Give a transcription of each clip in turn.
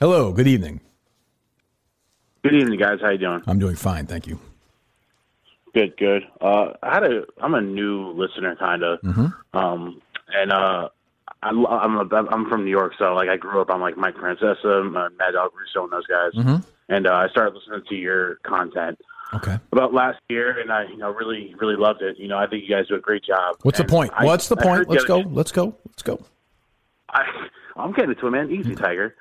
Hello, good evening. Good evening, guys. How you doing? I'm doing fine, thank you. Good, good. Uh, I had a. I'm a new listener, kind of. Mm-hmm. Um, and uh, I, lo- I'm a, I'm from New York, so like I grew up on like Mike Francesa, uh, Mad Dog Russo, and those guys. And uh, I started listening to your content Okay. about last year, and I you know really really loved it. You know, I think you guys do a great job. What's And the point? I- What's the I heard point? Let's other go. day- Let's go. Let's go. I, I'm getting to it, man. Easy, Tiger.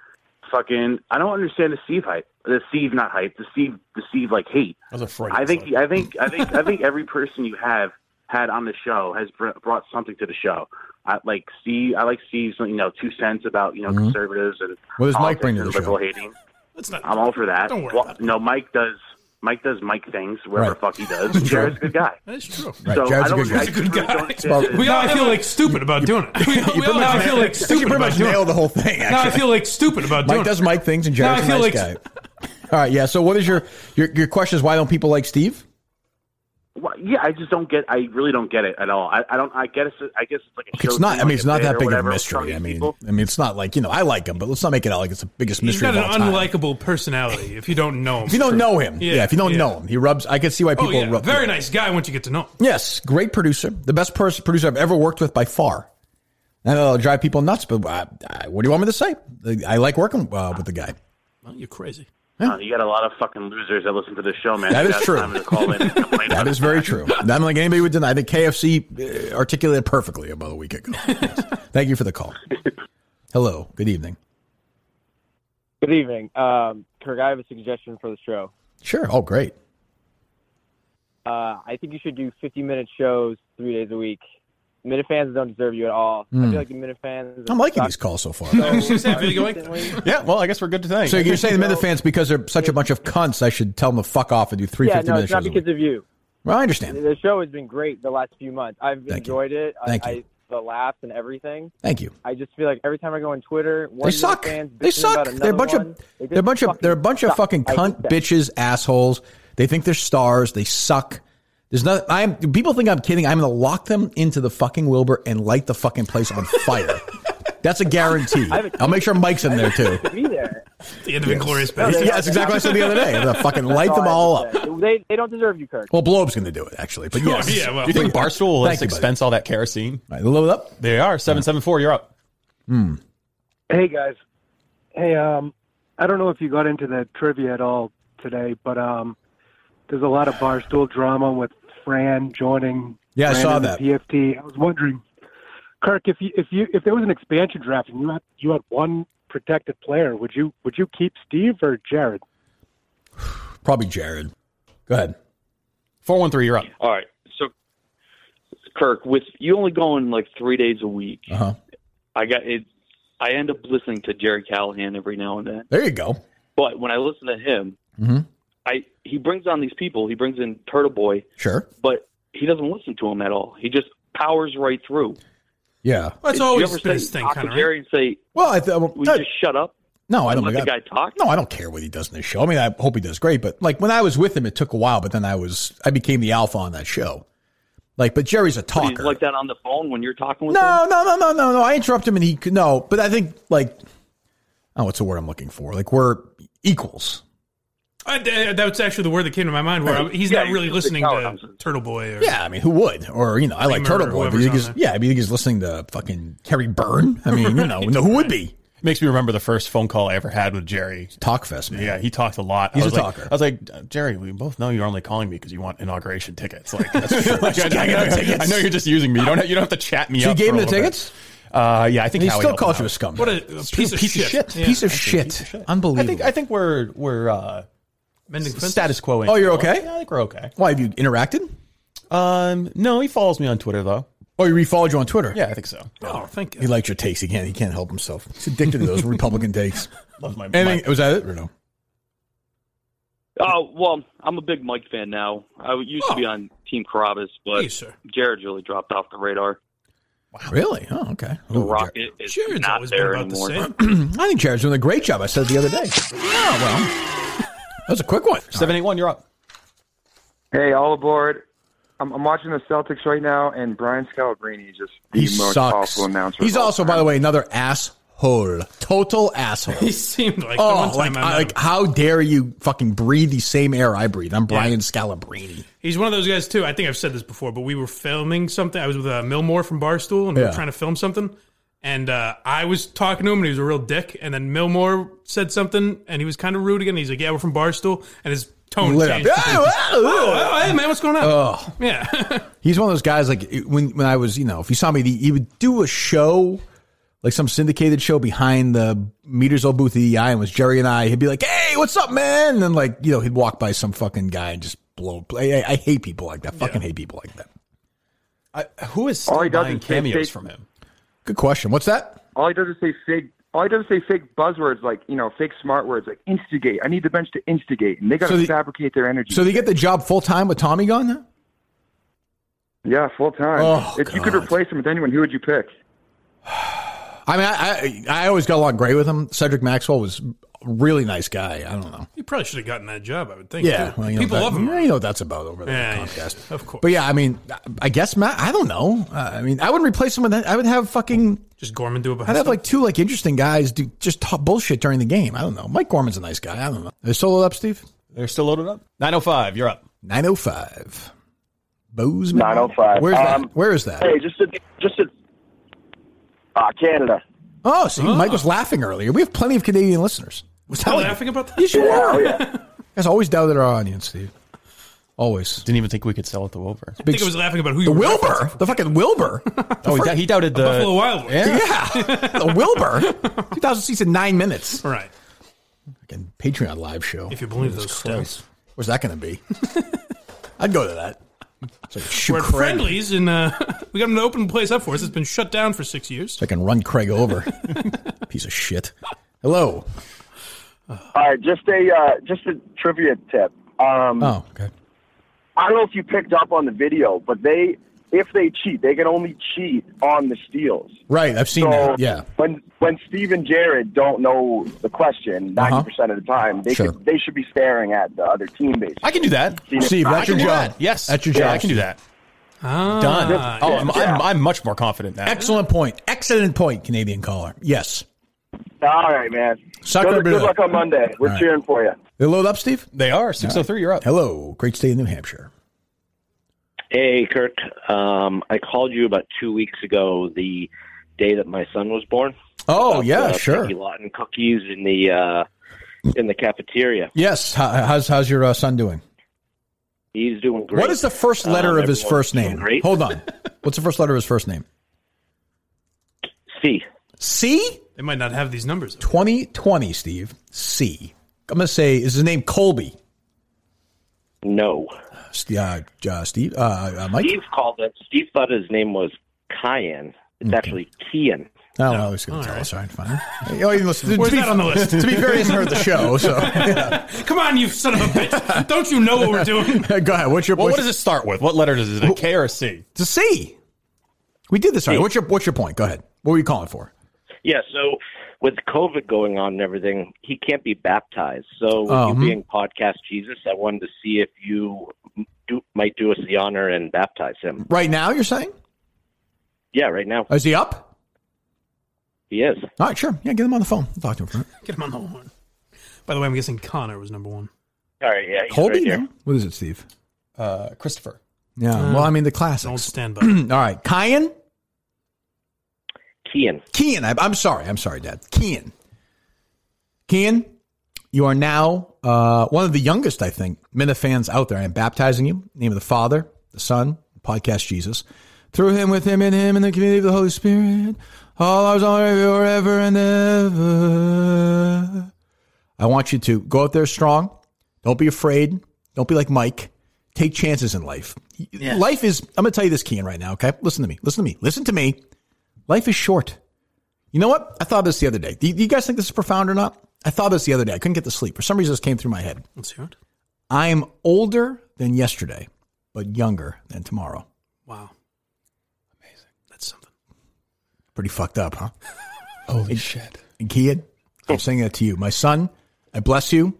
Fucking, I don't understand the Steve hype. The Steve, not hype. The Steve, the Steve, like hate. I was afraid. I think I think I think I think every person you have had on the show has br- brought something to the show. I like Steve. I like Steve's you know two cents about you know conservatives and Mm-hmm. What does Mike politics bring to and the show? liberal hating. That's not. I'm all for that. Don't worry about it. no, Mike does. Mike does Mike things wherever Right. the fuck he does. Jared's a good guy. That's true. Right, So Jared's I a don't, good guy. I You good really guy. don't understand about- this. We all feel like stupid about doing it. We, we all now feel like pretty stupid about much doing it. nailed the whole thing. Now I Actually, feel like stupid about doing Mike does Mike things, and Now I Jared's a feel nice like- guy. All right, yeah. So, what is your your your question? Is why don't people like Steve? Well, yeah, I just don't get. I really don't get it at all. I, I don't. I guess. It's, I guess it's like a. Show It's not. I thing, mean, like it's not bit that or big of a whatever, mystery. funny I mean, people. I mean, it's not like you know, I like him, but let's not make it out like it's the biggest He's mystery got of an all time. unlikable personality if you don't know him. if you don't know him, yeah. Yeah, if you don't yeah. know him, he rubs. I can see why people. oh, yeah. rub, Very nice guy once you get to know him. Yes, great producer, the best pers- producer I've ever worked with by far. And it'll drive people nuts, but uh, uh, what do you want me to say? I like working uh, with the guy. Well, you're crazy. Uh, you got a lot of fucking losers that listen to the show, man. That You is got true. time to call in and complain That about is it. very true. I don't think anybody would deny that KFC uh, articulated perfectly about a week ago. Yes. Thank you for the call. Hello, good evening. Good evening, um, Kirk. I have a suggestion for the show. Sure. Oh, great. Uh, I think you should do 50 minute shows three days a week. Minifans don't deserve you at all. I Hmm. feel like the Minifans. I'm liking these calls so far. I was just saying, I feel like- Yeah, well, I guess we're good to thank. So you're saying the Minifans, because they're such a bunch of cunts, I should tell them to fuck off and do three Yeah, 50 no, minute it's not shows. a because week. of you. Well, I understand. The show has been great the last few months. I've Thank you. enjoyed it. Thank I, you. I, the laughs and everything. Thank you. I just feel like every time I go on Twitter, one They suck. Minifan's They bitching about suck. another They're a bunch one. of They they're a just bunch of fucking they're a bunch of suck. fucking I hate cunt that. bitches assholes. They think they're stars. They suck. There's not. I'm people think I'm kidding. I'm gonna lock them into the fucking Wilbur and light the fucking place on fire. That's a guarantee. I'll make sure Mike's in there too. Be there. The end of Inglorious Yeah, Bastards. that's exactly what I said the other day. I'm gonna fucking light them That's all I have up. to say. They, they don't deserve you, Kirk. Well, Blobe's gonna do it actually, but yes, yeah, well. you You think think All Barstool will let Thank us you, buddy. expense all that kerosene? right, load up. They are seven seven four. You're up. Hey guys. Hey, um, I don't know if you got into the trivia at all today, but um, there's a lot of barstool drama with Fran joining. Yeah, I Fran saw and the that. PFT. I was wondering, Kirk, if you if you if there was an expansion draft and you had you had one protected player, would you would you keep Steve or Jared? Probably Jared. Go ahead. Four one three. You're up. All right. So, Kirk, with you only going like three days a week, Uh huh. I got it. I end up listening to Jerry Callahan every now and then. There you go. But when I listen to him, Mhm. I he brings on these people. He brings in Turtle Boy, Sure. but he doesn't listen to him at all. He just powers right through. Yeah. That's Did you always ever been say his thing, talk kind to of, right? Jerry and say, Well, I th- well, "We that- just shut up no, I don't and let think the I- guy talk." No, I don't care what he does in this show. I mean, I hope he does great, but like when I was with him, it took a while, but then I was, I became the alpha on that show. Like, but Jerry's a But he's talker. like that on the phone when you're talking with him. no, no, no, no, no, no. I interrupt him and he, could- no, but I think like, oh, what's the word I'm looking for? Like we're equals. I, I- that's actually the word that came to my mind. Where I'm- he's Yeah, not he's really just a listening to coward. Turtle Boy. Or, Yeah. I mean, who would? Or, you know, I like Kramer Turtle or Boy, but whoever's you on think he's, there. yeah, I mean, you think he's listening to fucking Kerry Byrne. I mean, you know, no, who would be? Makes me remember the first phone call I ever had with Jerry. Talk fest, man. Yeah, he talked a lot. He's I was a like, talker. I was like, Jerry, we both know you're only calling me because you want inauguration tickets. Like, that's true. Like, I, I know, got the tickets. I know you're just using me. You don't have, you don't have to chat me So you up. gave for him a the little bit. tickets? Uh, yeah, I think He Howie still helped calls him you a out. scumbag. What a, a piece, of shit. Yeah. Piece of shit. Unbelievable. I think I think we're we're uh, Mending fences. status quo. Oh, you're anti- okay? Yeah, I think we're okay. Why have you interacted? Um, no, he follows me on Twitter though. Oh, he refollowed you on Twitter. Yeah, I think so. Oh, thank He you. likes your takes. He can't. He can't help himself. He's addicted to those Republican takes. Love my, my Anything, was that it or no? Oh well, I'm a big Mike fan now. I used to Oh. be on Team Carabas, but Hey, sir. Jared really dropped off the radar. Really? Oh, okay. The Ooh, Rocket is Jared's not always been there about anymore. the same. Jared- I think Jared's doing a great job. I said it the other day. Oh well, that was a quick one. seven eight one. You're up. Hey, all aboard. I'm, I'm watching the Celtics right now, and Brian Scalabrine is just the He most sucks. awful announcer. He's of all also, by time. the way, another asshole. asshole. Total asshole. He seemed like the Oh, one time like, I met I, like him. how dare you fucking breathe the same air I breathe? I'm Brian Scalabrine. He's one of those guys too. I think I've said this before, but we were filming something. I was with uh, Millmore from Barstool, and we Yeah. were trying to film something. And uh, I was talking to him, and he was a real dick. And then Millmore said something, and he was kind of rude again. He's like, "Yeah, we're from Barstool," and his tone Lit up. changed. Oh, hey man, what's going on? Oh. Yeah, He's one of those guys like when when I was, you know, if you saw me, the, he would do a show, like some syndicated show behind the meters old booth of the EI, and was Jerry and I. He'd be like, "Hey, what's up, man?" And then like you know, he'd walk by some fucking guy and just blow. I, I, I hate people like that. Fucking hate people like that. I, who Oh, is All still he does buying is take- cameos take- from him? Good question. What's that? All he does is say fake. All he does is say fake buzzwords like you know fake smart words like instigate. I need the bench to instigate, and they got to So the- fabricate their energy. So they get the job full time with Tommy gone. yeah, full time. Oh, if you could God. replace him with anyone, who would you pick? I mean, I, I I always got along great with him. Cedric Maxwell was a really nice guy. I don't know. he probably should have gotten that job. I would think. Yeah, too. well, you know people that- love him. Yeah, you know what that's about over there. Yeah, on yeah, Comcast. of course. But yeah, I mean, I guess Matt. I don't know. Uh, I mean, I would replace him with that. I would have fucking. Just Gorman do it behind. I'd have like two like interesting guys do just talk bullshit during the game. I don't know. Mike Gorman's a nice guy. I don't know. They're solo up, Steve. They're still loaded up. 905, you're up. Nine oh five. Bozeman. 905. Where's Um, that? Where is that? Hey, just a, just a, ah, Canada. Oh, see, Ah. Mike was laughing earlier. We have plenty of Canadian listeners. Was Am I laughing about that? Yes, you Oh are. You yeah. guys always doubted our audience, Steve. Always. Didn't even think we could sell it to Wilbur. I think I was laughing about who The you were. Wilbur, the fucking Wilbur. Oh, he, dou- he doubted the. Buffalo Wild Wings. Yeah, the Wilbur. 2000 seats in nine minutes. All right. Fucking Patreon live show. If you believe those stills. Where's that going to be? I'd go to that. So I can shoot We're at Craig. friendlies, and uh, we got an open place up for us. It's been shut down for six years. So I can run Craig over. Piece of shit. Hello. All right, just a uh, just a trivia tip. Um, Oh, okay. I don't know if you picked up on the video, but they if they cheat, they can only cheat on the steals. Right, I've seen So that. Yeah. when when Steve and Jared don't know the question 90 percent of the time, they Uh-huh. Sure. could, they should be staring at the other team basically. I can do that. Steve, I that's can your do job. that. Yes. That's your Yeah, job. I can do that. Ah, Done. oh, yeah. I'm, I'm, I'm much more confident now. Excellent point. Excellent point, Canadian caller. Yes. All right, man. Soccer good, good Bruno. luck on Monday. We're All right. cheering for you. They load up, Steve? They are. 603, you're up. Hello. Great state in New Hampshire. Hey, Kirk. Um, I called you about two weeks ago, the day that my son was born. Oh, About, yeah, uh, sure. Peggy Lawton cookies in the uh, in the cafeteria. Yes. How, how's, how's your uh, son doing? He's doing great. What is the first letter Um, of his everyone's first doing name? Great. Hold on. What's the first letter of his first name? C. C? They might not have these numbers. 2020, Steve. C. I'm going to say, is his name Colby? No. St- Uh, uh, Steve? Uh, uh, Mike? Steve called it. Steve thought his name was Kyan. It's actually Kian. Oh, well, he's going to tell us. All right, fine. Oh, he listen, Where's to, be, that on the list? to be fair, he hasn't heard the show. So Come on, you son of a bitch! Don't you know what we're doing? go ahead. What's your Well, what what's- does it start with? What letter does it? A K or a C? It's a C. We did this already. What's your, what's your point? Go ahead. What were you calling for? Yeah, so with COVID going on and everything, he can't be baptized. So with Um. you being podcast Jesus, I wanted to see if you do, might do us the honor and baptize him. Right now, you're saying? Yeah, right now Is he up? he is. All right, sure. Yeah, get him on the phone. I'll talk to him for a minute. Get him on the horn. By the way, I'm guessing Connor was number one. All right, yeah, he's Colby? right here. no? Uh, What is it, Steve? Uh, Christopher. Yeah. well, I mean, An the old classics. standby. All right. Kyan? Kian. Kean, I, I'm sorry. I'm sorry, Dad. Kean. Kean, you are now uh, one of the youngest, I think, Minifans out there. I am baptizing you. In the name of the Father, the Son, podcast Jesus. Through him, with him, in him, in the community of the Holy Spirit. All ours honor you forever and ever. I want you to go out there strong. Don't be afraid. Don't be like Mike. Take chances in life. Life is, I'm going to tell you this, Kean, right now, okay? Listen to me. Listen to me. Listen to me. Life is short. You know what? I thought of this the other day. Do you, do you guys think this is profound or not? I thought of this the other day. I couldn't get to sleep. For some reason, this came through my head. Let's hear it. I am older than yesterday, but younger than tomorrow. Wow, amazing. That's something. Pretty fucked up, huh? Holy shit. And Kian, I'm saying that to you. My son, I bless you.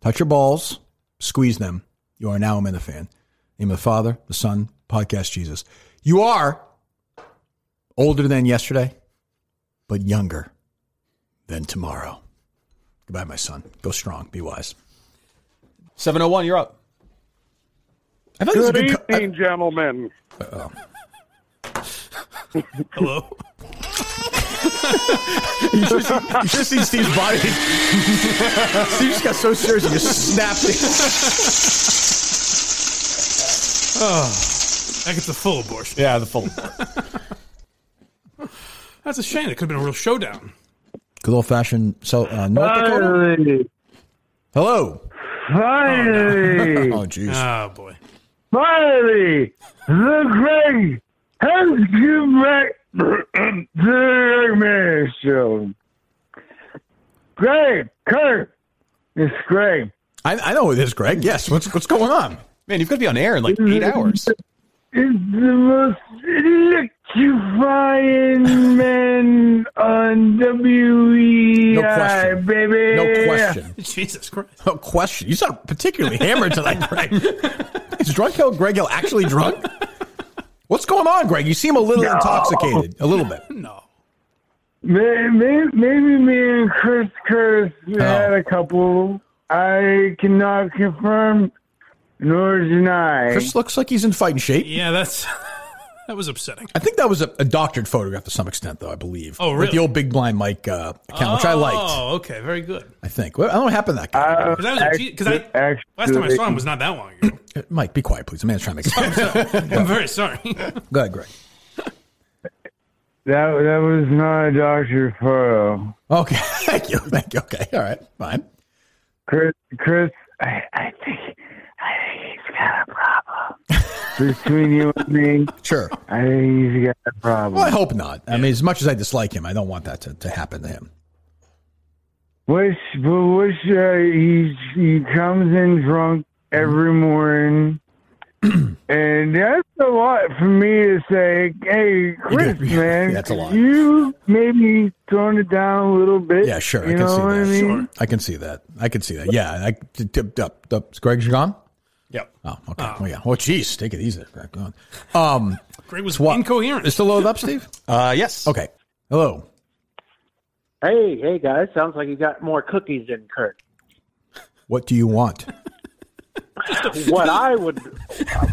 Touch your balls, squeeze them. You are now a Minifan. In the name of the Father, the Son, podcast Jesus. You are older than yesterday, but younger then tomorrow. Goodbye, my son. Go strong. Be wise. 701, you're up. I feel like Good this has been co- evening, gentlemen. Uh-oh. Hello. you should see, you should see Steve's body. Steve just got so serious he just snapped it. Oh, that gets a full abortion. Yeah, the full. That's a shame. It could have been a real showdown. Good old fashioned so uh, North Dakota. Hello. Hi. Oh, jeez. Oh, boy. Finally, the great has come back to the man show. Great, Kurt. It's great. I, I know it is, Greg. Yes. What's what's going on? Man, you've got to be on air in like eight Mm-hmm. hours. It's the most electrifying man on WEI, No question. baby. No question. Jesus Christ. No question. You sound particularly hammered tonight, Greg. is drunk Hill Greg Hill actually drunk? What's going on, Greg? You seem a little No. intoxicated. A little bit. Maybe, maybe me and Chris Curtis Oh. had a couple. I cannot confirm nor deny. Chris looks like he's in fighting shape. Yeah, that's that was upsetting. I think that was a, a doctored photograph to some extent, though, I believe. Oh, With the really? old Big Blind Mike uh, account, which I liked, Oh, okay, very good. I think. Well, I don't know what happened to that guy. Uh, Uh, Because I was a G- 'cause I last time I saw him was not that long ago. Uh, Mike, be quiet, please. The man's trying to make a I'm very sorry. Go ahead, Greg. That that was not a doctor photo. Okay, thank you, thank you. Okay, all right, fine. Chris, Chris, I, I think I think he's got a problem between you and me. Sure, I think he's got a problem. Well, I hope not. I mean, as much as I dislike him, I don't want that to, to happen to him. Which, but which uh, he he comes in drunk every morning, and that's a lot for me to say. Hey, Chris, man, That's a lot. You maybe tone it down a little bit. Yeah, sure, I You can know see what that. I mean? I can see that. I can see that. Yeah, I tipped up. up. Is Greg gone? Yep. Oh, okay. Oh, yeah. Oh, geez, take it easy, Greg. Go on. Um, Greg was incoherent. Is still loaded up, Steve? Uh, yes. Okay. Hello. Hey, hey guys! Sounds like you got more cookies than Kurt. What do you want? what I would,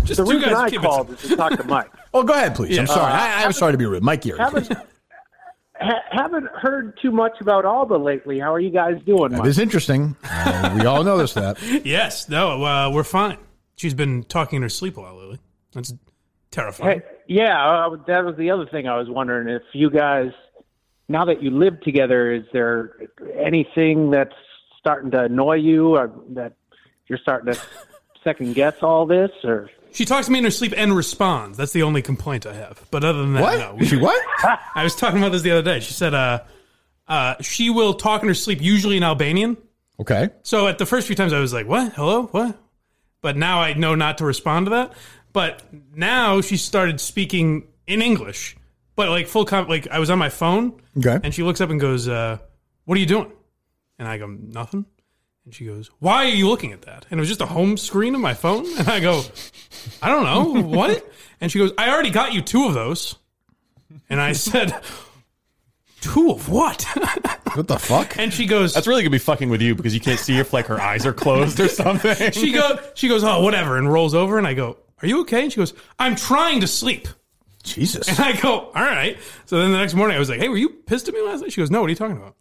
Just the two reason guys I give it called is to talk to Mike. Oh, go ahead, please. I'm Yeah. sorry. Uh, I, I'm sorry to be rude, Mike. Here. haven't ha- haven't heard too much about Alba lately. How are you guys doing? That Mike? is interesting. Uh, we all noticed that. yes, no, uh, we're fine. She's been talking in her sleep a lot lately. That's terrifying. Hey, yeah, I, I- that was the other thing I was wondering if you guys, now that you live together, is there anything that's starting to annoy you, or that you're starting to second guess all this, or She talks to me in her sleep and responds. That's the only complaint I have. But other than that, What? no. She what? I was talking about this the other day. She said, uh, uh, she will talk in her sleep, usually in Albanian. Okay. So at the first few times, I was like, "What? Hello? What?" But now I know not to respond to that. But now she started speaking in English, but like full com- like I was on my phone, Okay. and she looks up and goes, uh, "What are you doing?" And I go, "Nothing." And she goes, "Why are you looking at that?" And it was just a home screen of my phone, and I go, "I don't know what." And she goes, "I already got you two of those." And I said, two of what? what the fuck? And she goes, "That's really gonna be fucking with you because you can't see if like her eyes are closed or something." she goes, she goes, oh, whatever, and rolls over, and I go, are you okay? And she goes, I'm trying to sleep. Jesus. And I go, all right. So then the next morning, I was like, hey, were you pissed at me last night? She goes, no, what are you talking about?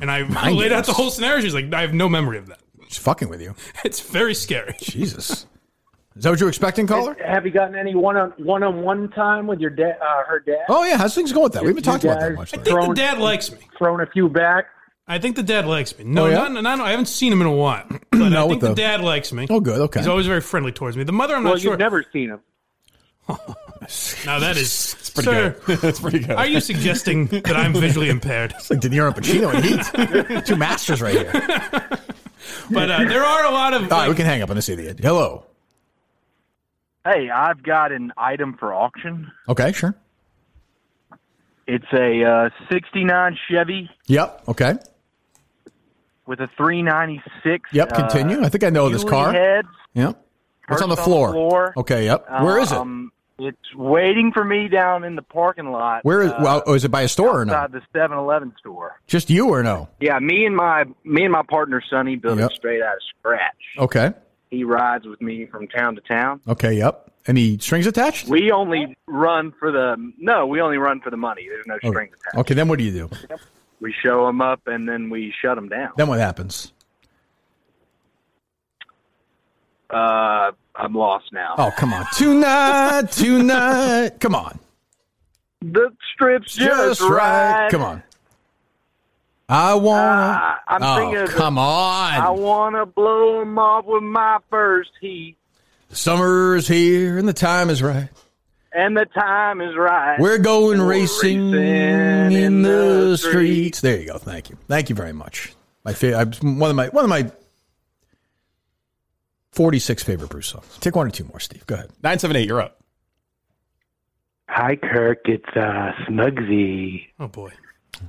And I Hmm. Mind laid out games. the whole scenario. She's like, I have no memory of that. She's fucking with you. It's very scary. Jesus. Is that what you were expecting, caller? have you gotten any one on one on one time with your dad, uh, her dad? Oh yeah, how's things going with that? We haven't You talked about that guys much. I think the dad likes me. Thrown a few back. I think the dad likes me. No, Oh, yeah? not, not, I haven't seen him in a while. But No, I what think the, the- dad likes me. Oh, good, okay. He's always very friendly towards me. The mother, I'm well, not sure. you've never seen him. Now that is It's pretty sir, good. That's pretty good. Are you suggesting that I'm visually impaired? It's like De Niro and Pacino in Heat. Two masters right here. But uh, there are a lot of. All right, we can hang up on this idiot. Hello. Hey, I've got an item for auction. Okay, sure. It's a uh, 69 Chevy Yep. Okay. with a 396. Yep. uh, Continue. I think I know this Muley car. Head, Yep. What's on the perched floor? Okay. Yep. Where is it? Um, It's waiting for me down in the parking lot. Where is? uh, well, oh, is it by a store or no? outside the 7-Eleven store. Just you or no? Yeah, me and my me and my partner Sonny built Yep. it straight out of scratch. Okay. He rides with me from town to town. Okay. Yep. Any strings attached? We only run for the no. We only run for the money. There's no Okay. strings attached. okay. Then what do you do? We show them up and then we shut them down. Then what happens? Uh, I'm lost now. Oh, come on. Tonight, tonight. Come on. The strip's just, right. Ah, Come on. I wanna. I'm thinking. oh, of- come on. I wanna blow 'em off with my first heat, Summer's here and the time is right. and the time is right. We're going racing, in the, streets. There you go. Thank you. Thank you very much. My favorite. One of my one of my forty six favorite Bruce songs. Take one or two more, Steve. Go ahead. Nine seven eight. You're up. Hi, Kirk. It's uh, Smugsy. Oh boy.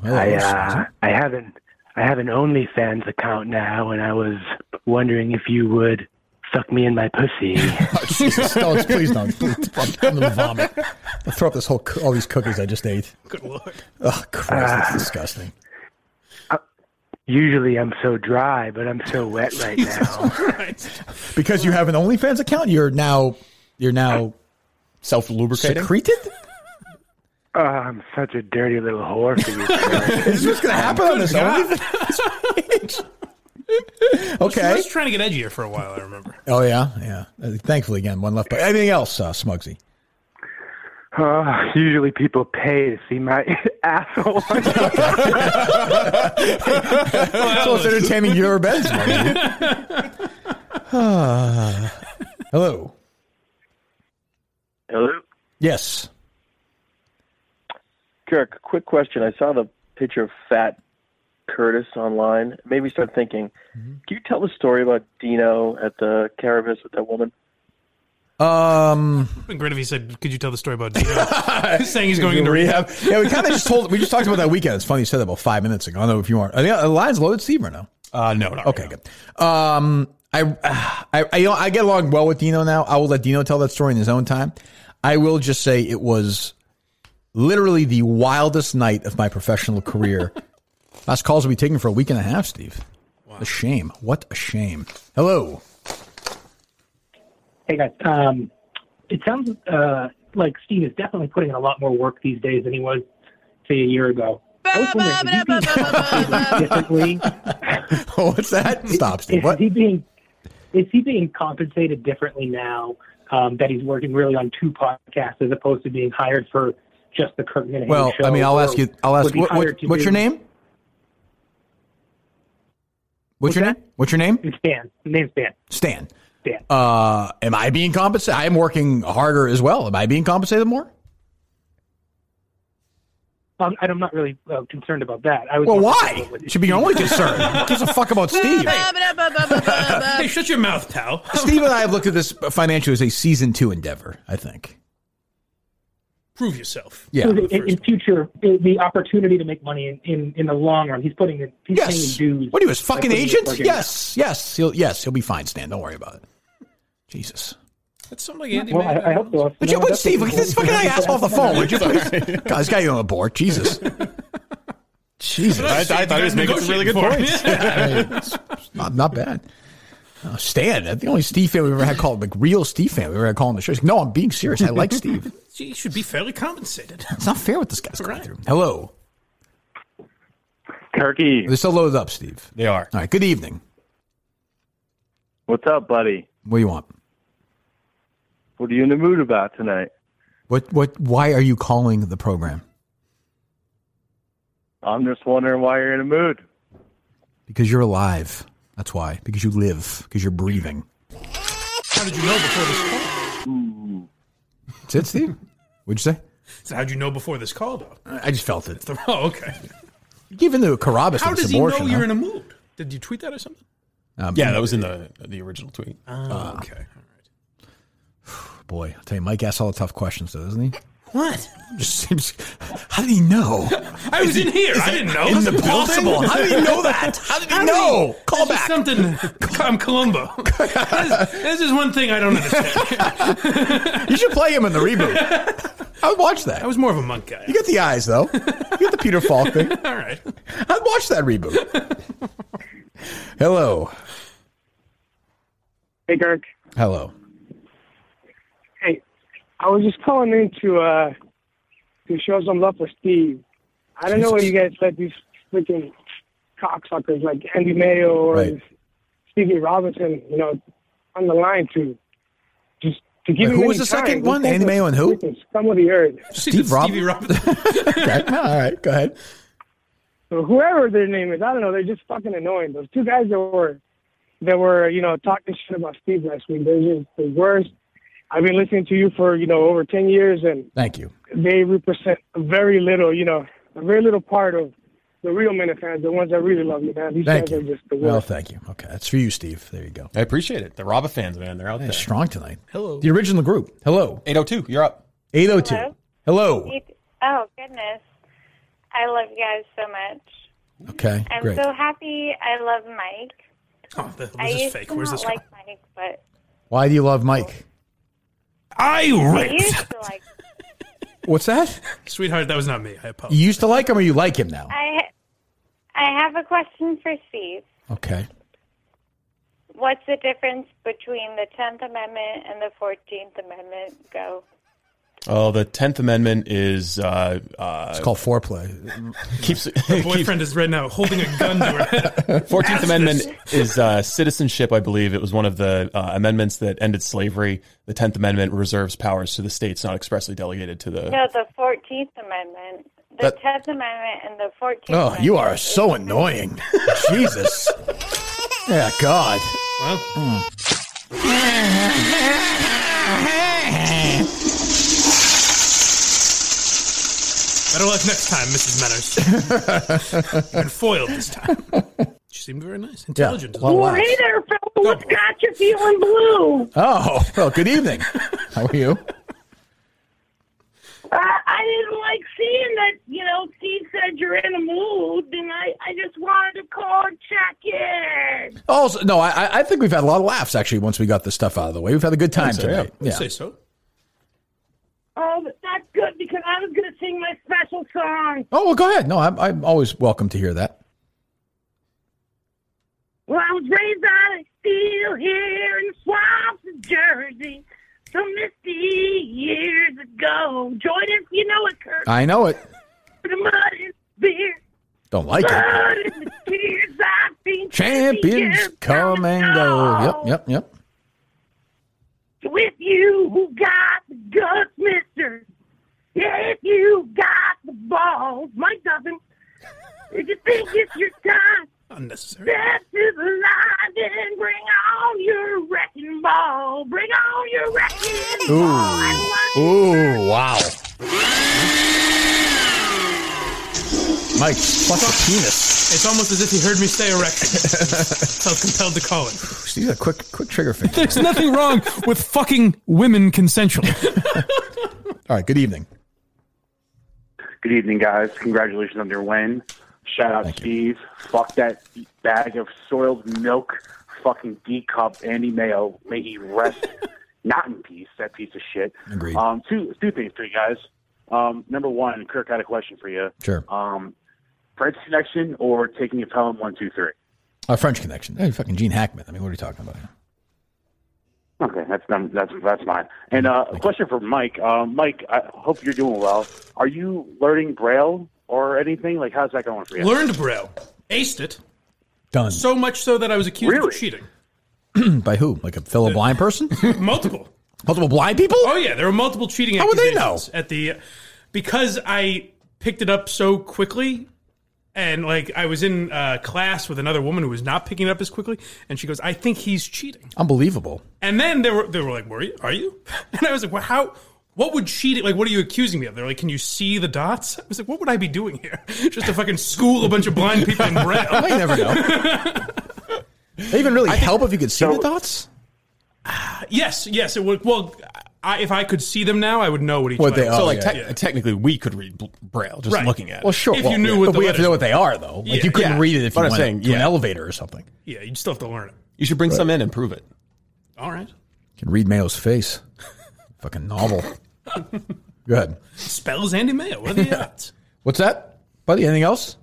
I uh, I have an I have an OnlyFans account now, and I was wondering if you would fuck me in my pussy. Oh, Jesus, don't, please don't. Please, I'm gonna vomit. I'll throw up this whole all these cookies I just ate. Good lord. Oh Christ, Ah, that's disgusting. Usually I'm so dry, but I'm so wet right now. Because you have an OnlyFans account, you're now you're now self lubricating. Secreted? Oh, I'm such a dirty little whore for you. Kirk. Is this gonna happen on this God. OnlyFans? page? I okay. was trying to get edgier for a while, I remember. Oh yeah, yeah. Uh, Thankfully, again, one left. But anything else, uh, Smugsy? Oh, usually people pay to see my asshole. so it's entertaining your beds. hello. Hello, Yes. Kirk. Quick question. I saw the picture of Fat Curtis online. It Made me start thinking. Mm-hmm. Can you tell the story about Dino at the Caravis with that woman? Um. It'd been great if he said, "Could you tell the story about Dino?" saying he's going into rehab. Yeah, we kind of just told. We just talked about that weekend. It's funny you said that about five minutes ago. I don't know if you aren't. Are the lines loaded, Steve, or no? Uh, no, not okay, good. Um, I, I, I, you know, I get along well with Dino now. I will let Dino tell that story in his own time. I will just say it was literally the wildest night of my professional career. Last calls will be taken for a week and a half, Steve. A shame. What a shame. Hello. Hey guys, um, it sounds uh, like Steve is definitely putting in a lot more work these days than he was, say, a year ago. I was wondering, is he being compensated differently? What's that? Stop, Steve. Is, he being is he being compensated differently now um, that he's working really on two podcasts as opposed to being hired for just the Kirk Minahan Well, show? I mean, I'll or ask you. I'll ask was he you. What, hired what, to what's your do- name? What's, your name? What's your name? It's Dan. My name's Dan. Stan. Dan. Uh, am I being compensated? I am working harder as well. Am I being compensated more? Um, and I'm not really uh, concerned about that. I was Well, more why? concerned with- Should be your only concern. Who gives a fuck about Steve? hey, shut your mouth, pal. Steve and I have looked at this financially as a season two endeavor. I think. Prove yourself. Yeah. So that in, in future, the the opportunity to make money in, in, in the long run, he's putting in, he's Yes. paying dues. What are you, his fucking Like, agent? fucking- Yes. Yes. He'll yes. He'll be fine, Stan. Don't worry about it. Jesus. That's something like Andy. Well, I, I hope so. Would you, No, would Steve, definitely. look at this fucking guy ass off the phone. Would you please? God, this guy on the board. Jesus. Jesus. I, I thought he was making some really good points. Yeah, I mean, it's not, not bad. Uh, Stan, the only Steve fan we ever had called, like real Steve fan we ever had calling the show. He's like, no, I'm being serious. I like Steve. He should be fairly compensated. It's not fair what this guy's going through. Hello. Kirky. They're still loaded up, Steve. They are. All right. Good evening. What's up, buddy? What do you want? What are you in the mood about tonight? What, what, why are you calling the program? I'm just wondering why you're in the mood. Because you're alive. That's why. Because you live. Because you're breathing. How did you know before this call? That's it, Steve? What'd you say? So how'd you know before this call, though? I just felt it. Oh, okay. Given the Carabas How and its does he know abortion, you're huh? in a mood? Did you tweet that or something? Um, yeah, that was in the the original tweet. Uh, Oh, okay. Boy, I'll tell you, Mike asks all the tough questions, though, doesn't he? What? Just seems. How did he know? I was in here. I didn't know. It's impossible. How did he know that? How did he know? Call back. Something. I'm Columbo. That's- That's just one thing I don't understand. You should play him in the reboot. I would watch that. I was more of a monk guy. You get the eyes though. You get the Peter Falk thing. All right. I'd watch that reboot. Hello. Hey, Kirk. Hello. Hey, I was just calling in to uh to show some love for Steve. I don't know why you guys let these freaking cocksuckers like Andy Mayo or Right. Stevie Robinson, you know, on the line to just to give Wait, him who was any the second time. one? They're Andy Mayo and who? freaking Scum of the earth. Steve Robinson. okay. All right. Go ahead. So whoever their name is, I don't know. They're just fucking annoying. Those two guys that were that were you know talking shit about Steve last week. They're just the worst. I've been listening to you for you know over ten years, and Thank you. they represent very little. You know, a very little part of the real Minute fans, the ones that really love you, man. These Thank guys are just the Well, worst. thank you. Okay, that's for you, Steve. There you go. I appreciate it. The Robba fans, man, they're out Hey, there. strong tonight. Hello. The original group. Hello. 802, you're up. 802. Hello. You- Oh, goodness. I love you guys so much. Okay. I'm great. so happy I love Mike. Oh, this I is used fake. to Where's not this like Mike, but Why do you love Mike? I I used to like What's that? Sweetheart, that was not me. I apologize. You used to like him or you like him now? I I have a question for Steve. Okay. What's the difference between the 10th Amendment and the 14th Amendment? Go. Oh, the Tenth Amendment is uh, uh, it's called foreplay. Keeps Her boyfriend is right now holding a gun to her head. Fourteenth Ask Amendment this. is uh, citizenship, I believe. It was one of the uh, amendments that ended slavery. The Tenth Amendment reserves powers to the states not expressly delegated to Uh, the. No, the 14th Amendment. The That- 10th Amendment and the 14th Oh, you are so annoying. Jesus. Yeah, God. Hmm. Well. Better luck next time, Mrs. Meadows. You've been foiled this time. She seemed very nice, intelligent. as well, well. wow. Hey there, fella. What's got you feeling blue? Oh, well, good evening. How are you? I, I didn't like seeing that, you know, Steve said you're in a mood, and I, I just wanted to call and check in. Oh, so- no, I, I think we've had a lot of laughs actually once we got this stuff out of the way. We've had a good time so, tonight. yeah. I'd Yeah. say so. Oh, but that's good because I was going to sing my special song. Oh, well, go ahead. No, I'm, I'm always welcome to hear that. Well, I was raised on a steel here in the swamps of Jersey some misty years ago. Jordan, you know it, Kurt. I know it. The mud and beer. Don't like it. blood and the tears I've seen. Champions come and go. Yep, yep, yep. With you who got the guts, mister. If you got the balls, Mike doesn't. If you think it's your time, Unnecessary. step to the line and bring on your wrecking ball. Bring on your wrecking ball. Ooh. Ooh, wow. Mike, fuck a penis. It's almost as if he heard me say erection. Felt compelled to call it. She's a quick, quick trigger finger. There's nothing wrong with fucking women consensual. All right, good evening. Good evening, guys. Congratulations on your win. Shout out Steve. Fuck that bag of soiled milk. Fucking D cup Andy Mayo. May he rest not in peace. That piece of shit. Agreed. Um, two two things for you guys. Um, number one, Kirk I had a question for you. Sure. Um, French connection or taking a pound one two three. A French connection. Hey, fucking Gene Hackman. I mean, what are you talking about? Okay, that's num- that's that's mine. And uh, a question for Mike. Uh, Mike, I hope you're doing well. Are you learning Braille or anything? Like, how's that going for you? Learned Braille. Aced it. Done. So much so that I was accused of cheating. By who? Like a fellow blind person? Uh, Multiple. Multiple blind people? Oh yeah, there were multiple cheating. How would they know? accusations at the because I picked it up so quickly, and like I was in uh, class with another woman who was not picking it up as quickly, and she goes, "I think he's cheating." Unbelievable. And then they were they were like, "Were you? Are you?" And I was like, "Well, how?" What would cheating like? What are you accusing me of? They're like, "Can you see the dots?" I was like, "What would I be doing here? Just to fucking school a bunch of blind people in braille?" Well, you never know. They even really help if you could see the dots? Yes, yes, it would. Well, I, if I could see them now, I would know what each What they letter is. are, So, like, yeah. te- Yeah. Technically, we could read bl- braille just Right. looking at it. Well, sure. If well, you knew what but the we have to letters know what they were. are, though. Like Yeah. you couldn't Yeah. read it if But you I'm went saying, to an yeah. elevator or something. Yeah, you'd still have to learn it. You should bring Right. some in and prove it. All right. Can read Mayo's face. Fucking novel. Good. Spells Andy Mayo. What are the odds? What's that, buddy? Anything else?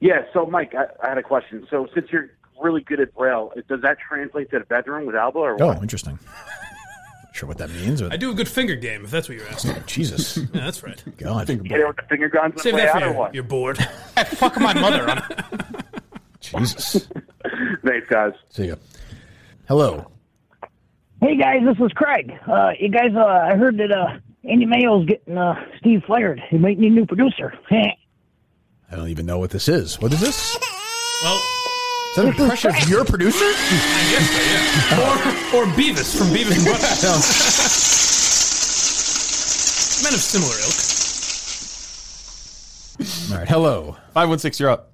Yeah. So, Mike, I, I had a question. So, since you're really good at braille, does that translate to the bedroom with Alba or Oh, what? interesting. Not sure what that means. I But do a good finger game, if that's what you're asking. Jesus. Yeah, that's right. God. Get it with the finger guns Save and play that out for or you. what? You're bored. Fuck my mother. I'm- Jesus. Thanks, guys. See ya. Hello. Hey guys, this is Craig. Uh, you guys, uh, I heard that uh, Andy Mayo's getting uh, Steve fired. He might need a new producer. I don't even know what this is. What is this? Well, is that an impression of your producer? I guess so, yeah. Or, or Beavis from Beavis and Butthead. Men of similar ilk. All right. Hello. 516, you're up.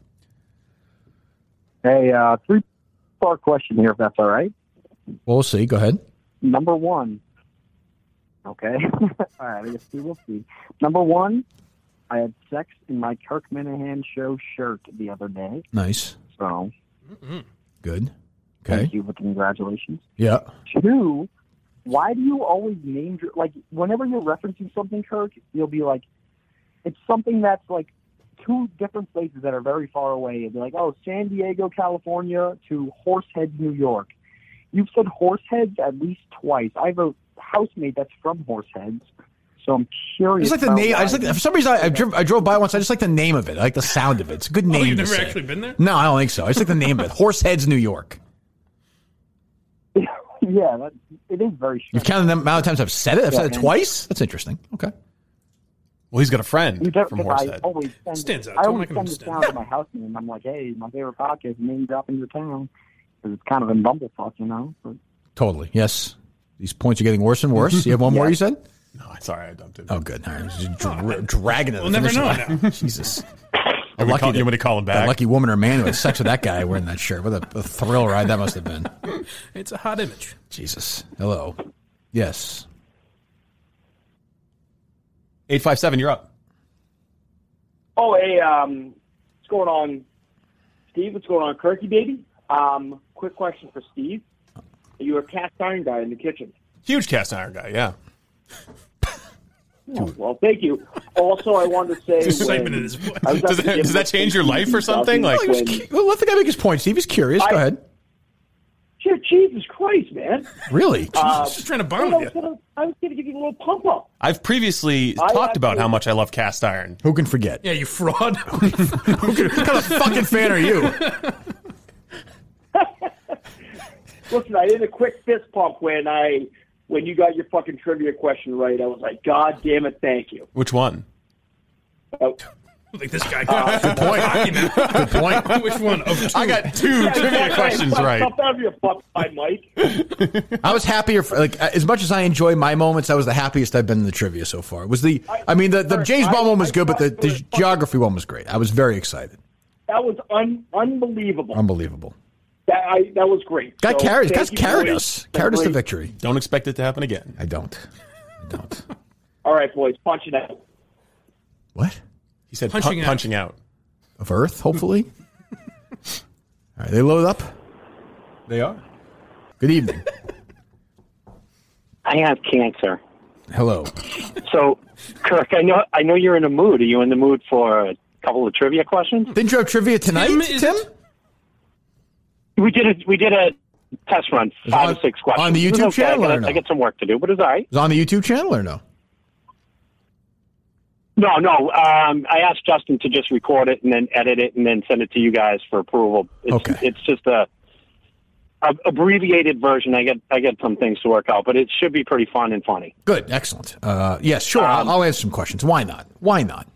Hey, uh, three part question here, if that's all right. Well, we'll see. Go ahead. Number one. Okay. all right, I guess we will see. Number one, I had sex in my Kirk Minahan show shirt the other day. Nice. So, Mm-hmm. Good. thank you, but congratulations. Yeah. Two, why do you always name your like whenever you're referencing something, Kirk, you'll be like, it's something that's like two different places that are very far away. It'd be like, oh, San Diego, California to Horsehead, New York. You've said Horseheads at least twice. I have a housemate that's from Horseheads, so I'm I curious. just like the about name. I why just like for some reason I, I, drove, I drove by once. I just like the name of it. I like the sound of it. It's a good name. Oh, you've to never say. actually been there? No, I don't think so. I just like the name of it. Horseheads, New York. yeah, that, it is very You've counted the amount of times I've said it. I've Yeah, said it man. twice. That's interesting. Okay. Well, he's got a friend You don't- from 'cause Horsehead. I always send, Stands out. I Don't always make him send this stand down to my housemate, and I'm like, hey, my favorite podcast name drop in your town. 'Cause it's kind of a bumblefuck, you know? But Totally. Yes. These points are getting worse and worse. You have one more. You said. No, sorry, I dumped it. Oh, good. All right. Just dra- dragging it. We'll never know now. Jesus. Are we call- you want me to call him back? That lucky woman or man who had sex with that guy wearing that shirt. What a, a thrill ride that must have been. It's a hot image. Jesus. Hello. Yes. 857, you're up. Oh, hey, um, what's going on, Steve? What's going on, Kirky baby? Um, quick question for Steve. Are you a cast iron guy in the kitchen? Huge cast iron guy, yeah. Oh, well, thank you. Also, I wanted to say, Just when excitement in his voice. I was at Does the that- gym does that with change your Steve life or something? Dawson, Like- when- Well, let the guy make his point. Steve is curious. Go ahead. Yeah, Jesus Christ, man! Really? Uh, just trying to I bond was with you. gonna- I was going to give you a little pump up. I've previously I talked about actually- how much I love cast iron. Who can forget? Yeah, you fraud. what kind of fucking fan are you? Listen, I did a quick fist pump when I when you got your fucking trivia question right. I was like, God damn it, thank you. Which one? Oh. Like this guy. Good point. Good point. Which one? Of two? I got two Yeah, trivia exactly. questions Fuck right. up out of your fuck by Mike. I was happier. For, like as much as I enjoy my moments, that was the happiest I've been in the trivia so far. It was the I mean the, the James Bond one was good, but the, the geography one was great. I was very excited. That was un- unbelievable. Unbelievable. That I, that was great. Guy So, carried. thank Guys you, carried boys. us. Carried us to Great. victory. Don't expect it to happen again. I don't. All right, boys, punch it out. He said Punching punching, out. punching out. Of Earth, hopefully. All right, they load up. They are. Good evening. I have cancer. Hello. So, Kirk, I know I know you're in a mood. Are you in the mood for a couple of trivia questions? Didn't you have trivia tonight, Tim? We did a we did a test run, Is it five on- or six questions on the It was YouTube okay. channel I got, or no? I got some work to do, but it's all right. Is it on the YouTube channel or no? No, no. Um, I asked Justin to just record it and then edit it and then send it to you guys for approval. It's, okay. It's just a, a abbreviated version. I get I get some things to work out, but it should be pretty fun and funny. Good, excellent. Uh, yes, sure. Um, I'll, I'll answer some questions. Why not? Why not?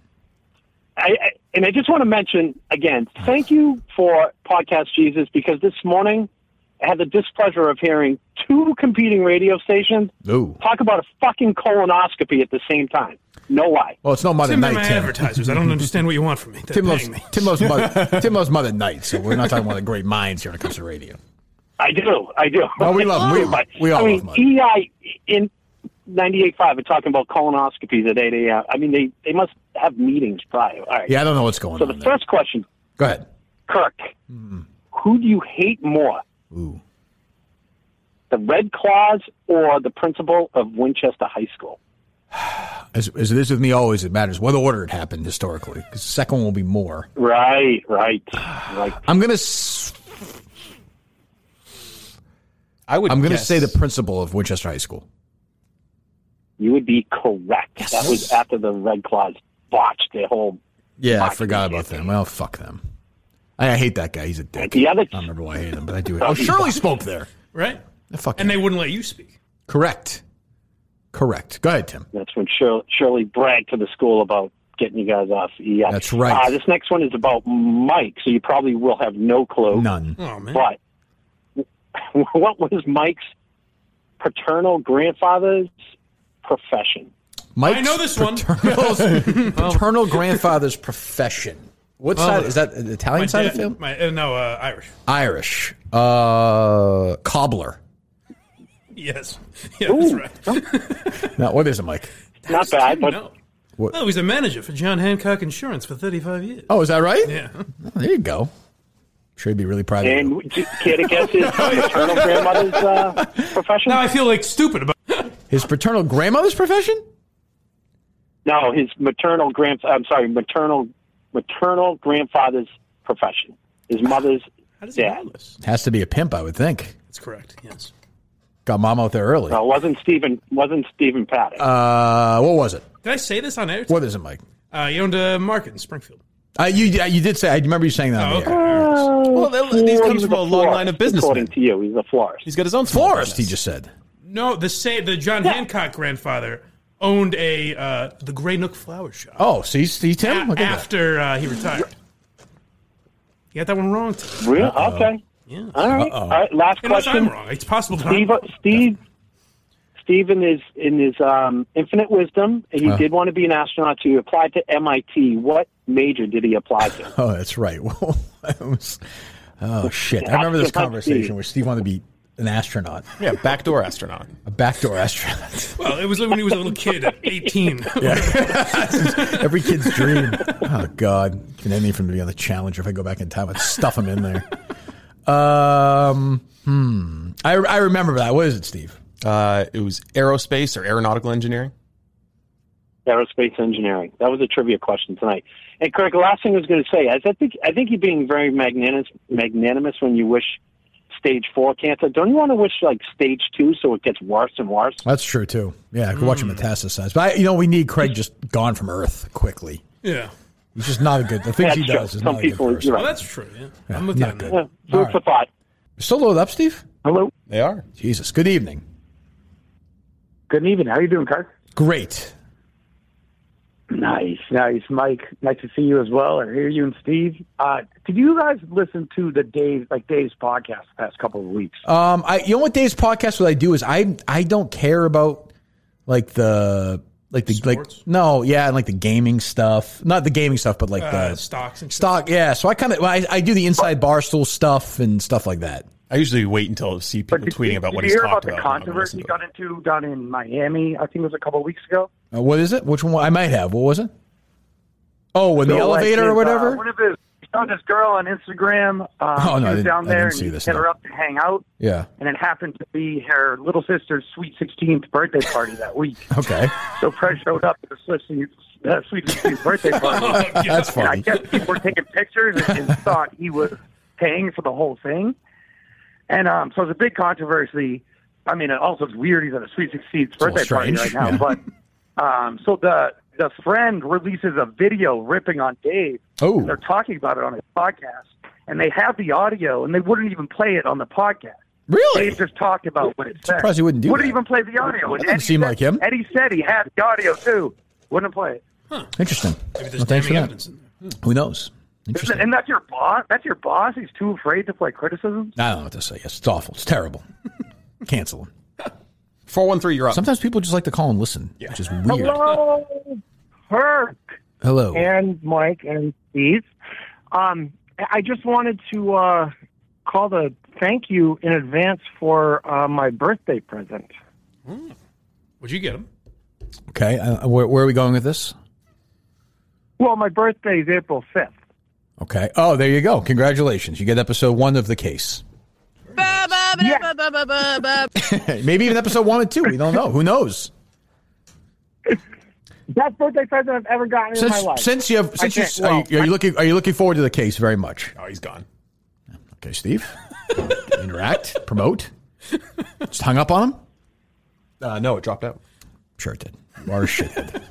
I, I, and I just want to mention again, thank you for Podcast Jesus because this morning I had the displeasure of hearing two competing radio stations No. talk about a fucking colonoscopy at the same time. No lie. Well, it's no Mother Tim, Night. they're my Tim. advertisers. I don't understand what you want from me. They're Tim loves, paying me. Tim loves Mother. Tim loves Mother Night. So we're not talking about the great minds here when it comes to radio. I do. I do. No, we love- we- But, we all I mean, love EI in 98.5 are talking about colonoscopies at 8 a.m. I mean, they, they must have meetings prior. All right. Yeah, I don't know what's going So the on. first question, Go ahead. Kirk, who do you hate more? Ooh. The Red Claws or the principal of Winchester High School? As, as it is with me always, it matters what order it happened historically, because the second one will be more. Right, right, right. I'm going to. S- I would. I'm going to guess- say the principal of Winchester High School. You would be correct. That was after the Red Claws botched their whole. Yeah, I forgot about them. Well, fuck them. I, I hate that guy. He's a dick. The other, I don't remember why I hate him, but I do. Oh, Shirley spoke there. right? The fucking and they wouldn't let you speak. Correct. Correct. Go ahead, Tim. That's when Shirley, Shirley bragged to the school about getting you guys off. Yeah, that's right. Uh, this next one is about Mike, so you probably will have no clue. None. Oh man. But what was Mike's paternal grandfather's profession? Mike's I know this one. paternal, one. paternal grandfather's profession. What Well, side is that? The Italian my side dad, of the family? My, uh, no, uh, Irish. Irish. Uh, cobbler. Yes. Yeah, that's right. No, what is it, Mike? Not bad, but What? Oh, he was a manager for John Hancock Insurance for 35 years. Oh, is that right? Yeah. Oh, there you go. Sure, he'd be really proud. of you. And care to guess his paternal grandmother's uh, profession? Now I feel like stupid about His paternal grandmother's profession? No, his maternal grand. I'm sorry, maternal maternal grandfather's profession. His mother's dad. Has to be a pimp, I would think. That's correct. Yes. Got mom out there early. No, it wasn't Stephen. Wasn't Stephen Paddock? Uh, what was it? Did I say this on air? What is it, Mike? Uh, you owned a market in Springfield. Uh, you uh, you did say. I remember you saying that. on the air. Well, He these was Oh, a florist, According to you, he's a florist. He's got his own florist. He just said. No, the say the John Hancock grandfather owned a uh, the Grey Nook flower shop Oh, see, see, Tim. Look at that. after uh, he retired. You got that one wrong. Tim. Really? Okay. Yeah. All right. All right. Last Unless question. I'm wrong. It's possible. That Steve, uh, Steve, Steve, in his in his um, infinite wisdom, he Uh. did want to be an astronaut. So he applied to MIT. What major did he apply to? Oh, that's right. Well, I was, oh shit! I remember this conversation where Steve wanted to be an astronaut. Yeah, backdoor astronaut. A backdoor astronaut. Well, it was when he was a little kid at 18. Every kid's dream. Oh God! Can any from be on the Challenger if I go back in time? I'd stuff him in there. Um. Hmm. I I remember that. What is it, Steve? Uh, it was aerospace or aeronautical engineering. aerospace engineering. That was a trivia question tonight. And Kirk, the last thing I was going to say is I think I think you're being very magnanimous, magnanimous when you wish stage four cancer. Don't you want to wish like stage two so it gets worse and worse? That's true too. Yeah, I could watch him metastasize. But I, you know, we need Craig just gone from Earth quickly. Yeah. He's just not a good. The things That's he true. does is Some not a good people- you're person. right. Well, that's true. Yeah. Yeah, I'm with you not on good. that. Food for thought. Still loaded up, Steve? Hello. They are. Jesus. Good evening. Good evening. How you doing, Kirk? Great. Nice, nice, Mike. Nice to see you as well, or hear you and Steve. Uh, did you guys listen to the Dave, like Dave's podcast the past couple of weeks? Um, I you know what Dave's podcast? What I do is I I don't care about like the like the like no yeah and like the gaming stuff, not the gaming stuff, but like Uh, the stocks and stock. Yeah, so I kind of I, I do the inside barstool stuff and stuff like that. I usually wait until I see people tweeting about did what you he's hear about talked the about. controversy he got into down in Miami? I think it was a couple of weeks ago. Uh, what is it? Which one? I might have. What was it? Oh, when the So, like, elevator his, or uh, whatever. one of his, he saw this girl on Instagram. Um, Oh, no, I she was didn't- down I didn't there see and this, hit no. her up to hang out. yeah. and it happened to be her little sister's sweet 16th birthday party that week. Okay. So Fred showed up at the sweet 16th, uh, sweet 16th birthday party. Oh, That's And I funny. guess people were taking pictures and, and thought he was paying for the whole thing. And um, so it's a big controversy. I mean, it also it's weird he's at a sweet 16th little birthday party strange, right now. yeah. But um, so the the friend releases a video ripping on Dave. Oh. They're talking about it on his podcast, and they have the audio, and they wouldn't even play it on the podcast. Really? Dave just talked about what it said. Surprised he wouldn't do Wouldn't that. even play the audio. And That doesn't Eddie seem said- like him. Eddie said he had the audio too. Wouldn't play it. Interesting. Well, thanks for that. Who knows? Interesting. And that's your boss. That's your boss. He's too afraid to play criticism. I don't know what to say. It's awful. It's terrible. Cancel him. Four one three. You're up. Sometimes people just like to call and listen, which is weird. Hello, Herc Hello. and Mike and Steve. Um, I just wanted to uh, call to thank you in advance for uh, my birthday present. Would you get him? Okay, uh, where, where are we going with this? Well, my birthday is April 5th. Okay. Oh, there you go. Congratulations. You get episode one of the case. Maybe even episode one and two. We don't know. Who knows? Best birthday present I've ever gotten in my Since, life. since you have, I since you, can't- are, you, well, are you looking, are you looking forward to the case very much? Oh, he's gone. Okay, Steve. Interact, promote. Just hung up on him. Uh, no, it dropped out. Sure it did. You are a shithead.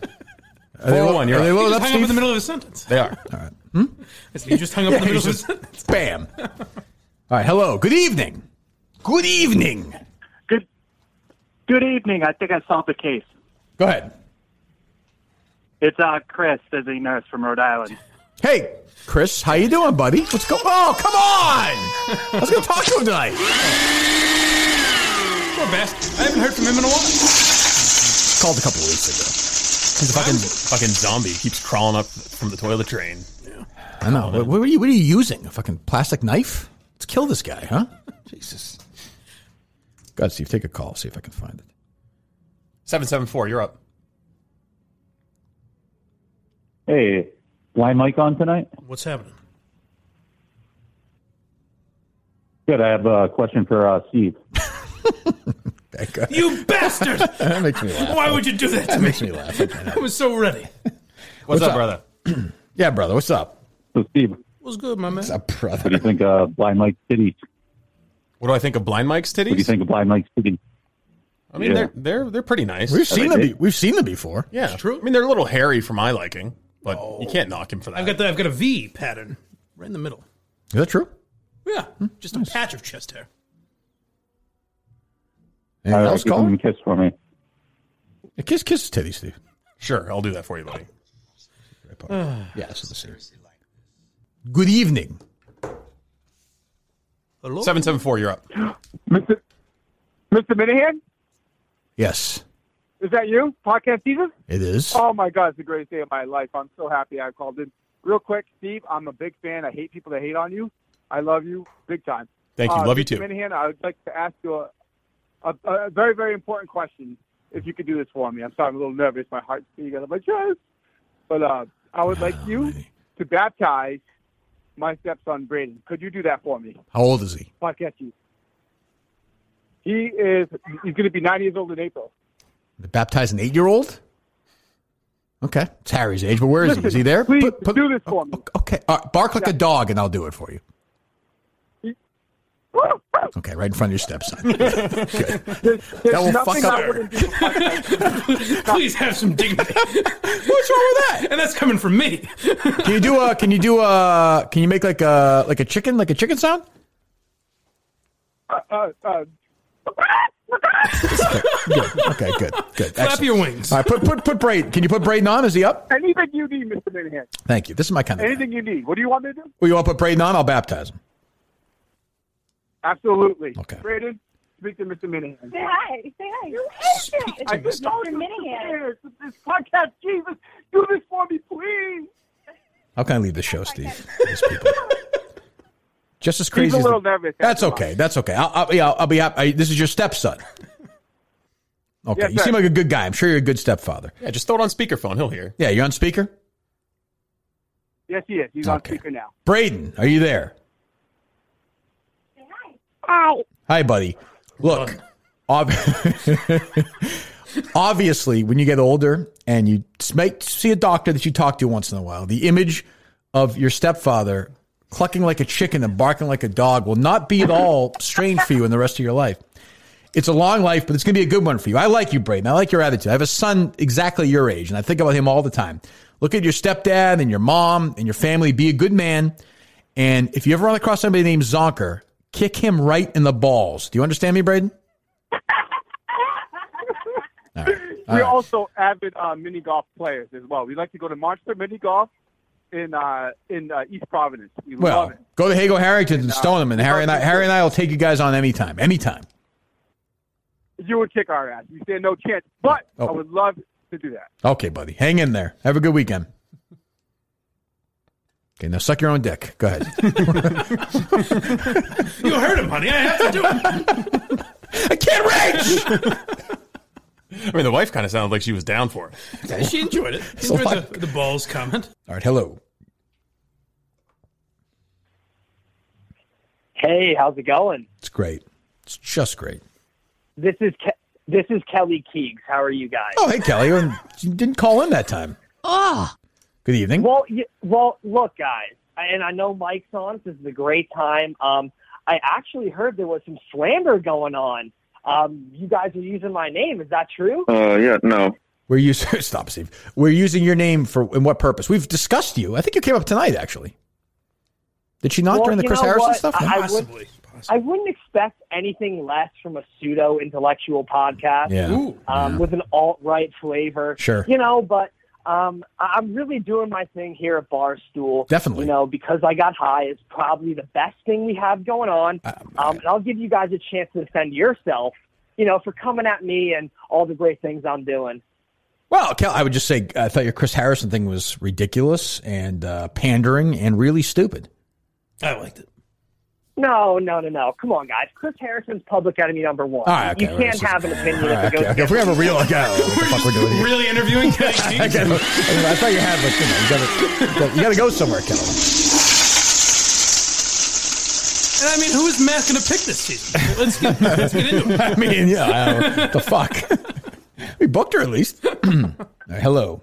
Are they one? You're are they right. loaded He up, just hung up in the Steve? middle of a sentence. They are. All right. Hmm? I said, He just hung up in the Yeah, middle of he's a just- sentence. Bam. All right. Hello. Good evening. Good evening. Good evening. I think I solved the case. Go ahead. It's uh, Chris, busy nurse from Rhode Island. Hey, Chris. How you doing, buddy? What's going? Oh, come on. I was going to talk to him tonight. Poor bastard. I haven't heard from him in a while. Called a couple of weeks ago. He's a fucking fucking zombie. He keeps crawling up from the toilet train. I know. What, what, are you, what are you using? A fucking plastic knife? Let's kill this guy, huh? Jesus. God, Steve, take a call. See if I can find it. Seven seven four. You're up. Hey, blind Mike on tonight? What's happening? Good. I have a question for uh, Steve. You bastard! that makes me laugh. Why would you do that to me? makes me laugh. I was so ready. What's up, brother? yeah, brother. What's up? So, Steve, What's good, my man? what do you think uh, of Blind Mike's titties? What do I think of Blind Mike's titties? What do you think of Blind Mike's titties? I mean, Yeah. they're they're they're pretty nice. We've seen them be- we've seen them before. Yeah, true. I mean, they're a little hairy for my liking, but Oh. you can't knock him for that. I've got the, I've got a V pattern right in the middle. Is that true? Yeah, just a patch of chest hair. Anything else, give caller? him a kiss for me. Yeah, Kiss, kiss the titties, Steve. Sure, I'll do that for you, buddy. yeah, that's what the same. Good evening. Seven seven four. You're up. Mr. Mr. Minahan, Yes, is that you? Podcast Jesus? it is. Oh my God, it's the greatest day of my life. I'm so happy I called in. Real quick, Steve, I'm a big fan. I hate people that hate on you. I love you big time. Thank you. Love you Mr. too. Minahan, I would like to ask you a, a, a very, very important question. If you could do this for me, I'm sorry, I'm a little nervous. My heart's beating. I'm like, yes. But uh, I would like you to baptize my stepson, Braden. Could you do that for me? How old is he? Podcast you. He is. He's going to be nine years old in April. Baptize an eight-year-old? Okay, it's Harry's age, but where is he? Is he there? Please do this for me. Okay, all right, bark like a dog, and I'll do it for you. Okay, right in front of your stepson. There's That will nothing fuck up- I wouldn't do for my Please have some dignity. What's wrong with that? And that's coming from me. Can you do a? Can you do a? Can you make like a like a chicken like a chicken sound? Uh, uh, uh, Good. Okay. Good. Good. Flap Excellent. your wings. All right. Put put put Braden. Can you put Braden on? Is he up? anything you need, Mr. Minahan. Thank you. This is my kind of. Anything you need. What do you want me to do? Well, you want to put Braden on? I'll baptize him. Absolutely. Okay. Braden, speak to Mr. Minahan. Say hi. Say hi. You I just told you, Minihan. Mr. Minahan, This podcast, Jesus, do this for me, please. How can I leave the show, Steve? These people. Just as He's crazy. a as little the- nervous, That's that's okay. That's okay. I'll, I'll, yeah, I'll, I'll be happy. I- This is your stepson. Okay. Yes, you sir. seem like a good guy. I'm sure you're a good stepfather. Yeah, just throw it on speakerphone. He'll hear. Yeah. You're on speaker. Yes, he is. He's on speaker now. Braden, are you there? Hi. Hi, buddy. Look, ob- obviously, when you get older and you might see a doctor that you talk to once in a while, the image of your stepfather clucking like a chicken and barking like a dog will not be at all strange for you in the rest of your life. It's a long life, but it's going to be a good one for you. I like you, Braden. I like your attitude. I have a son exactly your age, and I think about him all the time. Look at your stepdad and your mom and your family. Be a good man. And if you ever run across somebody named Zonker, kick him right in the balls. Do you understand me, Braden? All right. All We're right. also avid uh, mini golf players as well. We like to go to Monster Mini Golf in uh, in uh, East Providence. We love Well, it. go to Hago Harrington and stone him, and Harry and I, Harry and I will take you guys on anytime, anytime. You would kick our ass. You stand no chance. But Oh. I would love to do that. Okay, buddy, hang in there. Have a good weekend. Okay, now suck your own dick. Go ahead. You heard him, honey. I have to do it. I can't reach. I mean, the wife kind of sounded like she was down for it. She enjoyed it. It's She a enjoyed lot. the, the balls comment. All right, hello. Hey, how's it going? It's great. It's just great. This is Ke- this is Kelly Keegs. How are you guys? Oh, hey, Kelly. and You didn't call in that time. Ah. Good evening. Well, y well, look, guys, and I know Mike's on. This is a great time. Um, I actually heard there was some slander going on. Um, you guys are using my name. Is that true? Uh, yeah, no. We're using stop, Steve. We're using your name for in what purpose? We've discussed you. I think you came up tonight, actually. Did she not Well, during the you Chris know Harrison what? stuff? I, No? I Would, I wouldn't expect anything less from a pseudo intellectual podcast Yeah. Ooh. um, with an alt right flavor. Sure. You know, but um, I- I'm really doing my thing here at Barstool. Definitely. You know, because I got high is probably the best thing we have going on. Uh, um, and I'll give you guys a chance to defend yourself, you know, for coming at me and all the great things I'm doing. Well, Kel, I would just say I thought your Chris Harrison thing was ridiculous and uh, pandering and really stupid. I liked it. No, no, no, no. Come on, guys. Chris Harrison's public enemy number one. All right, Ah, okay, you all right, can't so- have an opinion All if it right, goes Uh, okay, okay. If we have a real, like, I don't know what the fuck we're doing here. Really interviewing Kelly I, Keegs? got- I mean, I thought you had, like, you know, you gotta, you gotta go somewhere, Kelly. And I mean, who is Matt going to pick this season? Let's get, let's get into it. I mean, yeah, I don't know. the fuck. we booked her at least. All right, hello.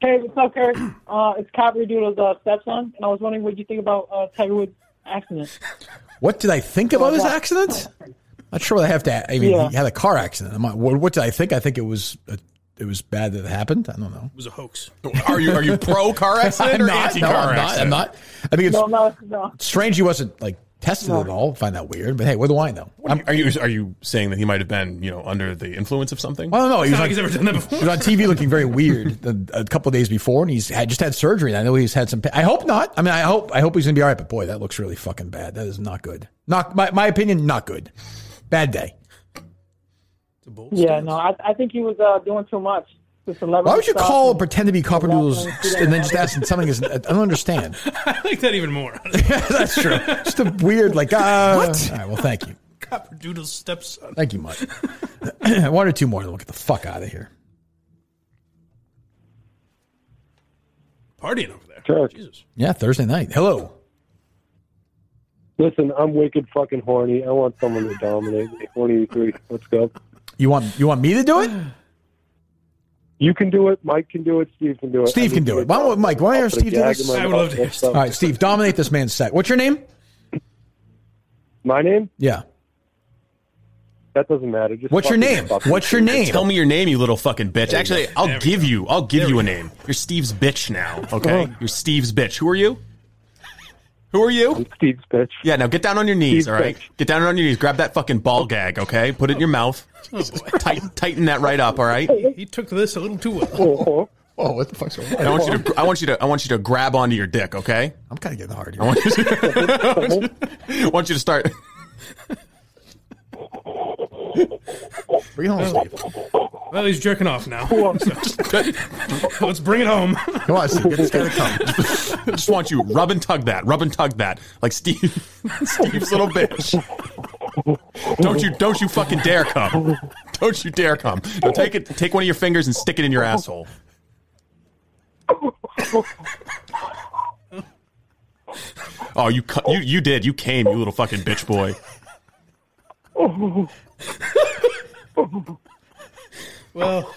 Hey, what's up, Kurt? Uh, it's Copper Doodle's uh, stepson, and I was wondering what you think about uh, Tiger Woods' accident. What did I think about his that- accident? Not sure what I have to. I mean, Yeah. he had a car accident. I'm not, what, what did I think? I think it was uh it was bad that it happened. I don't know. It was a hoax. Are you- are you pro car accident or anti-car accident? I think it's- no, no, no. Strange he wasn't like tested at all. Find that weird, but hey, what do I know? I'm, Um, are you are you saying that he might have been you know under the influence of something? Well, no, he was, on, before. he was on TV looking very weird the, a couple of days before, and he's had, just had surgery. And I know he's had some. pa- I hope not. I mean, I hope I hope he's gonna be all right. But boy, that looks really fucking bad. That is not good. Not my my opinion. Not good. Bad day. Yeah, no, I, I think he was uh, doing too much. The celebrity Why would you stuff. call and pretend to be copper noodles and then just ask something? Is, I don't understand. I like that even more. That's true. Just a weird like. Uh, What? All right. Well, thank you. Copper Doodle's stepson. Thank you, Mike. One or two more, then we'll get the fuck out of here. Partying over there. Uh, Jesus. Yeah, Thursday night. Hello. Listen, I'm wicked fucking horny. I want someone to dominate me. 183. Let's go. You want you want me to do it? You can do it. Mike can do it. Steve can do it. Steve I can need do to it. Why don't Mike? Why don't Steve do this? All right, Steve, dominate this man's set. What's your name? My name? Yeah. That doesn't matter. Just What's your fucking name? fucking What's your do it. name? Tell me your name, you little fucking bitch. There we Actually, go. I'll There we give you. I'll give There you we a go. Uh-huh. name. You're Steve's bitch now. Okay, you're Steve's bitch. Who are you? Who are you? Steve's bitch. Yeah, now get down on your knees. Steve's all right, get down on your knees. Grab that fucking ball gag. Okay, put it in your mouth. Oh, Tight, tighten that right up. All right. He, he took this a little too well. Oh, what the fuck's I want you to. I want you to. I want you to grab onto your dick. Okay. I'm kind of getting hard. I want you to. I want you to start. Bring it home, Steve. Well, he's jerking off now. So- Let's bring it home. Come on, Steve. It's gotta come. I just want you rub and tug that. Rub and tug that. Like Steve. Steve's little bitch. Don't you? Don't you fucking dare come. Don't you dare come. Now take it. Take one of your fingers and stick it in your asshole. Oh, you cu- you you did. You came. You little fucking bitch boy. Oh. Well,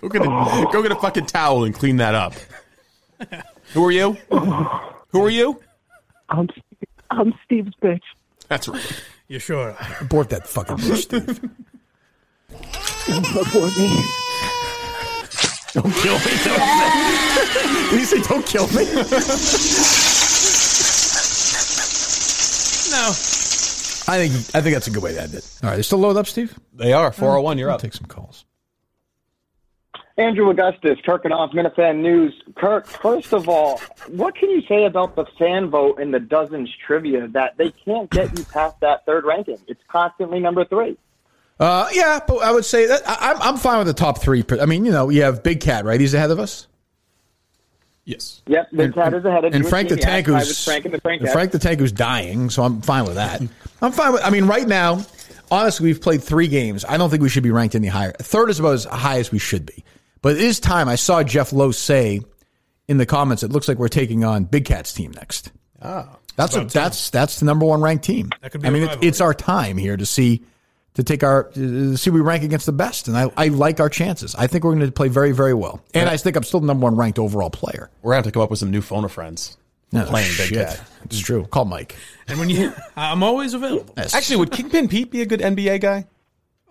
Go get a, go get a fucking towel and clean that up. Who are you? Who are you? I'm, I'm Steve's bitch. That's right. You sure? Abort that fucking bitch, Steve. Don't kill me. Did he say don't kill me? No. I think I think that's a good way to end it. All right, they still load up, Steve. They are 401. You're up. Take some calls. Andrew Augustus, Kirk and Off Minifan News. Kirk, first of all, what can you say about the fan vote in the dozens trivia that they can't get you past that third ranking? It's constantly number three. Uh, yeah, but I would say that I, I'm I'm fine with the top three. I mean, you know, you have Big Cat, right? He's ahead of us. Yes. Yep, the cat is ahead of and you Frank the Stevie. Tank, I was who's Frank and the Frank. and Frank the Tank, who's dying. So I'm fine with that. I'm fine with. I mean, right now, honestly, we've played three games. I don't think we should be ranked any higher. Third is about as high as we should be. But it is time. I saw Jeff Lowe say in the comments, it looks like we're taking on Big Cat's team next. Oh, That's what, that's that's the number one ranked team. That could be I a mean, it's, it's our time here to see to take our to see we rank against the best, and I, I like our chances. I think we're going to play very very well, and I think I'm still the number one ranked overall player. We're gonna have to come up with some new phone of friends. No, playing Big shit. Cat. It's true. Call Mike. And when you, I'm always available. Actually, would Kingpin Pete be a good NBA guy?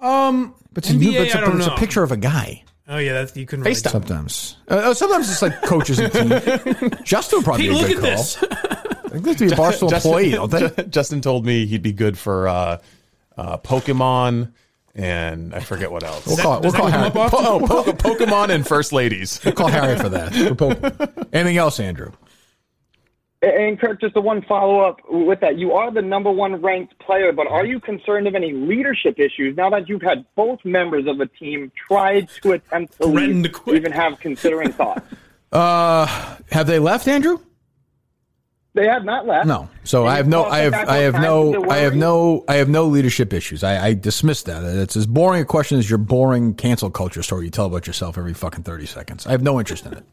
Um, But it's, a, NBA, new- but it's, a, I don't it's a know. picture of a guy. Oh yeah, that's you couldn't really tell. sometimes. Uh, oh, sometimes it's like coaches and team. Justin would probably Pete, be a look good at call. this. I think this would be a Barstool employee, don't they? Ju- Justin told me he'd be good for uh, uh, Pokemon and I forget what else. We'll call it- Does we'll that call come Harry. up Po- often? oh, po- Pokemon and First Ladies. We'll call Harry for that. For Pokemon. Anything else, Andrew? And Kirk, just the one follow up with that. You are the number one ranked player, but are you concerned of any leadership issues now that you've had both members of a team try to attempt to, leave, even have considering thoughts? Uh, have they left, Andrew? They have not left. No. So I have no, I have, I have no, I have no, I have no leadership issues. I, I dismiss that. It's as boring a question as your boring cancel culture story you tell about yourself every fucking thirty seconds. I have no interest in it.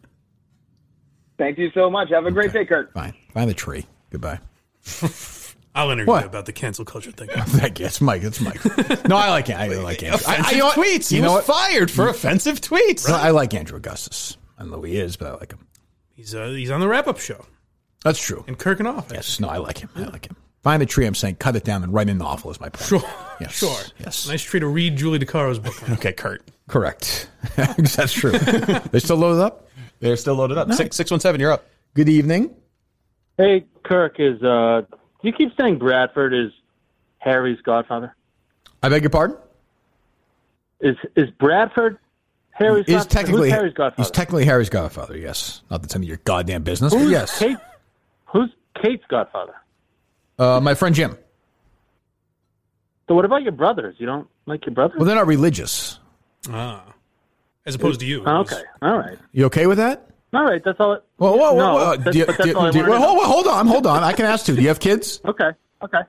Thank you so much. Have a great day, Kirk. Fine. Find the tree. Goodbye. I'll interview What? you about the cancel culture thing. Thank you. It's Mike. It's Mike. No, I like it. I like Andrew. I, I, Offensive you know what? tweets. He You know was what? fired for You- offensive tweets. No, I like Andrew Augustus. I don't know who he is, but I like him. He's uh, he's on the wrap up show That's true. in Kirk and Off. Yes. No, I like him. I like him. Find the tree. I'm saying cut it down and write it in the awful is my point. Sure. Yes. Sure. Yes. Nice tree to read Julie DeCaro's book. okay, Kurt. Correct. That's true. they still loaded up? They're still loaded up. Six six one seven, you're up. Good evening. Hey, Kirk is. uh Do you keep saying Bradford is Harry's godfather? I beg your pardon? Is is Bradford Harry's? Is godfather? technically Who's Harry's godfather? He's technically Harry's godfather, yes. Not that's any of your goddamn business, but Who's yes. Kate, who's Kate's godfather? Uh, my friend Jim. So what about your brothers? You don't like your brothers? Well, they're not religious. Ah, as opposed to you. Oh, okay, all right, You okay with that? all right. That's all. It, Well, whoa, whoa, no, whoa. that's- Do you- but that's do- all I do you- wanted to whoa, whoa, know. hold on, hold on. I can ask too. Do you have kids? Okay, okay.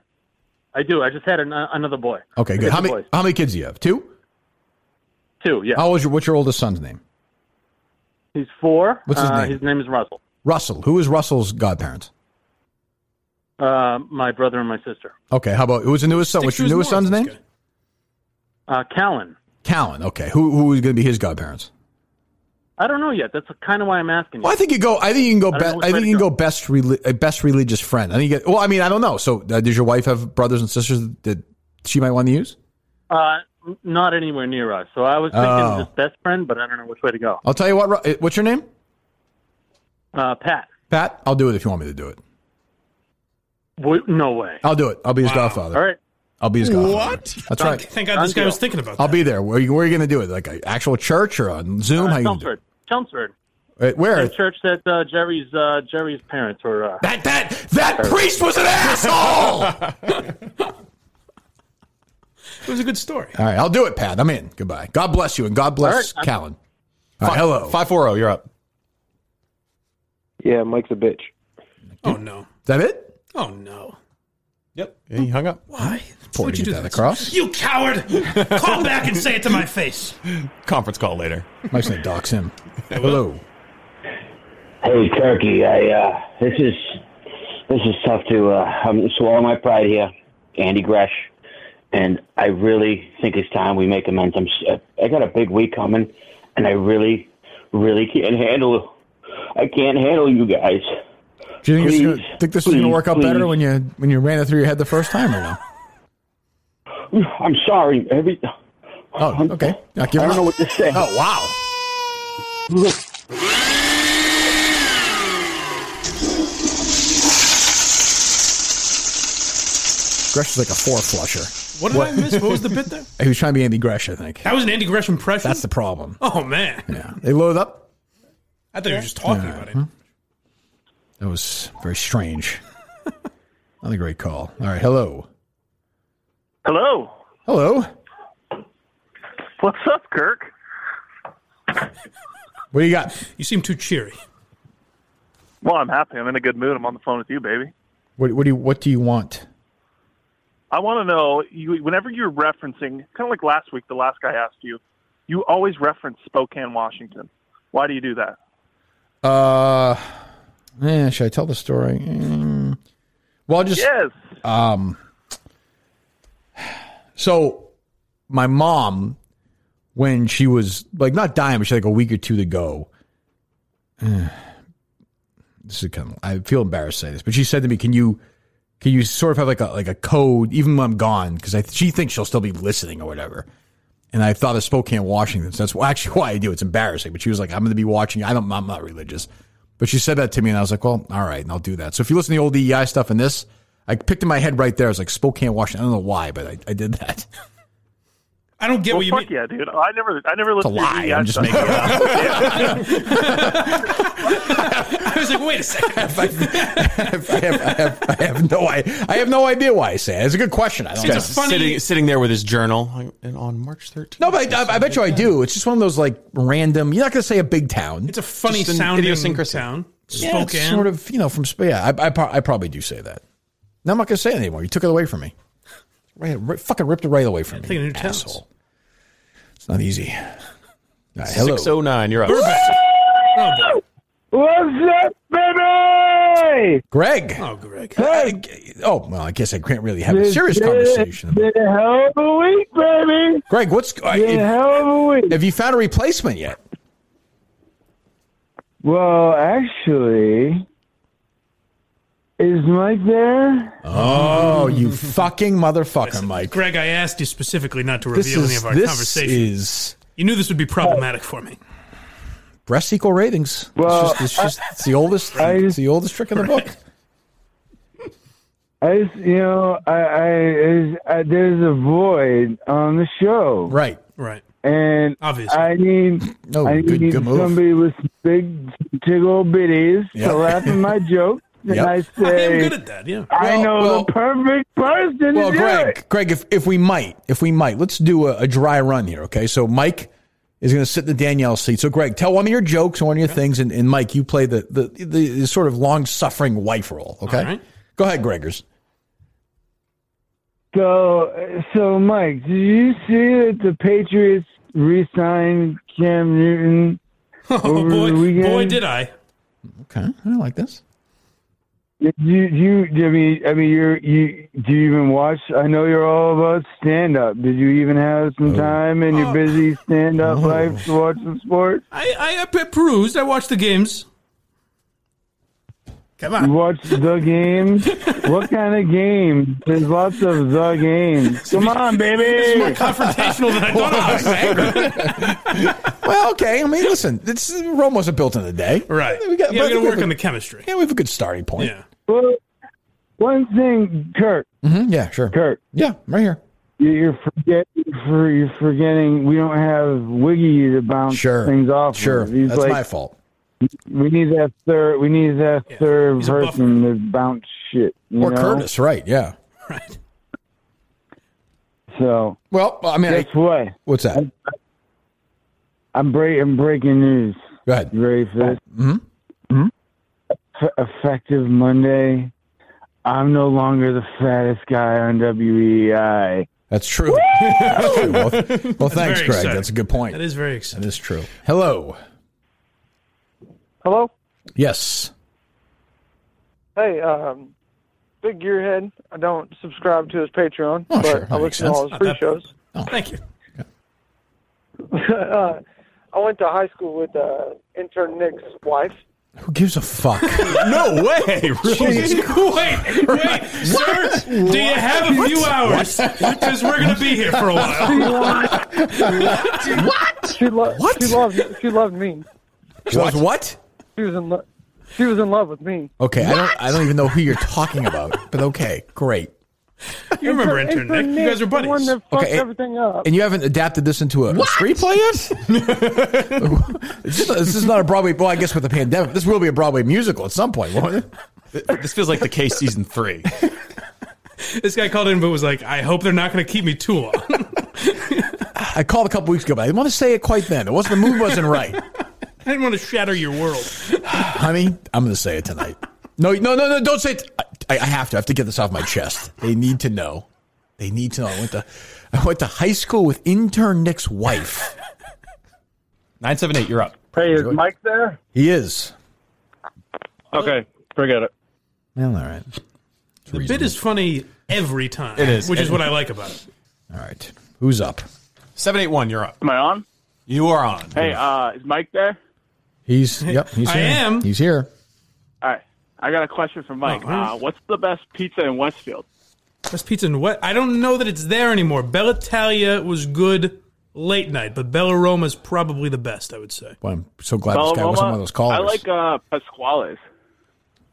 I do. I just had an, uh, another boy. Okay, I good. got How two many boys. how many kids do you have? Two? Two. Yeah. How old is your what's your oldest son's name? He's four. What's his Uh, name? His name is Russell. Russell. Who is Russell's godparents? Uh, my brother and my sister. Okay, how about who's the newest son? Stick What's your to his newest son's name? Uh, Callan. Callan. Okay, who who is going to be his godparents? I don't know yet. That's kind of why I'm asking. you. Well, I think you go. I think you can go. I don't Be, know which I way think to you can go best reli- uh, best religious friend. I think. You get, well, I mean, I don't know. So, uh, does your wife have brothers and sisters that she might want to use? Uh, n- not anywhere near us. So I was thinking Oh. just best friend, but I don't know which way to go. I'll tell you what. Ru- uh, What's your name? Uh, Pat. Pat. I'll do it if you want me to do it. W- no way. I'll do it. I'll be his godfather. All right. I'll be his godfather. What? Thank- That's right. thank God this guy was thinking about I'll be there. Where are you, where are you going to do it? Like an actual church or on Zoom? How Uh, you gonna do Chelmsford. Chelmsford. it? Uh, Where? Same church that uh, Jerry's uh, Jerry's parents were. Uh, that that that priest was an asshole. It was a good story. All right, I'll do it, Pat. I'm in. Goodbye. God bless you, and God bless All right. Callan. All right, hello. Five four zero. oh, You're up. Yeah, Mike's a bitch. Oh no. Is that it? Oh no. Yep. He hung up. Why? Poor Why'd you to do get that across. You coward! Call back and say it to my face. Conference call later. Mike's gonna dox him. Hello. Hey, Turkey. I uh, this is this is tough to. Uh, I'm gonna swallow my pride here, Andy Gresh, and I really think it's time we make amends. I'm. s- I got a big week coming, and I really, really can't handle. I can't handle you guys. Do you think, it's Please, gonna, think this is going to please, work out better please. when you when you ran it through your head the first time or no? I'm sorry. Every. Oh, okay. I I don't know what to say. Oh wow. Look, Gresh is like a four flusher. What did I miss? What was the bit there? He was trying to be Andy Gresh, I think. That was an Andy Gresh impression. That's the problem. Oh man, They loaded up. Hmm? I thought you were just talking about it. That was very strange. Not a great call. All right, hello. Hello. Hello. What's up, Kirk? What do you got? You seem too cheery. Well, I'm happy. I'm in a good mood. I'm on the phone with you, baby. What, what do you what do you want? I want to know you whenever you're referencing, kind of like last week, the last guy asked you, you always reference Spokane, Washington. Why do you do that? Uh, eh, should I tell the story? Mm. Well, I'll just Yes. Um. So, my mom, when she was like not dying, but she had like a week or two to go. eh, This is kind of I feel embarrassed to say this, but she said to me, "Can you, can you sort of have like a like a code even when I'm gone? Because she thinks she'll still be listening or whatever." And I thought of Spokane, Washington. So that's actually why I do. It's embarrassing, but she was like, "I'm going to be watching." I don't. I'm not religious, but she said that to me, and I was like, "Well, all right, and I'll do that." So if you listen to the old DEI stuff and this, I picked in my head right there. I was like, "Spokane, Washington." I don't know why, but I, I did that. I don't get well, what you fuck mean. Yeah, dude. I never, I never It's a listened to lie. your I'm just stuff. making it up. I was like, wait a second. I have, I have, I have no, I, I have no idea why I say it. It's a good question. I don't. know. sitting sitting there with his journal and on March 13th. No, but I, I bet you I do. It's just one of those like random. You're not going to say a big town. It's a funny sounding town. Yeah, it's Spokane. sort of, you know, from Sp- yeah. I, I, pro- I probably do say that. Now I'm not going to say it anymore. You took it away from me. Right, ri fucking ripped it right away from me. Taking new towns. Asshole. It's not easy. All right, hello. 609, you're up. What's up, baby? Greg. Oh, Greg. Hey. Oh, well, I guess I can't really have a This serious is- conversation. been a hell of a week, baby. Greg, what's uh, Been a hell of a week. Have you found a replacement yet? Well, actually, is Mike there? Oh, you fucking motherfucker, Mike. Greg, I asked you specifically not to This reveal any is- of our this conversations. is- you knew this would be problematic for me. Breast equal ratings. Well, it's, just, it's, just, it's the oldest. it's the oldest trick in the book. I just, you know, I, I, is- I there's a void on the show. Right. Right. And Obviously. I need, No, I good- need good move. somebody with big, big old bitties Yep. to laugh at my jokes. And Yep. I I am say, good at that, yeah. I know well- the perfect person Well, to do Greg, it. Greg, if, if we might, if we might, let's do a, a dry run here, okay? So Mike is going to sit in the Danielle seat. So Greg, tell one of your jokes and one of your things, and, and Mike, you play the the, the, the sort of long suffering wife role, okay? All right. Go ahead, Gregors. So, so Mike, did you see that the Patriots re-signed Cam Newton Oh, over boy, the weekend? boy, did I. Okay, I like this. Did you, do you, do you- I mean, I mean, you're, you, do you even watch? I know you're all about stand up. Did you even have Oh. some time in your busy stand up life to watch the sport? Oh. I, I, I perused. I watched the games. Come on. You watch the games? what kind of game? There's lots of the games. Come on, It's more baby. confrontational than I thought I was. Well, okay. I mean, listen, it's Rome wasn't built in a day, Right. We got, Yeah, we're but I think gonna we work have on a- the chemistry. Yeah, we have a good starting point. Yeah. Well, one thing, Kurt. Mm-hmm, yeah, sure. Kurt. Yeah, right here. You're forget for you're forgetting we don't have Wiggy to bounce Sure. things off. Sure. with. He's That's like- my fault. We need that third. We need that third a buffer. person to bounce shit. you Or know? Curtis, right? Yeah. So well, I mean, guess what? What's that? I'm, break, I'm breaking news. Go ahead. You ready for this? Mm-hmm. F- effective Monday, I'm no longer the fattest guy on E WEI. That's true. well, th- well That's thanks, very Greg. exciting. That's a good point. That is very exciting. That is true. Hello. Hello. Yes. Hey, um, Big Gearhead. I don't subscribe to his Patreon, but Oh, sure. That I makes listen to all sense. his free Not that- Oh. shows. Thank you. uh, I went to high school with uh, intern Nick's wife. Who gives a fuck? no way. Jesus Wait, wait, sir. Do you have a few hours? Because we're going to be here for a while. what? She lo- She loved. She loved me. She was what? She was in. Lo- she was in love with me. Okay, I don't. I don't even know who you're talking about. But okay, great. You remember Intern- intern Nick? intern You guys were the one buddies. that fucked Okay, and- everything up. And you haven't adapted this into a, a screenplay yet? This is- this is not a Broadway. Well, I guess with the pandemic, this will be a Broadway musical at some point, won't it? This feels like the case season three. This guy called in but was like, I hope they're not going to keep me too long. I called a couple weeks ago, but I didn't want to say it quite then. It wasn't the mood wasn't right, I didn't want to shatter your world. honey. I'm going to say it tonight. No, no, no, no! Don't say it. I, I have to. I have to get this off my chest. They need to know. They need to know. I went to, I went to high school with intern Nick's wife. 978, you're up. Hey, is Mike there? He is. Okay, forget it. Well, all right. The bit is funny every time. It is. which It is what is. I like about it. All right. Who's up? 781, you're up. Am I on? You are on. Hey, uh, is Mike there? He's, yep, he's I here. am. He's here. All right. I got a question for Mike. Oh, nice. uh, what's the best pizza in Westfield? Best pizza and what? I don't know that it's there anymore. Bellitalia was good late night, but Bella Roma's probably the best. I would say. Well, I'm so glad this guy wasn't one of those callers. I like uh, Pasquale's.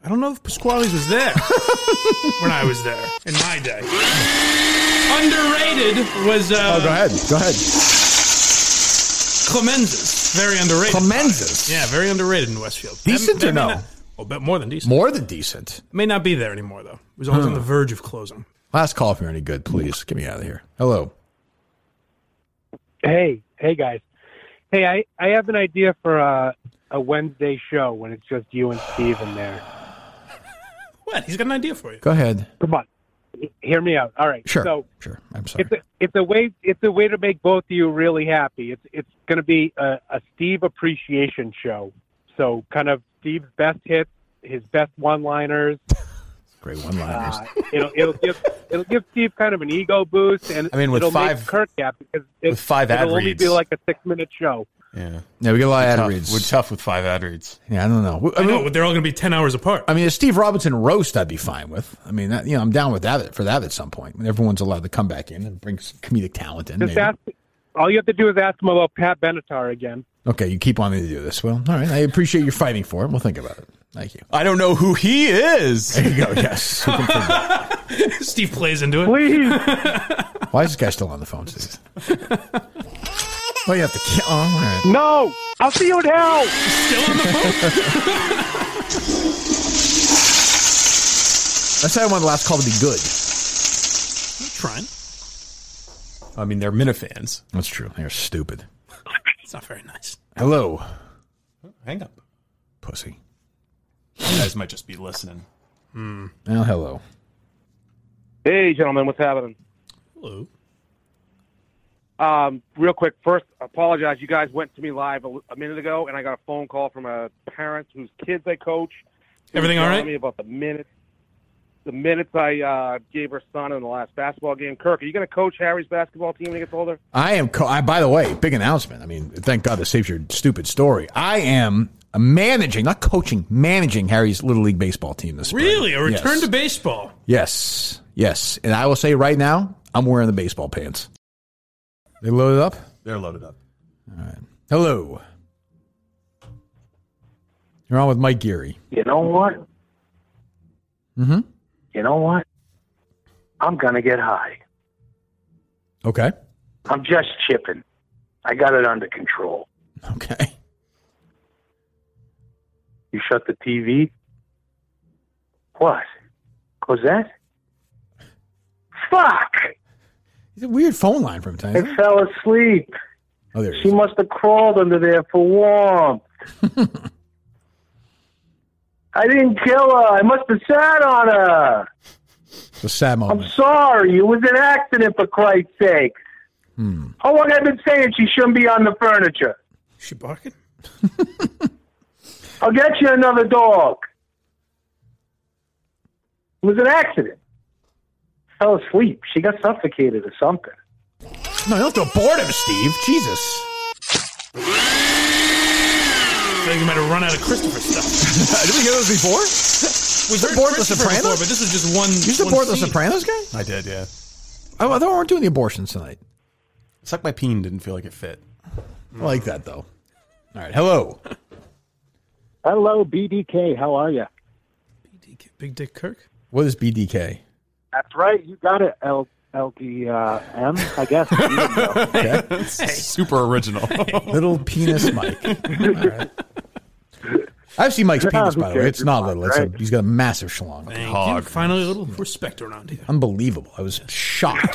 I don't know if Pasquale's was there when I was there in my day. Underrated was. Uh, oh, go ahead. Go ahead. Clemenza's. Very underrated. Clemenza's. Yeah, very underrated in Westfield. Decent or may no? not- oh, bet more than decent. Hmm. More than decent. May not be there anymore though. It was always on the verge of closing. Last call if you're any good, please. Get me out of here. Hello. Hey, hey guys. Hey, I, I have an idea for a, a Wednesday show when it's just you and Steve in there. What? He's got an idea for you. Go ahead. Come on. H- Hear me out. All right. Sure. So sure. I'm sorry. It's a, it's a way it's a way to make both of you really happy. It's it's going to be a, a Steve appreciation show. So kind of Steve's best hits, his best one-liners. Great one-liners. Uh, it'll it'll give it'll give Steve kind of an ego boost, and I mean, with it'll five- make Kirk happy because it, with five ad it'll only be reads. like a six-minute show. Yeah. Yeah, we get a lot of ad tough. reads. We're tough with five ad reads. Yeah, I don't know. I, know, but they're all going to be 10 hours apart. I mean, a Steve Robinson roast I'd be fine with. I mean, that, you know, I'm down with that for that at some point. When everyone's allowed to come back in and bring some comedic talent in. Just maybe. ask. All you have to do is ask him about Pat Benatar again. Okay, you keep on me to do this. Well, all right. I appreciate you fighting for it. We'll think about it. Thank you. I don't know who he is. There you go. Yes. Who can figure it? Steve plays into it. Why is this guy still on the phone, Steve? Well, you have to kill. Oh, all right. No, I'll see you in hell. Still on the I said I wanted the last call to be good. Trying. I mean, they're Minifans. That's true. They're stupid. It's not very nice. Hello, Hang up. pussy. You guys might just be listening. Now, Hmm. hello. Hey, gentlemen, what's happening? Hello. Um, real quick, first, apologize. You guys went to me live a, a minute ago, and I got a phone call from a parent whose kids I coach. She was Everything all telling right? Me about the minutes, the minutes I uh, gave her son in the last basketball game. Kirk, are you going to coach Harry's basketball team when he gets older? I am. Co- I, by the way, big announcement. I mean, thank God this saves your stupid story. I am managing, not coaching, managing Harry's little league baseball team this spring. Really? A Yes. return to baseball. Yes, yes. And I will say right now, I'm wearing the baseball pants. They loaded up. They're loaded up. Hello. You're on with Mike Geary. You know what? Mm-hmm. You know what? I'm gonna get high. Okay. I'm just chipping. I got it under control. Okay. You shut the TV. What? Cosette? Fuck! It's a weird phone line from time. I fell asleep. Oh, there it she must have crawled under there for warmth. I didn't kill her. I must have sat on her. It's a sad I'm moment. sorry. It was an accident, for Christ's sake. How long have I been saying she shouldn't be on the furniture? She barking? I'll get you another dog. It was an accident. Fell asleep. She got suffocated or something. No, you don't have to abort him, Steve. Jesus. I feel like you might have run out of Christopher stuff. Did we hear those before? We've heard Abort the Christopher Sopranos? before, but this was just one. You used to one abort the scene. Sopranos guy? I did, yeah. Oh, they weren't doing the abortions tonight. Suck my peen didn't feel like it fit. I like that though. All right. Hello. Hello, BDK. How are you? Big Dick Kirk. What is BDK? That's right. You got it, L- uh, LDM, I guess. You didn't know. Super original. Little penis Mike. All right. I've seen Mike's penis, by the way. It's not little. It's a, he's got a massive schlong. Thank you. Finally, a little respect around here. Unbelievable. I was shocked.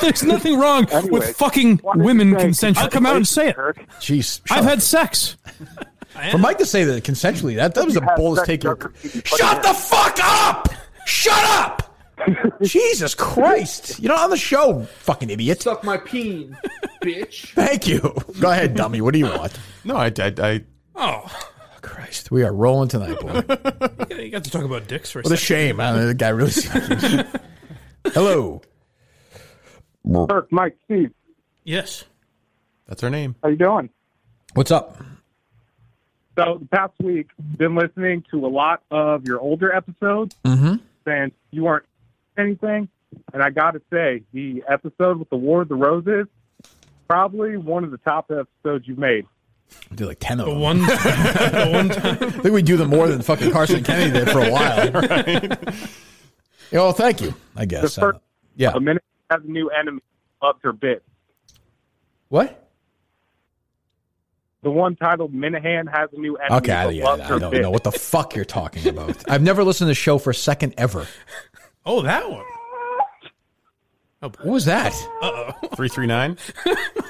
There's nothing wrong Anyway, with fucking women say consensual. I'll come out and say it. Jeez. I've shut had up. sex. For Mike to say that consensually, that, that was the boldest take. Shut the fuck up! Shut up! Jesus Christ. You're not on the show, fucking idiot. Suck my peen, bitch. Thank you. Go ahead, dummy. What do you want? No, I, I, I Oh, Christ, we are rolling tonight, boy. you got to talk about dicks for a What a second. shame. I don't know, the guy really. Hello. Kirk, Mike, Steve, Yes. That's her name. how you doing? What's up? So the past week, been listening to a lot of your older episodes, Mm-hmm. and you weren't anything. And I got to say, the episode with the War of the Roses, probably one of the top episodes you've made. We do like 10 of The them. one, the one time. I think we do them more than fucking Carson and Kennedy did for a while. Yeah, well, thank you, I guess. The first, yeah. A minute has a new enemy. Loved her bit. What? The one titled Minahan has a new enemy. Okay, I, but yeah, loved I her don't bit. know what the fuck you're talking about. I've never listened to the show for a second ever. Oh, that one. Oh, What was that? Uh oh. Three three nine.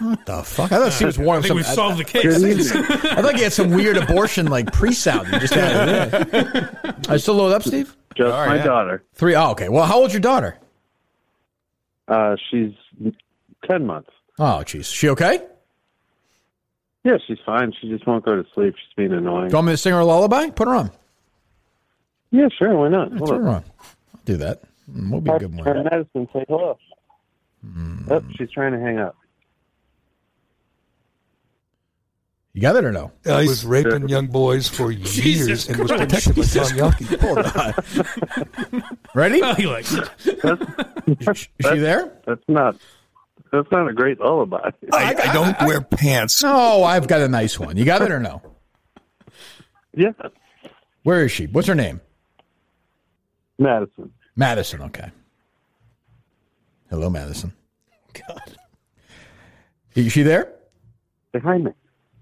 What the fuck? I thought she was warning I think some. we've solved the I, case. I thought you had some weird abortion like pre-sound. You just had. I still load up, Steve. Just All right, my yeah. daughter. Three. Oh, okay. Well, how old's your daughter? Uh, she's ten months. Oh, jeez. She okay? Do Yeah, she's fine. She just won't go to sleep. She's being annoying. you want me to sing her a lullaby? Put her on. Yeah, sure. Why not? Hold Put on. her on. I'll do that. Mm, We'll be a good Hmm. Her one. medicine. Say hello. Oh, she's trying to hang up. You got it or no? Guys raping young boys for years and was protected by Tom Yelke. Ready? Oh, he likes it. Is she there? That's not. That's not a great lullaby. I, I don't wear pants. No, I've got a nice one. You got it or no? Yeah, Where is she? What's her name? Madison. Madison. Okay. Hello, Madison. God. Is she there? Say hi, man.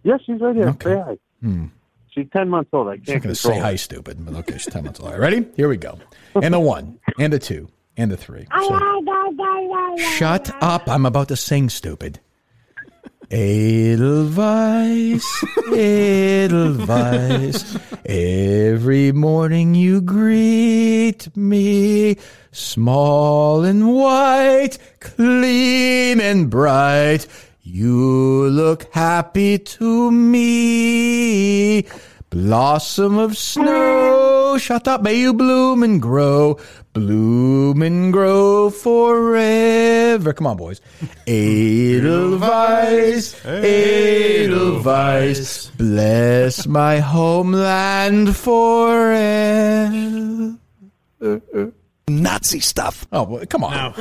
Yeah, she's right here. Say hi. Hmm. She's ten months old. I She's not can't going to control. say hi, stupid. But okay, she's ten months old. All right, ready? Here we go. And a one, and a two, and a three. Shut up! I'm about to sing, stupid. Edelweiss, Edelweiss, every morning you greet me, small and white, clean and bright. You look happy to me, blossom of snow. Shut up, may you bloom and grow, bloom and grow forever. Come on, boys. Edelweiss, Edelweiss, bless my homeland forever. Nazi stuff. Oh, well, come on. Now,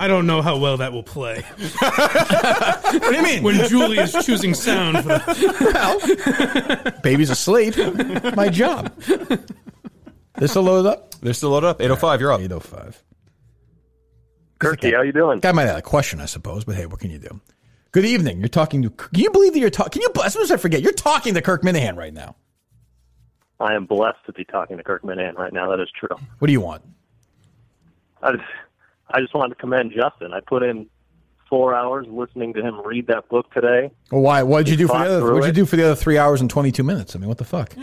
I don't know how well that will play. what do you mean? When Julie is choosing sound for the Baby's asleep. My job. They're still loaded up? They're still loaded up. 805, you're up. 805. Kirky, how you doing? Guy might have a question, I suppose, but hey, what can you do? Good evening. You're talking to. Can you believe that you're talking? Can you? As soon as I forget, you're talking to Kirk Minahan right now. I am blessed to be talking to Kirk Minahan right now. That is true. What do you want? I just, I just wanted to commend Justin. I put in four hours listening to him read that book today. Well, why? What did you do for the Talk other? through What did you it. do for the other three hours and twenty two minutes? I mean, what the fuck?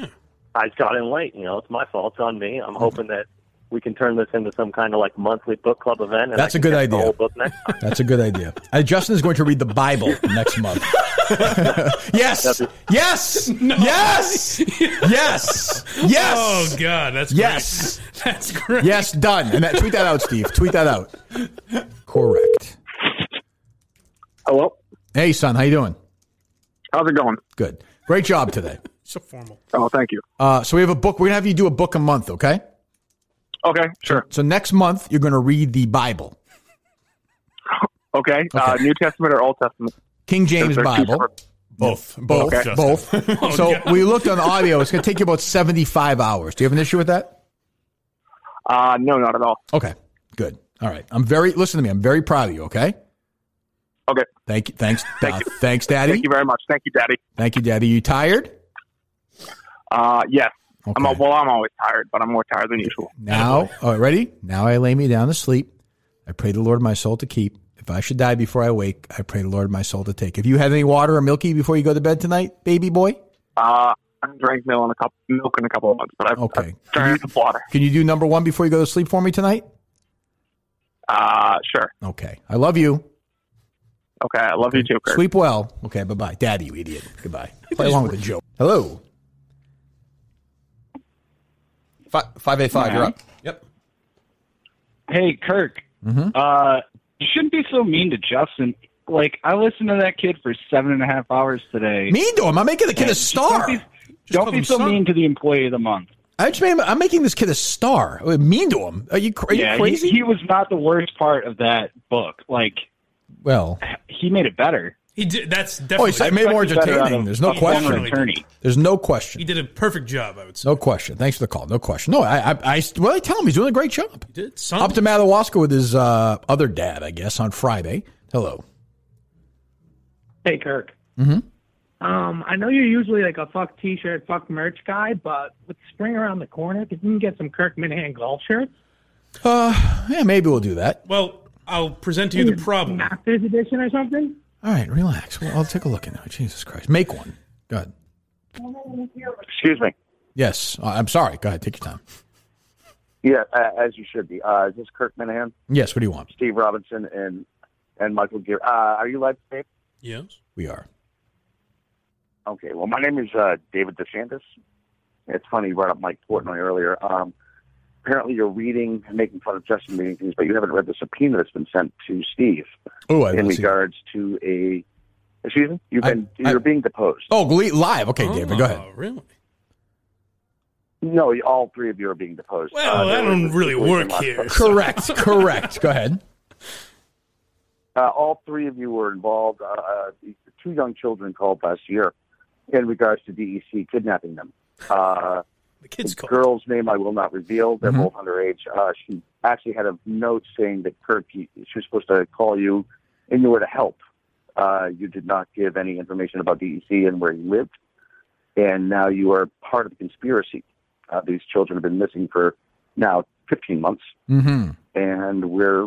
I got in late. You know, it's my fault. It's on me. I'm hoping that we can turn this into some kind of like monthly book club event. And That's I a can good get the idea. whole book next time. That's a good idea. Uh, Justin is going to read the Bible next month. yes. Yes. Yes. Yes. Yes. Oh God, that's great. Yes. That's great. Yes. Done. And that, tweet that out, Steve. Tweet that out. Correct. Hello. Hey, son. How you doing? How's it going? Good. Great job today. So formal. Oh, thank you. Uh, so we have a book. We're gonna have you do a book a month, okay? Okay, sure. So next month you're gonna read the Bible, Okay. Uh, New Testament or Old Testament? King James They're two Bible. separate- Both, both, Oh, Okay. both. Oh, so we looked on audio. It's gonna take you about seventy-five hours. Do you have an issue with that? Uh, no, not at all. Okay, good. All right. I'm very. Listen to me. I'm very proud of you. Okay. Okay. Thank you. Thanks. uh, Thanks, Daddy. Thank you very much. Thank you, Daddy. Thank you, Daddy. You tired? Uh, yes. I'm a, well. I'm always tired, but I'm more tired than usual. Now, all right, ready? Now I lay me down to sleep. I pray the Lord my soul to keep. If I should die before I wake, I pray the Lord my soul to take. Have you had any water or milky before you go to bed tonight, baby boy? Uh, I drank milk in a couple milk in a couple of months, but I've, okay. I've drank water. Can you do number one before you go to sleep for me tonight? Uh, sure. Okay. I love you. Okay. I love you too, Kirk. Sleep well. Okay. Bye bye. Daddy, you idiot. Goodbye. Play along with the joke. Hello. Five, five eight five. You're up. Yep. Hey, Kirk. Mm-hmm. Uh, you shouldn't be so mean to Justin. Like I listened to that kid for seven and a half hours today. Mean to him? I'm making the kid a And just star. Don't be, don't be so mean to the employee of the month. I just made him, I'm making this kid a star. I mean, Mean to him? Are you, cra- are Yeah, you he- crazy? He, was not the worst part of that book. Like well, he made it better. He did. That's oh, definitely. he said I made it more entertaining. There's no He question. definitely did. There's no question. He did a perfect job. I would. No question. Thanks for the call. No question. No, I, I, I well, I tell him he's doing a great job. He did. Some- Up to Madawaska with his uh, other dad, I guess, on Friday. Hello. Hey, Kirk. Mm-hmm. Um, I know you're usually like a fuck t-shirt, fuck merch guy, but with spring around the corner, could you can get some Kirk Minahan golf shirts? Uh, yeah, maybe we'll do that. Well, I'll present to you the problem. Masters edition or something? All right, relax. Well, I'll take a look into it. Jesus Christ, make one. Go ahead. Excuse me. Yes, uh, I'm sorry. Go ahead. Take your time. Yeah, a- as you should be. Uh, is this Kirk Minahan, Yes. What do you want? Steve Robinson, and and Michael Gear? Uh, are you live today? Yes. We are. Okay. Well, my name is uh, David DeSantis. It's funny you brought up Mike Portnoy earlier. Um, apparently, you're reading, making fun of Justin reading things, but you haven't read the subpoena that's been sent to Steve Oh, I in didn't see that. regards to a. Excuse me. You've I- been I- you're being deposed. Oh, glee- live. Okay, David. Go ahead. Oh, Really? No, all three of you are being deposed. Well, Uh, I there was don't a really situation work last here. night. Correct. correct. Go ahead. Uh, all three of you were involved. Uh, uh, the two young children called last year in regards to DEC kidnapping them. Uh, the kid's girl's name I will not reveal. They're Mhm. both underage. Uh, she actually had a note saying that Kirk, you- she was supposed to call you and you were to help. Uh, you did not give any information about DEC and where you lived. And now you are part of the conspiracy. Uh, these children have been missing for now 15 months Mm-hmm. and we're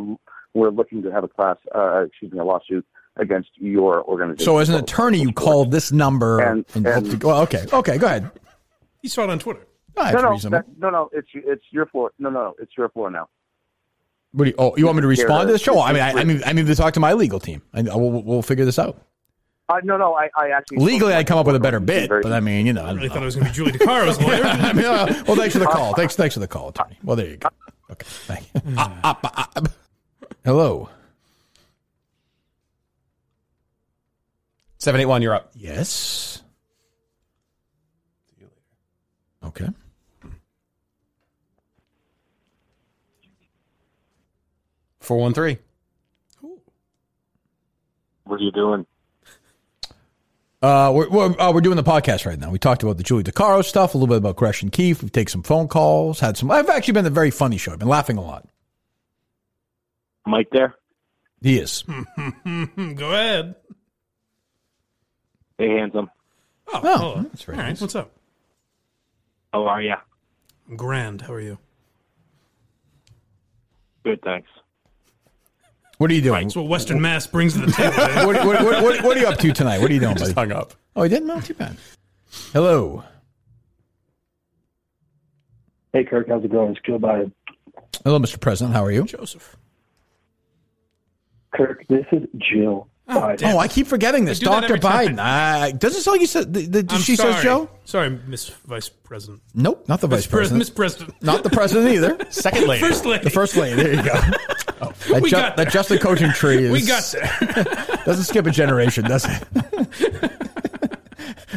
we're looking to have a class, uh, excuse me, a lawsuit against your organization. So, as an attorney, you called this number and, hope to, well, okay, okay, go ahead. He saw it on Twitter. Ah, no, it's no, reasonable. that- no, no, it's it's your floor. No, no, it's your floor now. What do you, oh, you want me to Here, respond to this? Sure. Well, I mean, I, I it's- mean, I need to talk to my legal team. I, we'll, we'll figure this out. Uh, no, no, I, I actually Legally, I'd come up with a better bid, but I mean, you know, I, really thought it was going to be Julie DeCaro's lawyer. I mean, uh, well, thanks for the call. Thanks, thanks for the call, attorney. Well, there you go. Okay, thank you. Hmm. Ah, ah, ah, ah. Hello. Seven eight one. You're up. Yes. Okay. Four one three. What are you doing? Uh, we're we're, uh, we're doing the podcast right now. We talked about the Julie DeCaro stuff, a little bit about Gresh and Keefe. We've taken some phone calls, had some. I've actually been a very funny show. I've been laughing a lot. Mike there? He is. Hmm, Go ahead. Hey, handsome. Oh, Oh, hello. that's very All right, nice. what's up? Oh, How uh, are ya? I'm grand. How are you? Good, thanks. What are you doing? That's what Western Mass brings to the table. eh? what, what, what, what, what are you up to tonight? What are you doing? Just hung up. Oh, he didn't. Not too bad. Hello. Hey, Kirk, how's it going? It's Joe Biden. Hello, Mr. President. How are you? Joseph. Kirk, this is Jill. Oh, I keep forgetting this. I do that Dr. every time. Biden. I, doesn't it sound like you said, the, the, I'm she says sorry. Joe? Sorry, Miss Vice President. Nope, not the Miss vice Pres- president. Miss President. Not the president either. Second lady. First lady. The first lady. There you go. that, Oh, We ju- got that Justin Coaching tree is. We got there. Doesn't skip a generation, does it?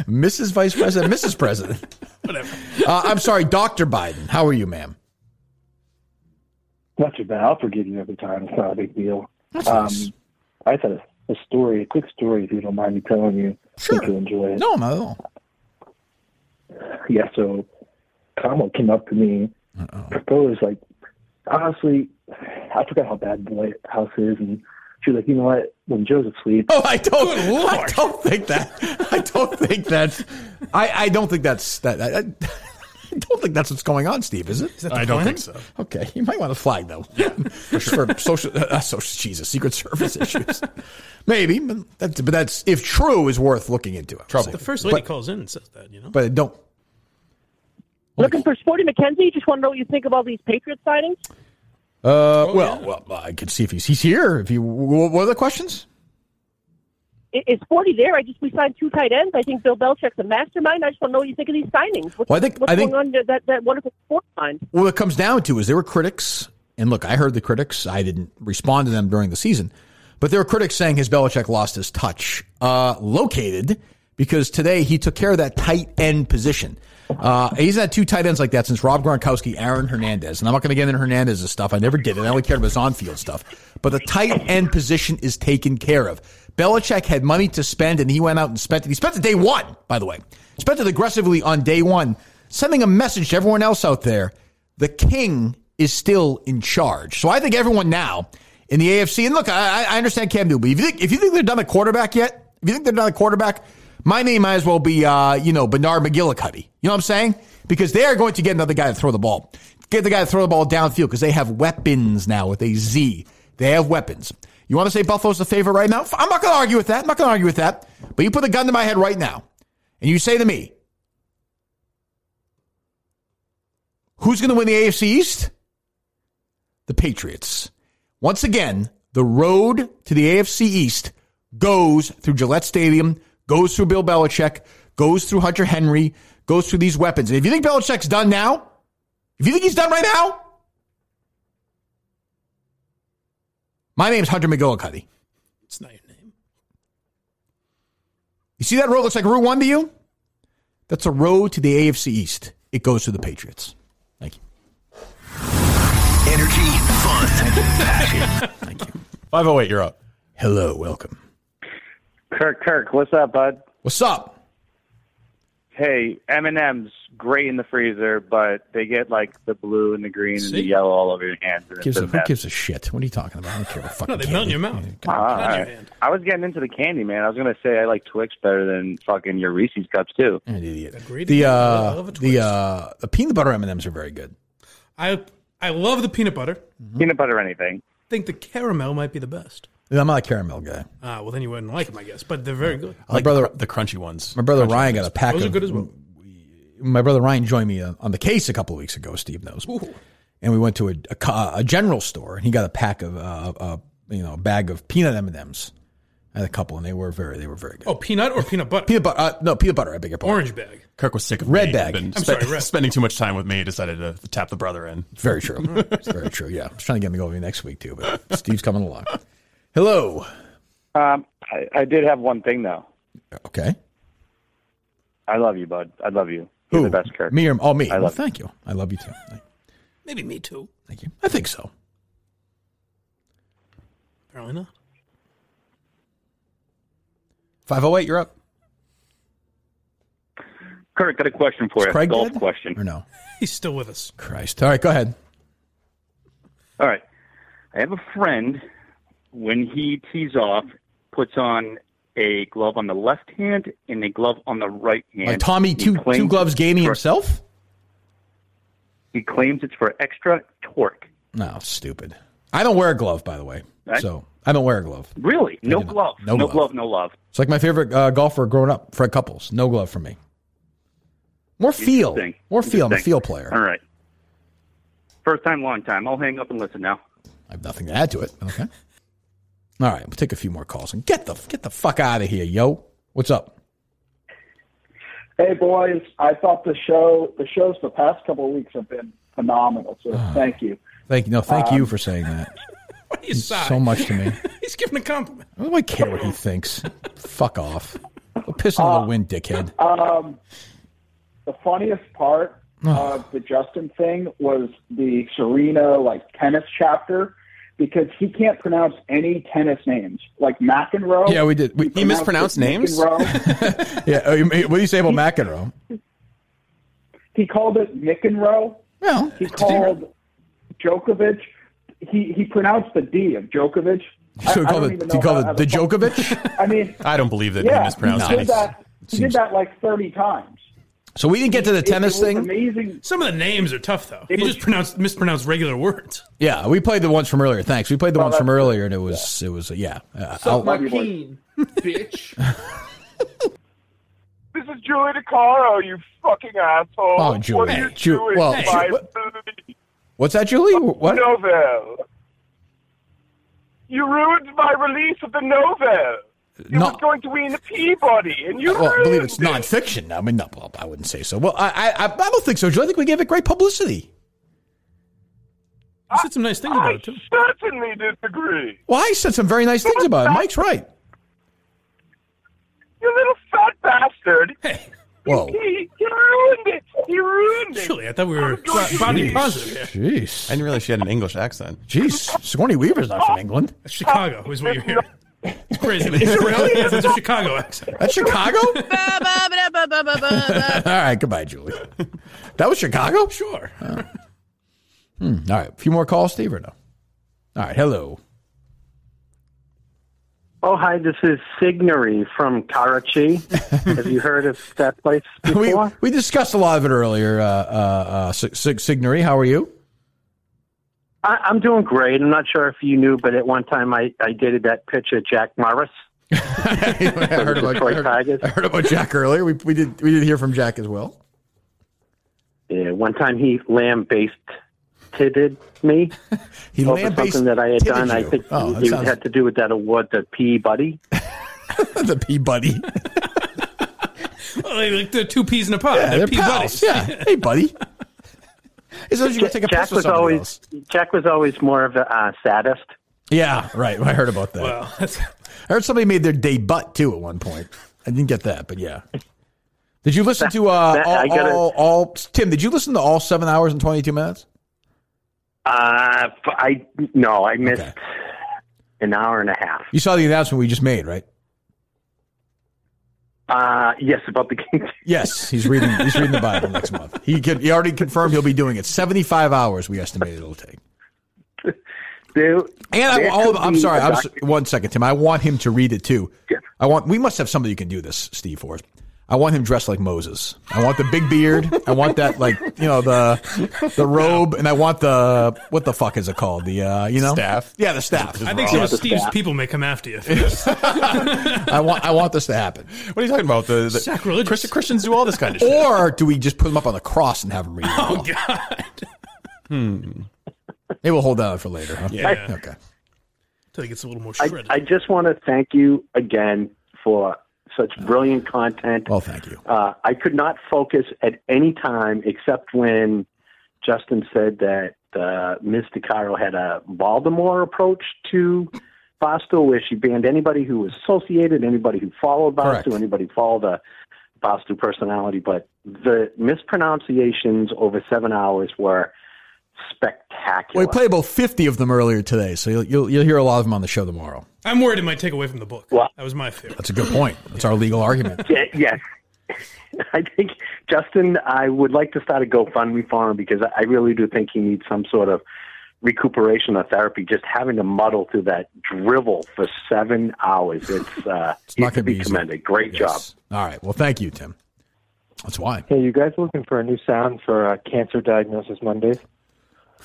Mrs. Vice President, Mrs. President. Whatever. Uh, I'm sorry, Dr. Biden. How are you, ma'am? Not too bad. I'll forgive you every time. It's not a big deal. um, I had a, a story, a quick story, if you don't mind me telling you. Sure. Think you'll enjoy it. No, not at all. Yeah, so Kamala came up to me, proposed, like, honestly, I forgot how bad the White House is. And she was like, you know what? When Joseph sleeps. Oh, I don't. I don't think that. I don't think that's. I, I don't think that's that. I, I don't think that's what's going on, Steve. Is it? the I don't plan? think so. Okay, you might want to flag them. Yeah, for, social, uh, social. Jesus, Secret Service issues. Maybe, but that's, but that's if true is worth looking into. I would say. The first lady But, calls in and says that, you know? but I don't. uh, Looking for Sporty McKenzie? Just want to know what you think of all these Patriots signings? Uh, Oh, well, well, I could see if he's he's here. If you, wh- what are the questions? I- Is Forty there? I just we signed two tight ends. I think Bill Belichick's a mastermind. I just want to know what you think of these signings. What's, Well, I think- what's I think- going on to that that wonderful fourth line? Well, it comes down to is there were critics, and look, I heard the critics. I didn't respond to them during the season, but there were critics saying has Belichick lost his touch? Uh, located because today he took care of that tight end position. Uh, he's had two tight ends like that since Rob Gronkowski, Aaron Hernandez, and I'm not going to get into Hernandez's stuff. I never did it. I only cared about his on-field stuff. But the tight end position is taken care of. Belichick had money to spend, and he went out and spent it. He spent it day one, by the way. Spent it aggressively on day one, sending a message to everyone else out there the king is still in charge. So I think everyone now in the AFC, and look, I, I understand Cam Newton, but if you think if you think they're done at quarterback yet, if you think they're done at quarterback, my name might as well be uh, you know Bernard McGillicuddy. You know what I'm saying? Because they are going to get another guy to throw the ball, get the guy to throw the ball downfield because they have weapons now with a Z. They have weapons. You want to say Buffalo's the favorite right now? I'm not going to argue with that. I'm not going to argue with that. But you put a gun to my head right now, and you say to me, Who's going to win the AFC East? The Patriots. Once again, the road to the AFC East goes through Gillette Stadium, goes through Bill Belichick, goes through Hunter Henry, goes through these weapons. And if you think Belichick's done now, if you think he's done right now, my name's Hunter McGillicuddy. It's not your name. You see that road looks like Route 1 to you? That's a road to the AFC East. It goes through the Patriots. Energy, fun, passion. 508, you're up. Hello, welcome. Kirk, Kirk, what's up, bud? What's up? Hey, M and M's great in the freezer, but they get like the blue and the green and the See? yellow all over your hands. And Gives it's a, a who mess. gives a shit? What are you talking about? I don't care what fucking they melt in your mouth. Ah, I was getting into the candy, man. I was gonna say I like Twix better than fucking your Reese's cups too. An idiot. The uh, the uh, the peanut butter M and M's are very good. I Mm-hmm. I love the peanut butter. Peanut butter, anything. I think the caramel might be the best. I'm not a caramel guy. Ah, well, then you wouldn't like them, I guess. But they're very good. My brother, the crunchy ones. My brother Ryan got a pack. Those of, are good as well. My brother Ryan joined me uh, on the case a couple of weeks ago. Steve knows, and we went to a, a, co- a general store, and he got a pack of uh, uh, you know a bag of peanut M and M's. I had a couple, and they were very they were very good. Oh, peanut or peanut butter? Peanut butter, uh, no peanut butter. I beg your pardon. Orange bag. Kirk was sick of Red me. bag. Been I'm spent- sorry, red. Spending too much time with me, decided to tap the brother in. It's very true. it's very true. Yeah, I was trying to get him to go over next week too, but Steve's coming along. Hello. Um, I, I did have one thing though. Okay. I love you, bud. I love you. Who? the best, Kirk. Me or oh me? I well, love. thank you. I love you too. Maybe me too. Thank you. I think so. Apparently not. 508, you're up. Kirk, got a question for Is you. Craig Golf dead? question. Or no? He's still with us. Christ. All right, go ahead. All right. I have a friend. When he tees off, puts on a glove on the left hand and a glove on the right hand. Like Tommy, two two gloves gaming himself? He claims it's for extra torque. No, stupid. I don't wear a glove, by the way. Right. So I don't wear a glove. Really? No do not. glove. No glove. glove. No love. It's like my favorite uh, golfer growing up, Fred Couples. No glove for me. More feel. Interesting. More feel. I'm a Interesting. feel player. All right. First time, long time. I'll hang up and listen now. I have nothing to add to it. but Okay. All right, we'll take a few more calls and get the get the fuck out of here, yo. What's up? Hey boys, I thought the show the shows the past couple of weeks have been phenomenal. So Ah. thank you. Thank you. No, thank you Um, for saying that. What do you Means sigh? so much to me. He's giving a compliment. Why do I care what he thinks? Fuck off. Go piss into Uh, the wind, dickhead. Um, the funniest part of the Justin thing was the Serena like tennis chapter because he can't pronounce any tennis names like McEnroe. oh, Yeah, we did. We- He pronounced mispronounced it names? McEnroe. Yeah. uh, you- What do you say about McEnroe? he called it McEnroe. Well, he called Djokovic. He he pronounced the D of Djokovic. I- So you I call don't it, even do know you call how- it how the the fuck- Djokovic? I mean, I don't believe that he yeah, mispronounced he any. did that. He did that like thirty times. So we didn't get to the It- it tennis was thing. Amazing. Some of the names are tough, though. You just pronounce mispronounced regular words. Yeah, we played the ones from earlier. Thanks. We played the Well, ones from that's- earlier, and it was it was yeah. Uh, Suck my I'll- peen, bitch. This is Julie DeCaro, you fucking asshole. Oh, Julie. What are you Ju- doing? well, Hey. Ju- Five- What's that, Julie? What? Novel. You ruined my release of the novel. It No. was going to win a Peabody, and you Well, I ruined believe it's nonfiction. I mean, no, well, I wouldn't say so. Well, I, I, I- I don't think so, Julie. I think we gave it great publicity. You said some nice things about it too. certainly disagree. Well, I said some very nice things about it. Mike's right. You little fat bastard. Whoa. He, he ruined it. He ruined it. Julie, I thought we were Jeez. body positive. here. Oh, Jeez. I didn't realize she had an English accent. Jeez. Sigourney Weaver's not from England. Chicago is what you're hearing. It's crazy. It's really? It's a Chicago accent. That's Chicago? All right. Goodbye, Julie. That was Chicago? Sure. Oh. Hmm, all right. A few more calls, Steve, or no? All right. Hello. Oh, hi, this is Signory from Karachi. Have you heard of that place We, before? we discussed a lot of it earlier. Uh, uh, uh, Sig- Sig- Signory, how are you? I, I'm doing great. I'm not sure if you knew, but at one time I, I dated that pitcher, Jack Morris. I heard about, I heard, I heard about Jack earlier. We, we did we did hear from Jack as well. Yeah, one time he lamb-based titted me. he over lamb-basted something that I had titted done. I you. think Oh, that it sounds- had to do with that award, the P Buddy. the P Buddy. Well, they- like the two peas in a pod. Yeah, they're they're pea pals. buddies. Yeah. Hey, buddy. As long as you go take a Jack piss with was somebody always else. Jack was always more of a uh, sadist. Yeah, right. I heard about that. Well, I heard somebody made their debut too at one point. I didn't get that, but yeah. Did you listen to uh, That- I all, gotta- all, all- Tim? Did you listen to all seven hours and twenty two minutes? Uh, f- I no, I missed an hour and a half. You saw the announcement we just made, right? Uh, yes, about the King. Yes, he's reading. He's reading the Bible next month. He can, he already confirmed he'll be doing it. Seventy five hours we estimated it'll take. There, And I, there all, could I'm be sorry. a I'm, doc- s- one second, Tim. I want him to read it too. I want. We must have somebody who can do this, Steve. For us. I want him dressed like Moses. I want the big beard. I want that, like you know, the the robe, and I want the what the fuck is it called? The uh, you know staff. Yeah, the staff. I Oh, think some of Steve's people may come after you. for this. I want. I want this to happen. What are you talking about? The, the Sacrilegious. Christian, Christians do all this kind of shit. Or do we just put him up on the cross and have him read? it? Oh God. Hmm. Maybe we'll hold that out for later. Huh? Yeah. Okay. Until he gets a little more I, shredded. I just want to thank you again for such brilliant content. Well, thank you. Uh, I could not focus at any time except when Justin said that uh, Ms. DiCaro had a Baltimore approach to Boston, where she banned anybody who was associated, anybody who followed Boston, anybody who followed the Boston personality. But the mispronunciations over seven hours were Well, spectacular. we played about fifty of them earlier today, so you'll, you'll you'll hear a lot of them on the show tomorrow. I'm worried it might take away from the book. That was my fear. That's a good point. That's our legal argument. Yeah, yes. I think, Justin, I would like to start a GoFundMe for him because I really do think he needs some sort of recuperation or therapy. Just having to muddle through that drivel for seven hours, it's, uh, not he's to gonna be be easy. commended. Great job. All right. Well, thank you, Tim. That's why. Hey, you guys looking for a new sound for uh, Cancer Diagnosis Mondays?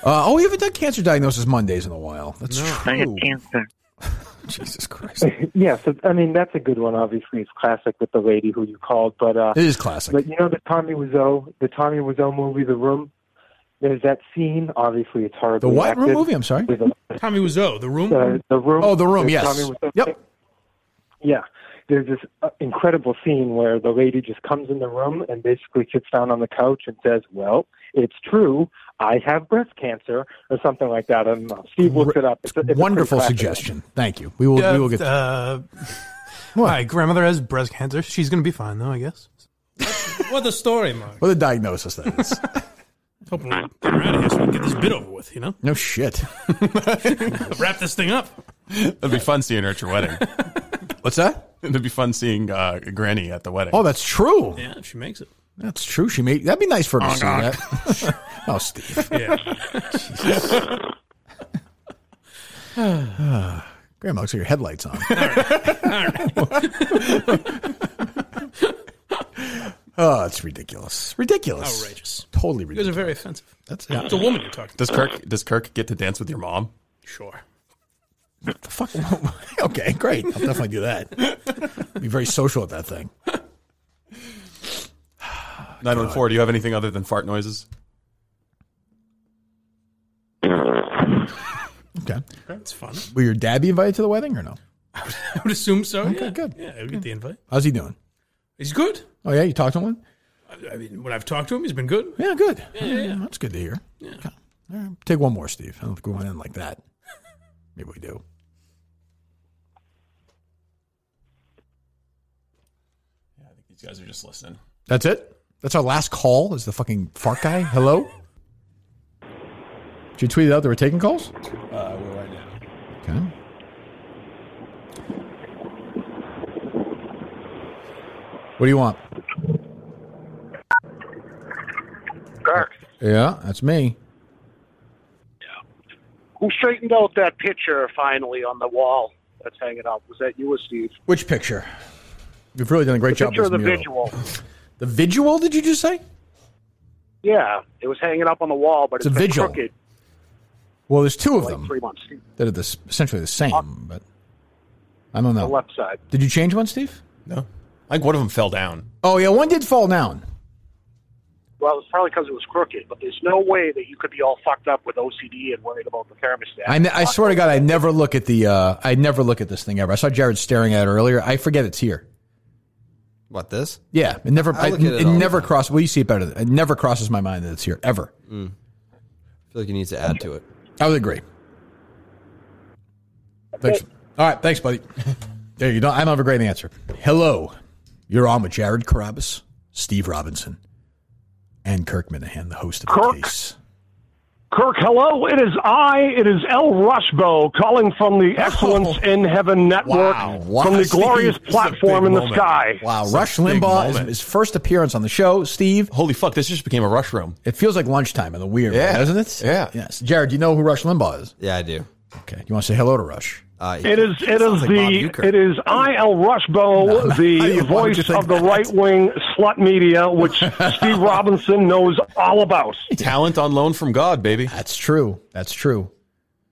Uh, oh, we haven't done cancer diagnosis Mondays in a while. That's true. cancer. Jesus Christ. yeah, so I mean that's a good one. Obviously, it's classic with the lady who you called, but uh, It is classic. But you know the Tommy Wiseau, the Tommy Wiseau movie, The Room. There's that scene. Obviously, it's horrible. The what room movie? I'm sorry. Tommy Wiseau, the room. The, the room. Oh, the room. There's Yes. Tommy Wiseau. Yep. Yeah. There's this uh, incredible scene where the lady just comes in the room and basically sits down on the couch and says, "Well, it's true. I have breast cancer," or something like that. I don't know. Steve looked it up. It's a, it's a pretty Wonderful classic. suggestion. Thank you. We will. we will get. Uh, my grandmother has breast cancer. She's going to be fine, though, I guess. what the story, Mark? What a diagnosis that is. Hoping we get her out of here so we can get this bit over with, you know? no shit. Wrap this thing up. It'd be fun seeing her at your wedding. What's that? It'd be fun seeing uh, Granny at the wedding. Oh, that's true. Yeah, if she makes it. That's true. She made. That'd be nice for her to Honk, see honk. that. oh, Steve. Oh, Yeah. Ah, Grandma, looks like your headlights on. oh, it's ridiculous. Ridiculous. Outrageous. Totally You guys ridiculous. are very offensive. That's It's a woman you're talking Does to. Kirk does Kirk get to dance with your mom? Sure. The fuck? okay, great. I'll definitely do that. Be very social at that thing. Nine one four. Do you have anything other than fart noises? That's fun. Were your dad be invited to the wedding or no? I would assume so. Okay, yeah. good. Yeah, I would get the invite. How's he doing? He's good. Oh yeah, you talked to him. I- I mean, when I've talked to him, he's been good. Yeah, good. Yeah, yeah, yeah. That's good to hear. Okay. All right, Take one more, Steve. I don't think we went in like that. Maybe we do. These guys are just listening. That's it. That's our last call. Is the fucking fart guy? Hello. Did you tweet it out? They were taking calls. Uh, we're right now. Okay. What do you want? Kirk, Yeah, that's me. who straightened out that picture finally on the wall that's hanging up? Was that you or Steve? Which picture? You've really done a great job picture with of the this mural. visual. The visual? Did you just say? Yeah, it was hanging up on the wall, but It's it's, a been vigil. crooked Well, there's two of for like them three months. that are this, essentially the same, but I don't know. The left side. Did you change one, Steve? No. I think one of them fell down. Oh yeah, one did fall down. Well, it's probably because it was crooked, but there's no way that you could be all fucked up with OCD and worried about the thermostat. I, ne- I swear to God, I never look at the. Uh, I never look at this thing ever. I saw Jared staring at it earlier. I forget it's here. What this? Yeah, it never. I I look it at it all the never crosses. Well, you see it better. Than, it never crosses my mind that it's here ever. Mm. I feel like he needs to add to it. I would agree. Thanks. All right, thanks, buddy. There you go. I don't have a great answer. Hello, you're on with Jared Carabas, Steve Robinson, and Kirk Minahan, the host of the case. Kirk, hello. It is I. It is El Rushbo calling from the Excellence in Heaven Network Oh. Wow, from the Steve, glorious this is a platform big in the moment. sky. Wow, Rush Limbaugh is his first appearance on the show. Steve, holy fuck, this just became a rush room. It feels like lunchtime in the weird, Yeah. yeah. doesn't it? Yeah. Yes. Jared, do you know who Rush Limbaugh is? Yeah, I do. Okay. You want to say hello to Rush? Uh, It is. It is Sounds like Bob the. Uecker. it is I. El Rushbo, do the you- why would voice you think of the right wing slut media, which Steve Robinson knows all about. Talent on loan from God, baby. That's true. That's true.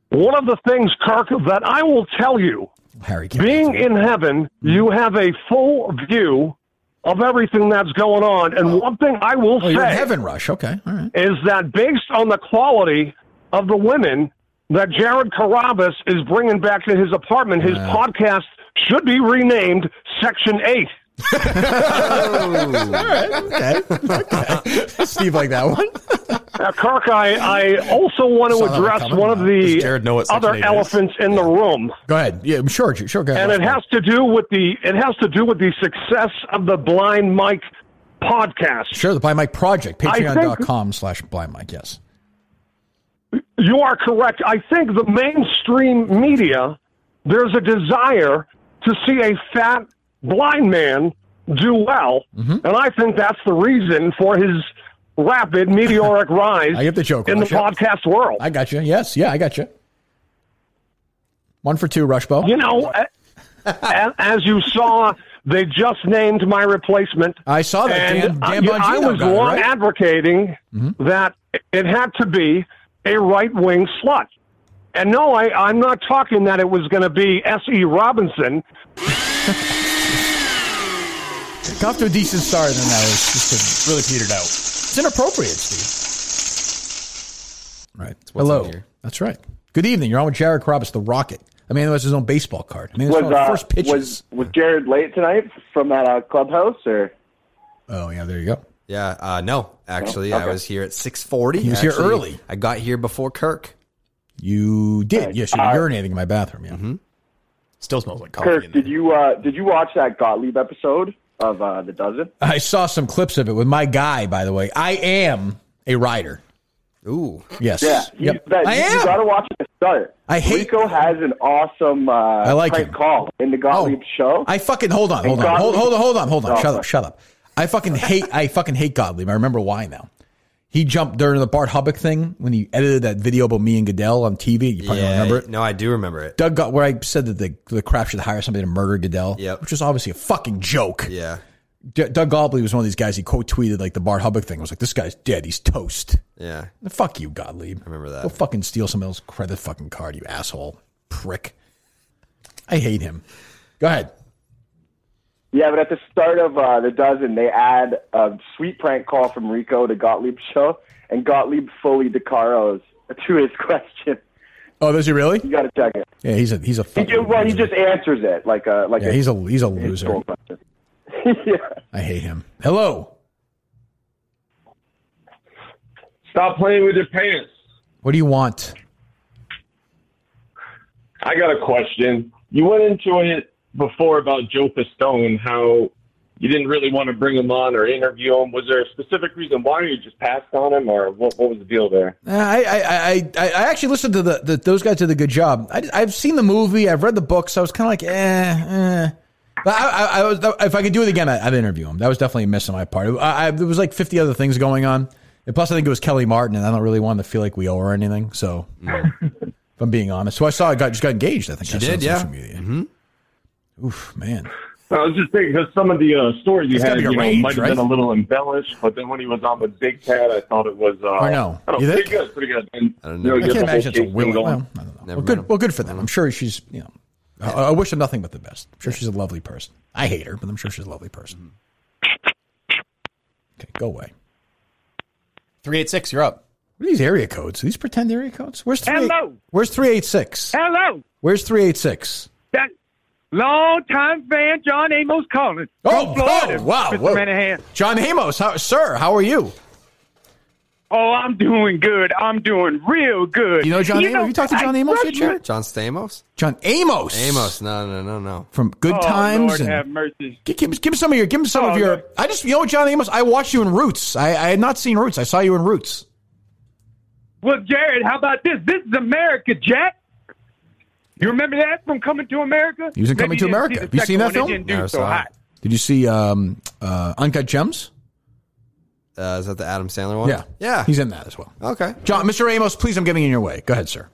One of the things, Kirk, that I will tell you Harry, being in heaven, you have a full view of everything that's going on. And one thing I will Oh, say you're in heaven, Rush. Okay. All right. is that based on the quality of the women that Jared Carabas is bringing back to his apartment, his podcast should be renamed Section 8. Okay. Steve, like that one? Now, Kirk, I, I also want to Saw that address coming. one of the Does Jared know what Section other 8 is? elephants in the room. Go ahead. Yeah, I'm sure. Sure. Go ahead. and it has to do with the it has to do with the success of the Blind Mike podcast. Sure. The Blind Mike Project, I think- patreon.com slash blind Mike. Yes. You are correct. I think the mainstream media there's a desire to see a fat blind man do well, Mm-hmm. and I think that's the reason for his rapid meteoric rise I get the joke. in the Rush. Yep. podcast world. I got you. Yes. Yeah, I got you. One for two, Rushbo. You know, a- Oh, a- as you saw, they just named my replacement. I saw that. And Dan- I, Dan you know, I Bongino was got it, long right? Mm-hmm. advocating that it had to be a right wing slut. And no, I, I'm not talking that it was going to be S.E. Robinson. Got off to a decent start, and then that was just really petered out. It's inappropriate, Steve. Right. what's Hello. in here. That's right. Good evening. You're on with Jared Carabas, the Rocket. I mean, that's his own baseball card. I mean, was, uh, first pitches. was was Jared late tonight from that uh, clubhouse or? oh yeah, there you go. Yeah, uh, no, actually, Oh, I okay. was here at six forty. He was here early. I got here before Kirk. You did. Yes, you were Uh, urinating in my bathroom. Yeah. Mm-hmm. Still smells like Kirk, did you uh, did you watch that Gottlieb episode of uh, the dozen? I saw some clips of it with my guy. By the way, I am a rider. Ooh. Yes. Yeah, he's- Yep. that- I you, am. gotta watch it to start. I hate- Rico has an awesome uh, I like prank him. Oh, call in the Gottlieb show. I fucking hold on, hold And on, hold, Gottlieb- hold on, hold on, hold on. Oh, Shut up, shut up. I fucking hate. I fucking hate Gottlieb. I remember why now. He jumped during the Bart Hubbock thing when he edited that video about me and Goodell on TV. You probably yeah, don't remember it. No, I do remember it. Doug got where I said that the, the crap should hire somebody to murder Goodell, Yep. which was obviously a fucking joke. Yeah, D- Doug Gottlieb was one of these guys. He quote tweeted like the Bart Hubbock thing. It was like, this guy's dead. He's toast. yeah. Fuck you, Gottlieb. I remember that. Go fucking steal somebody else's credit fucking card, you asshole prick. I hate him. Go ahead. Yeah, but at the start of uh, the dozen, they add a sweet prank call from Rico to Gottlieb's show, and Gottlieb fully decaros to his question. Oh, does he really? You got to check it. Yeah, he's a he's a He, fuck. ju- well, he just answers it uh, like uh, a like Yeah, a, he's a he's a loser. yeah. I hate him. Hello. Stop playing with your pants. What do you want? I got a question. You went into it before about Joe Pistone, how you didn't really want to bring him on or interview him. Was there a specific reason why you just passed on him, or what, what was the deal there? Uh, I, I, I, I I actually listened to the, the those guys did a good job. I, I've seen the movie, I've read the book, so I was kind of like, eh, eh. But I, I, I was, if I could do it again, I, I'd interview him. That was definitely a miss on my part. I, I, there was like fifty other things going on, and plus I think it was Kelly Martin, and I don't really want to feel like we owe her anything. So, if I'm being honest, so I saw I got just got engaged. I think She I saw did, on yeah. social media. Mm-hmm. Oof, man. I was just thinking because some of the uh, stories you It's had, gotta be you a know, range, might have right? been a little embellished, but then when he was on with Big Cat, I thought it was. Uh, I know. I don't You know, think? pretty good, pretty good. And, I don't I can't imagine it's a will. willing. Well, I don't know. well, good. Well, good for them. I'm sure she's. You know, I, I wish her nothing but the best. I'm sure she's a lovely person. I hate her, but I'm sure she's a lovely person. Okay, go away. Three eight six, you're up. What are these area codes? Are these pretend area codes? Where's three? Hello. Where's three eight six? Hello. Where's three eight six? That long-time fan John Amos calling. Oh, From Florida, oh, wow, Mr. whoa. Manahan. John Hamos, how, sir, how are you? Oh, I'm doing good. I'm doing real good. You know John Amos? Have you talked to John I Amos trust yet, you. Jared? John Stamos? John Amos. Amos, no, no, no, no. From Good Oh, Times. Lord and- have mercy. Give, give, give him some of your. Give him some Oh, of your. I just, you know, what, John Amos. I watched you in Roots. I, I had not seen Roots. I saw you in Roots. Well, Jared, how about this? This is America, Jack. You remember that from Coming to America? He was in Maybe you Coming to didn't America. see the Have you seen second that film? one. It didn't do so hot. Did you see um, uh, Uncut Gems? Uh, is that the Adam Sandler one? Yeah, Yeah. He's in that as well. Okay. John, Mr. Amos, please, I'm getting in your way. Go ahead, sir.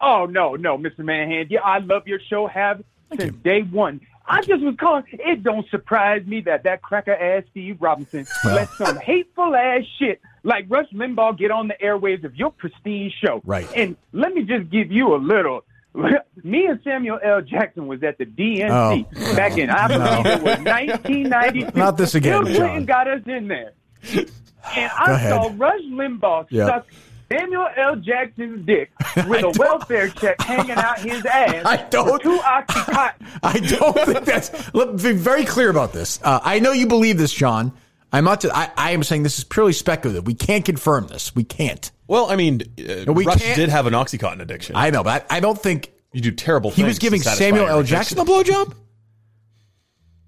Oh no, no, Mr. Manahan. Yeah, I love your show. Have since day one. I just was calling. It don't surprise me that that cracker ass Steve Robinson let some hateful ass shit like Rush Limbaugh get on the airwaves of your prestige show. Right. And let me just give you a little. Me and Samuel L. Jackson was at the DNC Oh. back in I No. believe it was 1992. Not this again, Bill Clinton John. got us in there, and Go I ahead. saw Rush Limbaugh Yeah. suck Samuel L. Jackson's dick with a welfare check hanging out his ass. I don't- for Two Oxycontin. I don't think that's. Let me be very clear about this. Uh, I know you believe this, John. I'm not. I, I am saying this is purely speculative. We can't confirm this. We can't. Well, I mean, uh, We Rush can't- did have an OxyContin addiction. I know, but I, I don't think you do terrible. He was things to giving satisfy Samuel your L. addiction. Jackson a blowjob.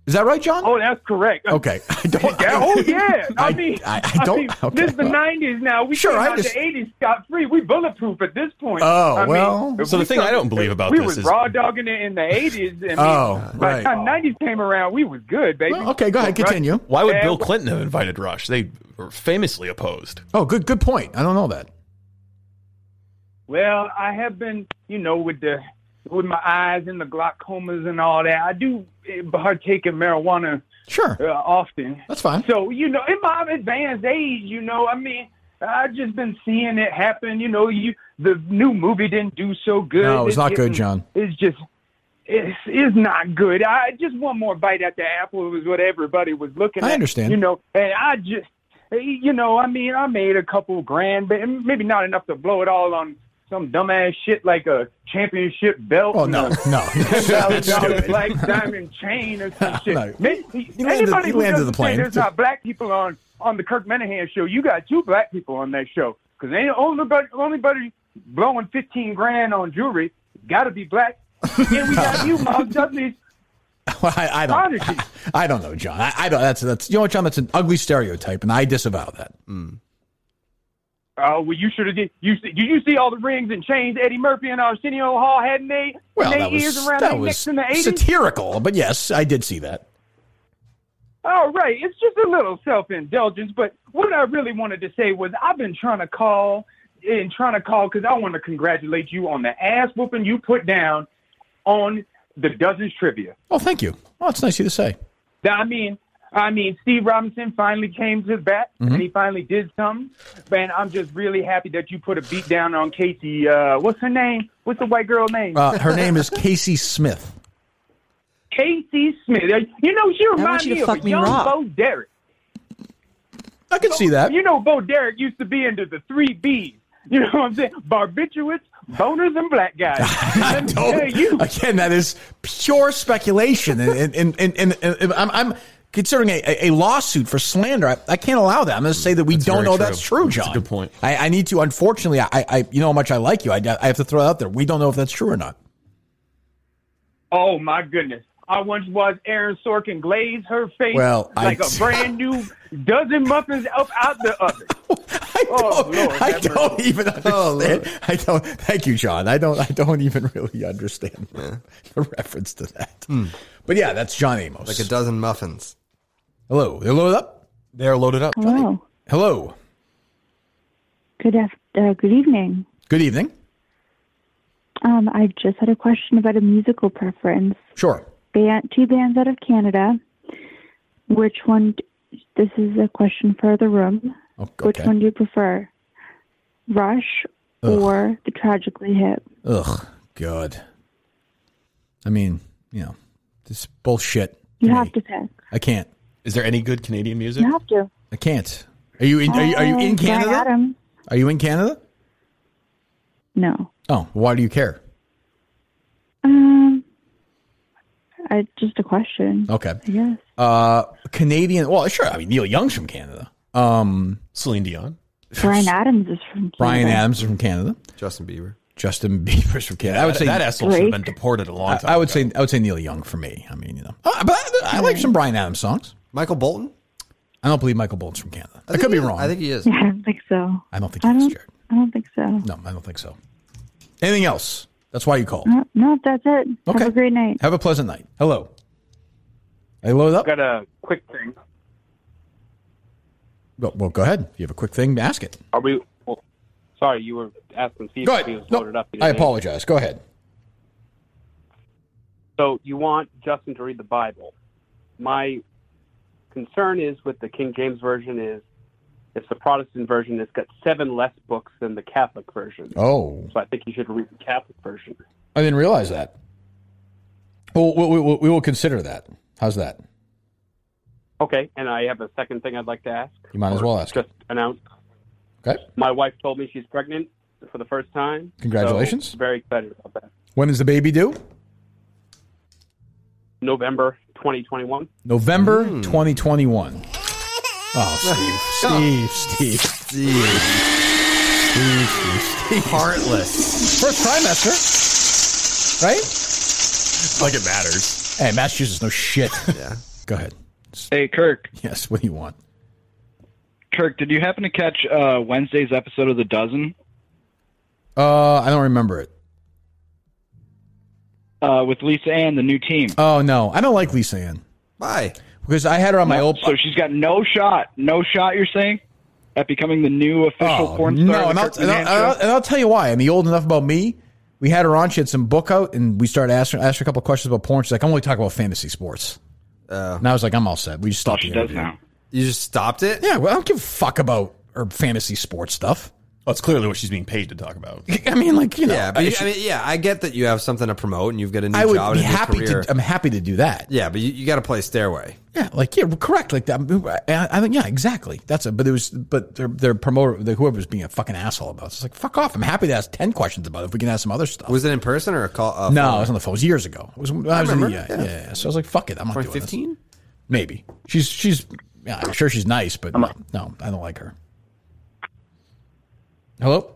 Is that right, John? Oh, that's correct. Okay. I don't. Yeah, oh yeah. I, I- mean, I- I don't- mean, okay, this is the well. '90s now. We Sure, came I out just- the '80s scot free. We bulletproof at this point. Oh, I mean, well. if So the we thing I come- don't believe if about we this was is- raw dogging it in the '80s. I mean, Oh, by right. the time '90s came around, we was good, baby. Oh, So Rush- Why would Yeah, Bill well- Clinton have invited Rush? They were famously opposed. Oh, good. Good point. I don't know that. Well, I have been, you know, with the with my eyes and the glaucomas and all that. I do eh, partake in marijuana, sure, uh, often. That's fine. So you know, in my advanced age, you know, I mean, I've just been seeing it happen. You know, you the new movie didn't do so good. No, it was not good, didn't- John. It's just. It's, it's not good. I just one more bite at the apple was what everybody was looking at. I understand. You know, and I just, Uh, you know, I mean, I made a couple grand, but maybe not enough to blow it all on some dumbass shit like a championship belt. Oh no, and a- no. $10,000 Stupid. black diamond chain or some shit. No. Maybe- He landed- anybody he who landed doesn't the plane. say there's not black people on, on the Kirk Menahan show, you got two black people on that show. Because ain't only buddy, only buddy blowing 15 grand on jewelry got to be black. and we got you, Miles Dudley's I, I don't. prodigy. I don't know, John. I, I don't. That's that's. You know what, John? That's an ugly stereotype, and I disavow that. Mm. Oh, well, you should have did. You, see- did you see all the rings and chains Eddie Murphy and Arsenio Hall had in they, Well, in that they ears was around that their necks was in the 80s? satirical, but yes, I did see that. All Oh, right, it's just a little self indulgence, but what I really wanted to say was I've been trying to call and trying to call because I want to congratulate you on the ass whooping you put down on the dozens trivia. Oh, thank you. Well, it's nice of you to say. Now, I mean, I mean, Steve Robinson finally came to the bat Mhm. and he finally did something. And I'm just really happy that you put a beat down on Casey. Uh, what's her name? What's the white girl name? Uh, her name is Casey Smith. Casey Smith. Uh, You know, she want reminds you to me of fuck a me young raw. Bo Derek. I can see that. You know, Bo Derek used to be into the three Bs. You know what I'm saying? Barbiturates, boners, and black guys. I don't. Again, that is pure speculation, and and and, and, and, and I'm. I'm Considering a, a lawsuit for slander, I, I can't allow that. I'm going to say that we don't very know true. that's true, That's a John. good point. I, I need to. Unfortunately, I, I you know how much I like you. I, I have to throw it out there. We don't know if that's true or not. Oh my goodness! I once watched Aaron Sorkin glaze her face Well, I- like a brand new dozen muffins up out the oven. oh, Lord, I have don't mercy. Oh. even Oh, understand. I don't. Thank you, John. I don't. I don't even really understand the, the reference to that. But yeah, that's John Amos. Like a dozen muffins. Hello, they're loaded up. They're loaded up. Hello. Hello. Good af- uh, Good evening. Good evening. Um, I just had a question about a musical preference. Sure. Band, two bands out of Canada. Which one? d- This is a question for the room. Which Oh, okay. one do you prefer, Rush Ugh. or the Tragically Hip? Ugh, God. I mean, you know, this bullshit. You have to pick. I can't. Is there any good Canadian music? You have to. I can't. Are you in? Are you, are you in Uh, Bryan Canada? Adams. Are you in Canada? No. Oh, why do you care? Um, I, just a question. Okay. I guess. Uh, Canadian. Well, sure. I mean, Neil Young's from Canada. Um, Celine Dion. Brian Adams is from Canada. Brian Adams is from Canada. Justin Bieber. Justin Bieber's from Canada. I would that- say that asshole should have been Drake. deported a long I- time I, would say I would say Neil Young for me. I mean, you know, Uh, but I, I like some Brian Adams songs. Michael Bolton. I don't believe Michael Bolton's from Canada. I, could be wrong. I think he is. Yeah, I don't think so. I don't think I he is. don't. I don't think so. No, I don't think so. Anything else? That's why you called. No, no, that's it. Okay. Have a great night. Have a pleasant night. Hello. Are you loaded up? Got a quick thing. Well, well, go ahead. If you have a quick thing, ask it. Are we? Well, sorry, you were asking Steve Go if he ahead. was No, loaded up. He I didn't answer. apologize. Go ahead. So you want Justin to read the Bible. My concern is with the King James version is it's the Protestant version. It's got seven less books than the Catholic version. Oh, So I think you should read the Catholic version. I didn't realize that. Well, we, we, we will consider that. How's that? Okay, and I have a second thing I'd like to ask. You might as well ask. Just announce. Okay. My wife told me she's pregnant for the first time. so Congratulations. very excited about that. When is the baby due? November 2021. November 2021. Oh, Steve. Steve, Steve. Steve. Steve, Steve, Steve. Heartless. First trimester. Right? Like it matters. Hey, Massachusetts, no shit. Yeah. Go ahead. Hey, Kirk. Yes, what do you want? Kirk, did you happen to catch uh, Wednesday's episode of The Dozen Uh, I don't remember it. uh, with Lisa Ann, the new team? Oh, no. I don't like Lisa Ann. Why? Because I had her on my old. So she's got no shot. No shot, you're saying? At becoming the new official porn star? Oh, No, of uh, and the I'll, Kirk and, I'll, Mann and I'll- show? and I'll tell you why. I mean, old enough about me. We had her on. She had some book out, and we started asking, asked her a couple of questions about porn. She's like, "I'm only talking about fantasy sports." and I was like, "I'm all set." We just stopped. Oh, she the does interview. now. Oh. You just stopped it? Yeah. Well, I don't give a fuck about her fantasy sports stuff. Well, it's clearly what she's being paid to talk about. I mean, like you know, Yeah, but I, you- I mean, yeah, I get that you have something to promote and you've got a new I would job be and a new happy career. to. I'm happy to do that. yeah, but you, you got to play Stairway. Yeah, like yeah, correct. Like that. I, I think yeah, exactly. That's it. But it was, but their their promoter, the, whoever was being a fucking asshole about it, it's like fuck off. I'm happy to ask ten questions about it if we can ask some other stuff. Was it in person or a call? Uh, no, phone? it was on the phone. It was years ago. It was, I, I was in the, yeah, remember, yeah. yeah. yeah. So I was like, fuck it. I'm not doing this. 2015? Maybe she's she's. Yeah, I'm sure she's nice, but no, no, I don't like her. Hello.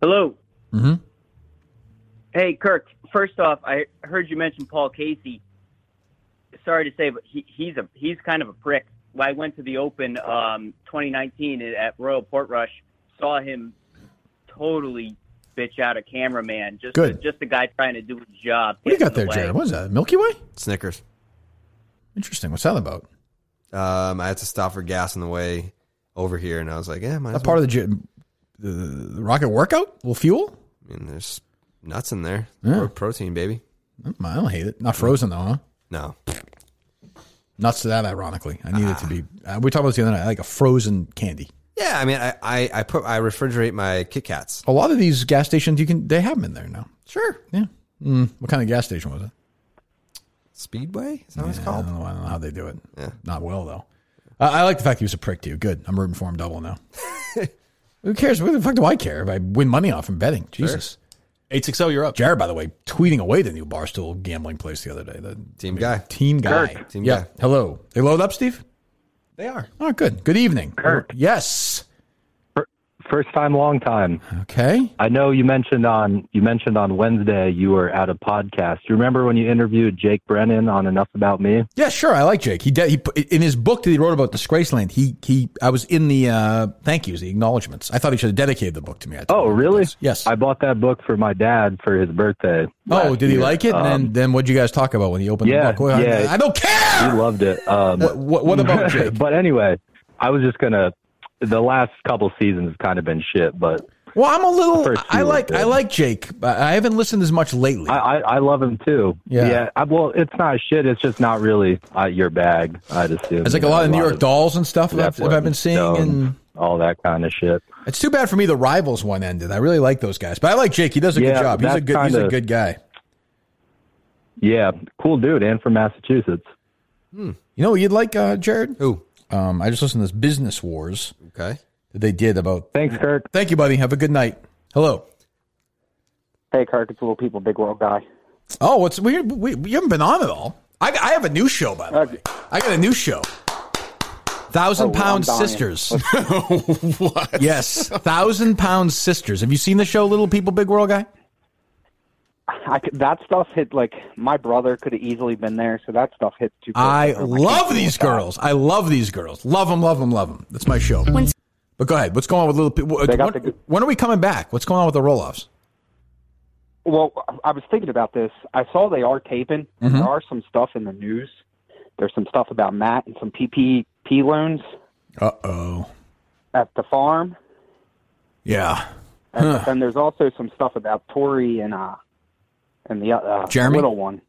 Hello. Mm-hmm. Hey, Kirk. First off, I heard you mention Paul Casey. Sorry to say, but he, he's a he's kind of a prick. I went to the Open um, 2019 at Royal Portrush, saw him totally bitch out a cameraman. Just Good. just a guy trying to do his job. What do you getting got there, in the way. Jared? What is that? Milky Way? Snickers. Interesting. What's that about? Um, I had to stop for gas on the way over here, and I was like, "Yeah, might That part of the gym, the, the rocket workout? Little fuel? the. I mean, there's nuts in there. Yeah. Mm, Pro- Protein, baby. I don't hate it. Not frozen though, huh? No. Ah. Nuts to that, ironically. I need it to be. Uh, we talked about this the other night, like a frozen candy. Yeah, I mean, I, I, I put I refrigerate my Kit Kats. A lot of these gas stations, you can they have them in there now. Sure. Yeah. Mm, what kind of gas station was it? Speedway. Is that what it's Yeah, called? I don't, know, I don't know how they do it. Not well though. I, I like the fact he was a prick to you. Good. I'm rooting for him double now. Who cares? What the fuck do I care if I win money off from betting? Jesus. Eight six zero, you're up. Jared, by the way, tweeting away the new barstool gambling place the other day. The team guy, team guy, Kirk. Team yeah. guy. Hello, they load up, Steve. They are. Oh, good. Good evening, Kirk. Yes. First time, long time. Okay. I know you mentioned on you mentioned on Wednesday you were out of podcast. You remember when you interviewed Jake Brennan on Enough About Me? Yeah, sure. I like Jake. He did. He put- in his book that he wrote about Disgraceland. He he. I was in the uh, thank yous, the acknowledgments. I thought he should have dedicated the book to me. I Oh, really? Yes. I bought that book for my dad for his birthday. Oh, did he year. like it? And Um, then, then what did you guys talk about when he opened yeah, the book? Well, I- yeah. I, don't care. He loved it. Um, What- what- what about Jake? but anyway, I was just gonna. The last couple seasons have kind of been shit, but Well, I'm a little. First I few like were I good. like Jake. but I haven't listened as much lately. I, I, I love him too. Yeah. I, Uh, well, it's not shit. It's just not really uh, your bag. I'd assume. It's like a You know, lot of New York Dolls and stuff that I've, Zeppelin, that I've been seeing, and all that kind of shit. it's too bad for me. The Rivals one ended. I really like those guys, but I like Jake. He does a Yeah, good job. He's a that's good. he's a kinda- good guy. Yeah, cool dude, and from Massachusetts. Hmm. You know, you'd like uh, Jared. Who? Um, I just listened to this Business Wars. Okay. That they did about. Thanks, Kirk. Thank you, buddy. Have a good night. Hello. Hey, Kirk, it's Little People, Big World guy. Oh, what's we, we you haven't been on at all? I, I have a new show by the way. I got a new show. Thousand Oh, well, Pound I'm dying. Sisters. what? Yes, Thousand Pound Sisters. Have you seen the show, Little People, Big World Guy? I could- that stuff hit like my brother could have easily been there, so that stuff hits too. close I to home. can't love deal these with that. girls. I love these girls. Love them, love them, love them. That's my show. But go ahead. What's going on with Little People? They got When, when are we coming back? What's going on with the roll offs? Well, I was thinking about this. I saw they are taping. Mhm. There are some stuff in the news. There's some stuff about Matt and some PPP loans Uh oh. at the farm. Yeah. And then there's also some stuff about Tori and uh and the uh, Jeremy? little one.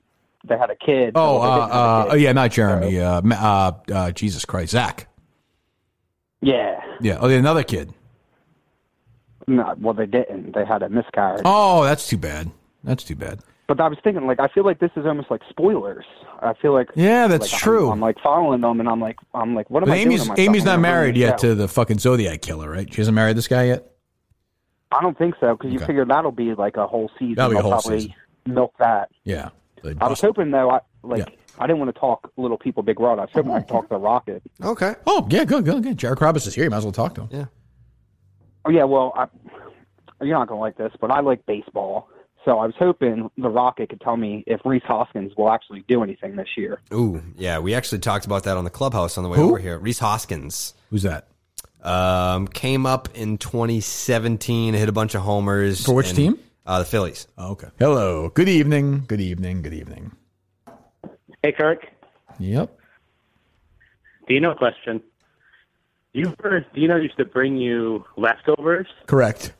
They had a kid. Oh, Well, uh, they didn't have uh, a oh, kid. yeah, not Jeremy. Uh, Ma- uh, uh, Jesus Christ, Zach. yeah. Yeah. Oh, another kid. No, well, they didn't. They had a miscarriage. Oh, that's too bad. That's too bad. But I was thinking, like, I feel like this is almost like spoilers. I feel like Yeah, that's like, I'm- true. I'm, like following them, and I'm like, I'm like, what am But I Amy's doing? to myself? Amy's I'm not ruining married the yet show. to the fucking Zodiac killer, right? She hasn't married this guy yet. I don't think so because you Okay. figure that'll be like a whole season. That'll be a They'll whole probably season. milk that. Yeah. They I was bust- hoping though, I like, I didn't want to talk little people, big world. I was hoping I could talk to Rocket. Okay. Oh yeah, good, good, good. Jared Krabus is here. You might as well talk to him. Yeah. Oh yeah, well, I, you're not gonna like this, but I like baseball, so I was hoping the Rocket could tell me if Reese Hoskins will actually do anything this year. Ooh, yeah. We actually talked about that on the clubhouse on the way Who? over here. Reese Hoskins. Who's that? Um, came up in 2017, hit a bunch of homers For which and, team? Uh, the Phillies. Oh, okay. Hello. Good evening. Good evening. Good evening. Hey, Kirk. Yep. Dino question. You heard Dino used to bring you leftovers. Correct.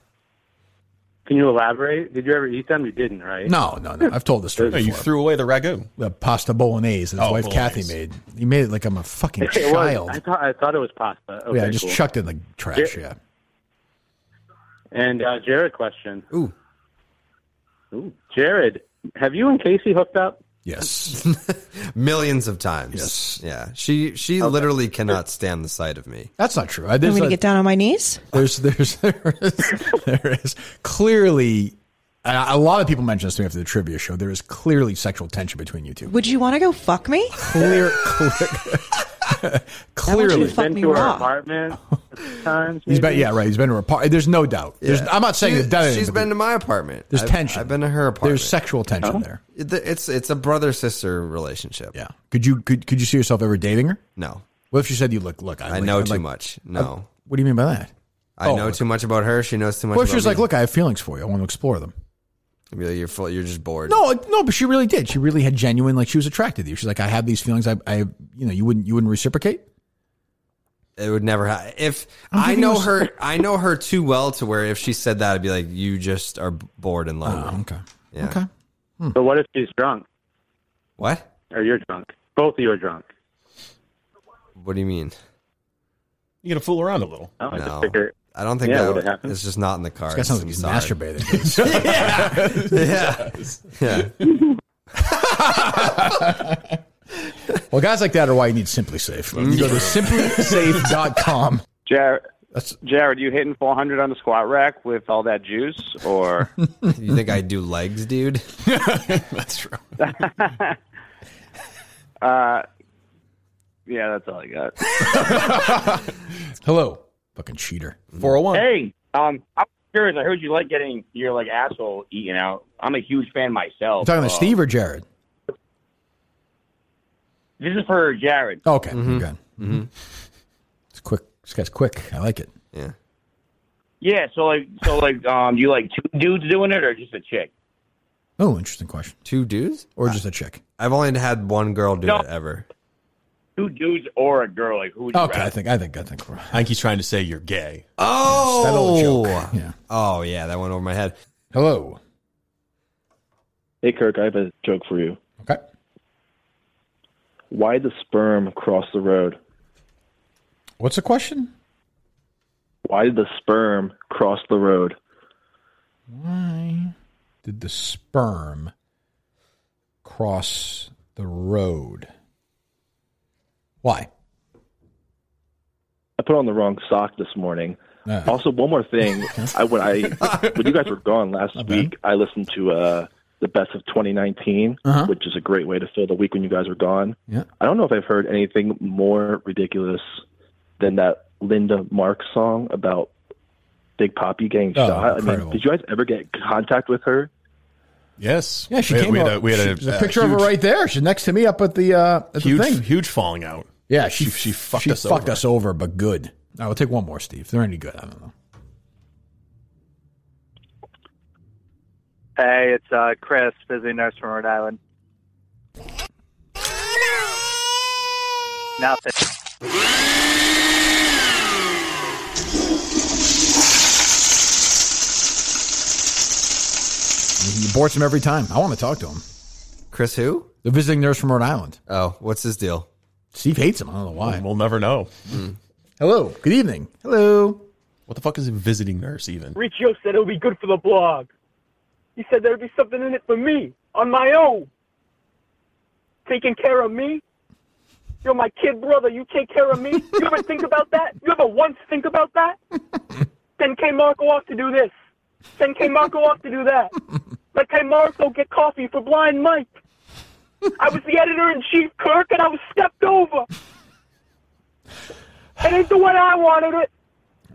Can you elaborate? Did you ever eat them? You didn't, right? No, no, no. I've told the story. No, you threw away the ragu. The pasta bolognese that his Oh, wife Kathy made. bolognese. He made it like I'm a fucking It was- child. I thought I thought it was pasta. Okay, yeah, I just cool. chucked it in the trash. Yeah. And uh, Jared question. Ooh. Ooh. Jared, have you and Casey hooked up? Yes. Millions of times. Yes. Yeah. She she literally cannot stand the sight of me. That's not true. I, I'm there's going to a- get down on my knees. There's there's there is, there is clearly a, a lot of people mentioned this to me after the trivia show. There is clearly sexual tension between you two. Would you want to go fuck me? Clear, clear, you clearly. to fuck Been me to her raw. apartment Times, He's been yeah right. He's been to a party. There's no doubt. There's, Yeah. I'm not saying She- they've done anything. She's but been to my apartment. There's I've- tension. I've been to her apartment. Oh. There's sexual tension there. It- It's it's a brother sister relationship. Yeah. Could you could could you see yourself ever dating her? No. What if she said you look look? I like- know I'd too like- much. No. What do you mean by that? I Oh, know too much about her. She knows too much. What if she about was like, me. look, I have feelings for you. I want to explore them. I'd be like, you're full, you're just bored. No, like, no, but she really did. She really had genuine, like she was attracted to you. She's like, I have these feelings. I, I, you know, you wouldn't, you wouldn't reciprocate. It would never happen. If I'm I thinking know of- her, I know her too well to where if she said that, I'd be like, you just are bored and lonely. Oh, okay. Yeah. Okay. Hmm. But what if she's drunk? What? Or you're drunk? Both of you are drunk. What do you mean? You gotta fool around a little. Oh, no. I don't think Yeah, that would've would, happened. it's just not in the cards. This guy sounds like I'm he's sorry. masturbating. yeah. yeah. Well, guys like that are why you need Simply Safe. You go to simplysafe.com. Jared, Jared, you hitting 400 on the squat rack with all that juice, or you think I do legs, dude? that's true. uh, yeah, that's all I got. Hello, fucking cheater. 401. Hey, Um, I'm curious. I heard you like getting your like asshole eaten out. I'm a huge fan myself. You talking to Uh, Steve or Jared? This is for Jared. Oh, Okay, good. Mm-hmm. It's quick. This guy's quick. I like it. Yeah. Yeah. So like, so like, um, you like two dudes doing it or just a chick? Oh, interesting question. Two dudes or just a chick? I've only had one girl do No. it ever. Two dudes or a girl? Like who? Would you rather? think I think I think I think he's trying to say you're gay. Oh, That old joke. Yeah. Oh yeah, that went over my head. Hello. Hey, Kirk, I have a joke for you. Okay. Why the sperm cross the road? What's the question? Why did the sperm cross the road? Why did the sperm cross the road? Why? I put on the wrong sock this morning. Uh. Also, one more thing. I, when I when you guys were gone last week, I listened to uh, the best of 2019, Uh-huh. which is a great way to fill the week when you guys were gone. Yeah. I don't know if I've heard anything more ridiculous than that Linda Marks song about Big Poppy getting Oh, shot. I mean, incredible. did you guys ever get in contact with her? Yes. Yeah, she We had- came. we had up- a- we had she- a- there's a a picture of her huge- right there. She's next to me up at the uh, at Huge, the thing. huge falling out. Yeah, she she, she fucked she us fucked over. us over, but good. I will take one more, Steve. If they're any good, I don't know. Hey, it's uh, Chris, busy nurse from Rhode Island. Nothing. He aborts him every time. I want to talk to him. Chris, who? The visiting nurse from Rhode Island. Oh, what's his deal? Steve hates him. I don't know why. We'll never know. Hmm. Hmm. Hello. Good evening. Hello. What the fuck is a visiting nurse even? Riccio said it would be good for the blog. He said there would be something in it for me, on my own. Taking care of me? You're my kid brother. You take care of me? You ever think about that? You ever once think about that? 10K Marco off to do this. 10K Marco off to do that. Let K Marco get coffee for Blind Mike. I was the editor in chief, Kirk, and I was stepped over. It ain't the way I wanted it.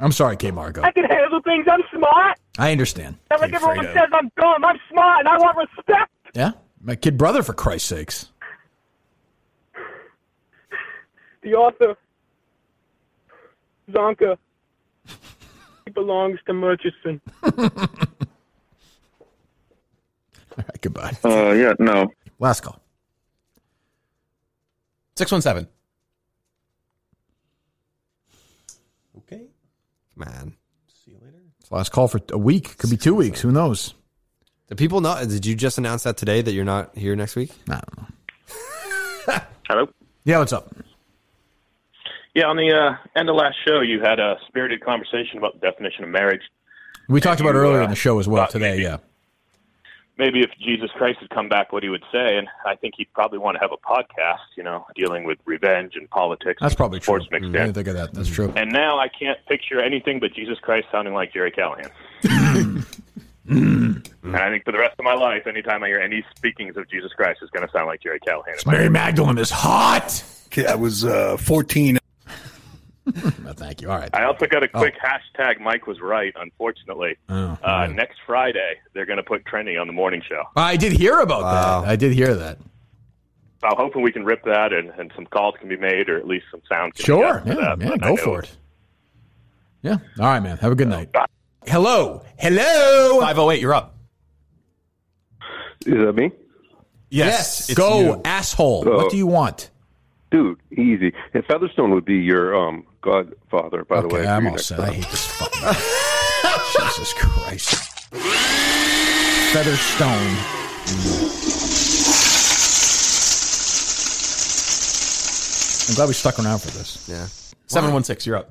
I'm sorry, K. Margo. I can handle things. I'm smart. I understand. Not like Hey, everyone Fredo. says I'm dumb. I'm smart and I want respect. Yeah, my kid brother, for Christ's sakes. The author, Zonka, he belongs to Murchison. Goodbye. Uh, yeah, no. Last call. Six one seven. Okay. Man. It's the last call for a week. Could be two weeks. Who knows? Do people not? Did you just announce that today that you're not here next week? No. Hello. Yeah, what's up? Yeah, on the uh, end of last show, you had a spirited conversation about the definition of marriage. We talked about it You, earlier uh, in the show as well today. Yeah. Maybe if Jesus Christ had come back, what he would say, and I think he'd probably want to have a podcast, you know, dealing with revenge and politics. That's and probably true. Mm, sports I mixed didn't in. think of that. That's true. And now I can't picture anything but Jesus Christ sounding like Jerry Callahan. Mm. And I think for the rest of my life, anytime I hear any speakings of Jesus Christ, it's going to sound like Jerry Callahan. Mary Magdalene is hot. Okay, I was uh, 14. Oh, thank you. All right. I also got a Oh. quick hashtag. Mike was right. Unfortunately, Oh, uh, next Friday they're going to put trending on the morning show. I did hear about that. I did hear that. So I'm hoping we can rip that and, and some calls can be made or at least some sound. Can Sure. Be got for Yeah. that. Yeah. But I Go know for it. Yeah. All right, man. Have a good night. Hello. Hello. Five oh eight. You're up. Is that me? Yes. Go, asshole. Uh, What do you want? Dude, easy. And Featherstone would be your um godfather, by the way. I'm for your all next set. time. I hate this fucking. Jesus Christ. Featherstone. I'm glad we stuck around for this. Yeah. Seven one six. You're up.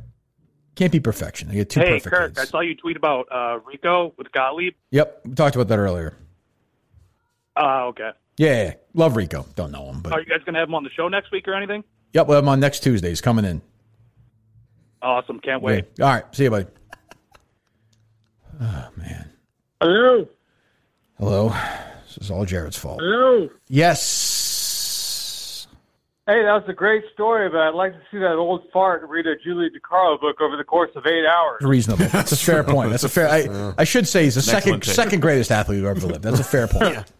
Can't be perfection. I get two hey, perfect. Kirk, I saw you tweet about uh, Rico with Gottlieb. Yep. We talked about that earlier. Uh, okay. Yeah, yeah, yeah. Love Rico. Don't know him, but Are you guys going to have him on the show next week or anything? yep. We'll have him on next Tuesday. He's coming in. Awesome. Can't wait. Yeah. All right. See you, buddy. Hello. Hello. This is all Jared's fault. Hello. Yes. Hey, that was a great story, but I'd like to see that old fart read a Julie DeCarlo book over the course of eight hours. Reasonable. That's a fair point. That's a fair. I, I should say he's the Next one, second Jake. second greatest athlete who ever lived. That's a fair point.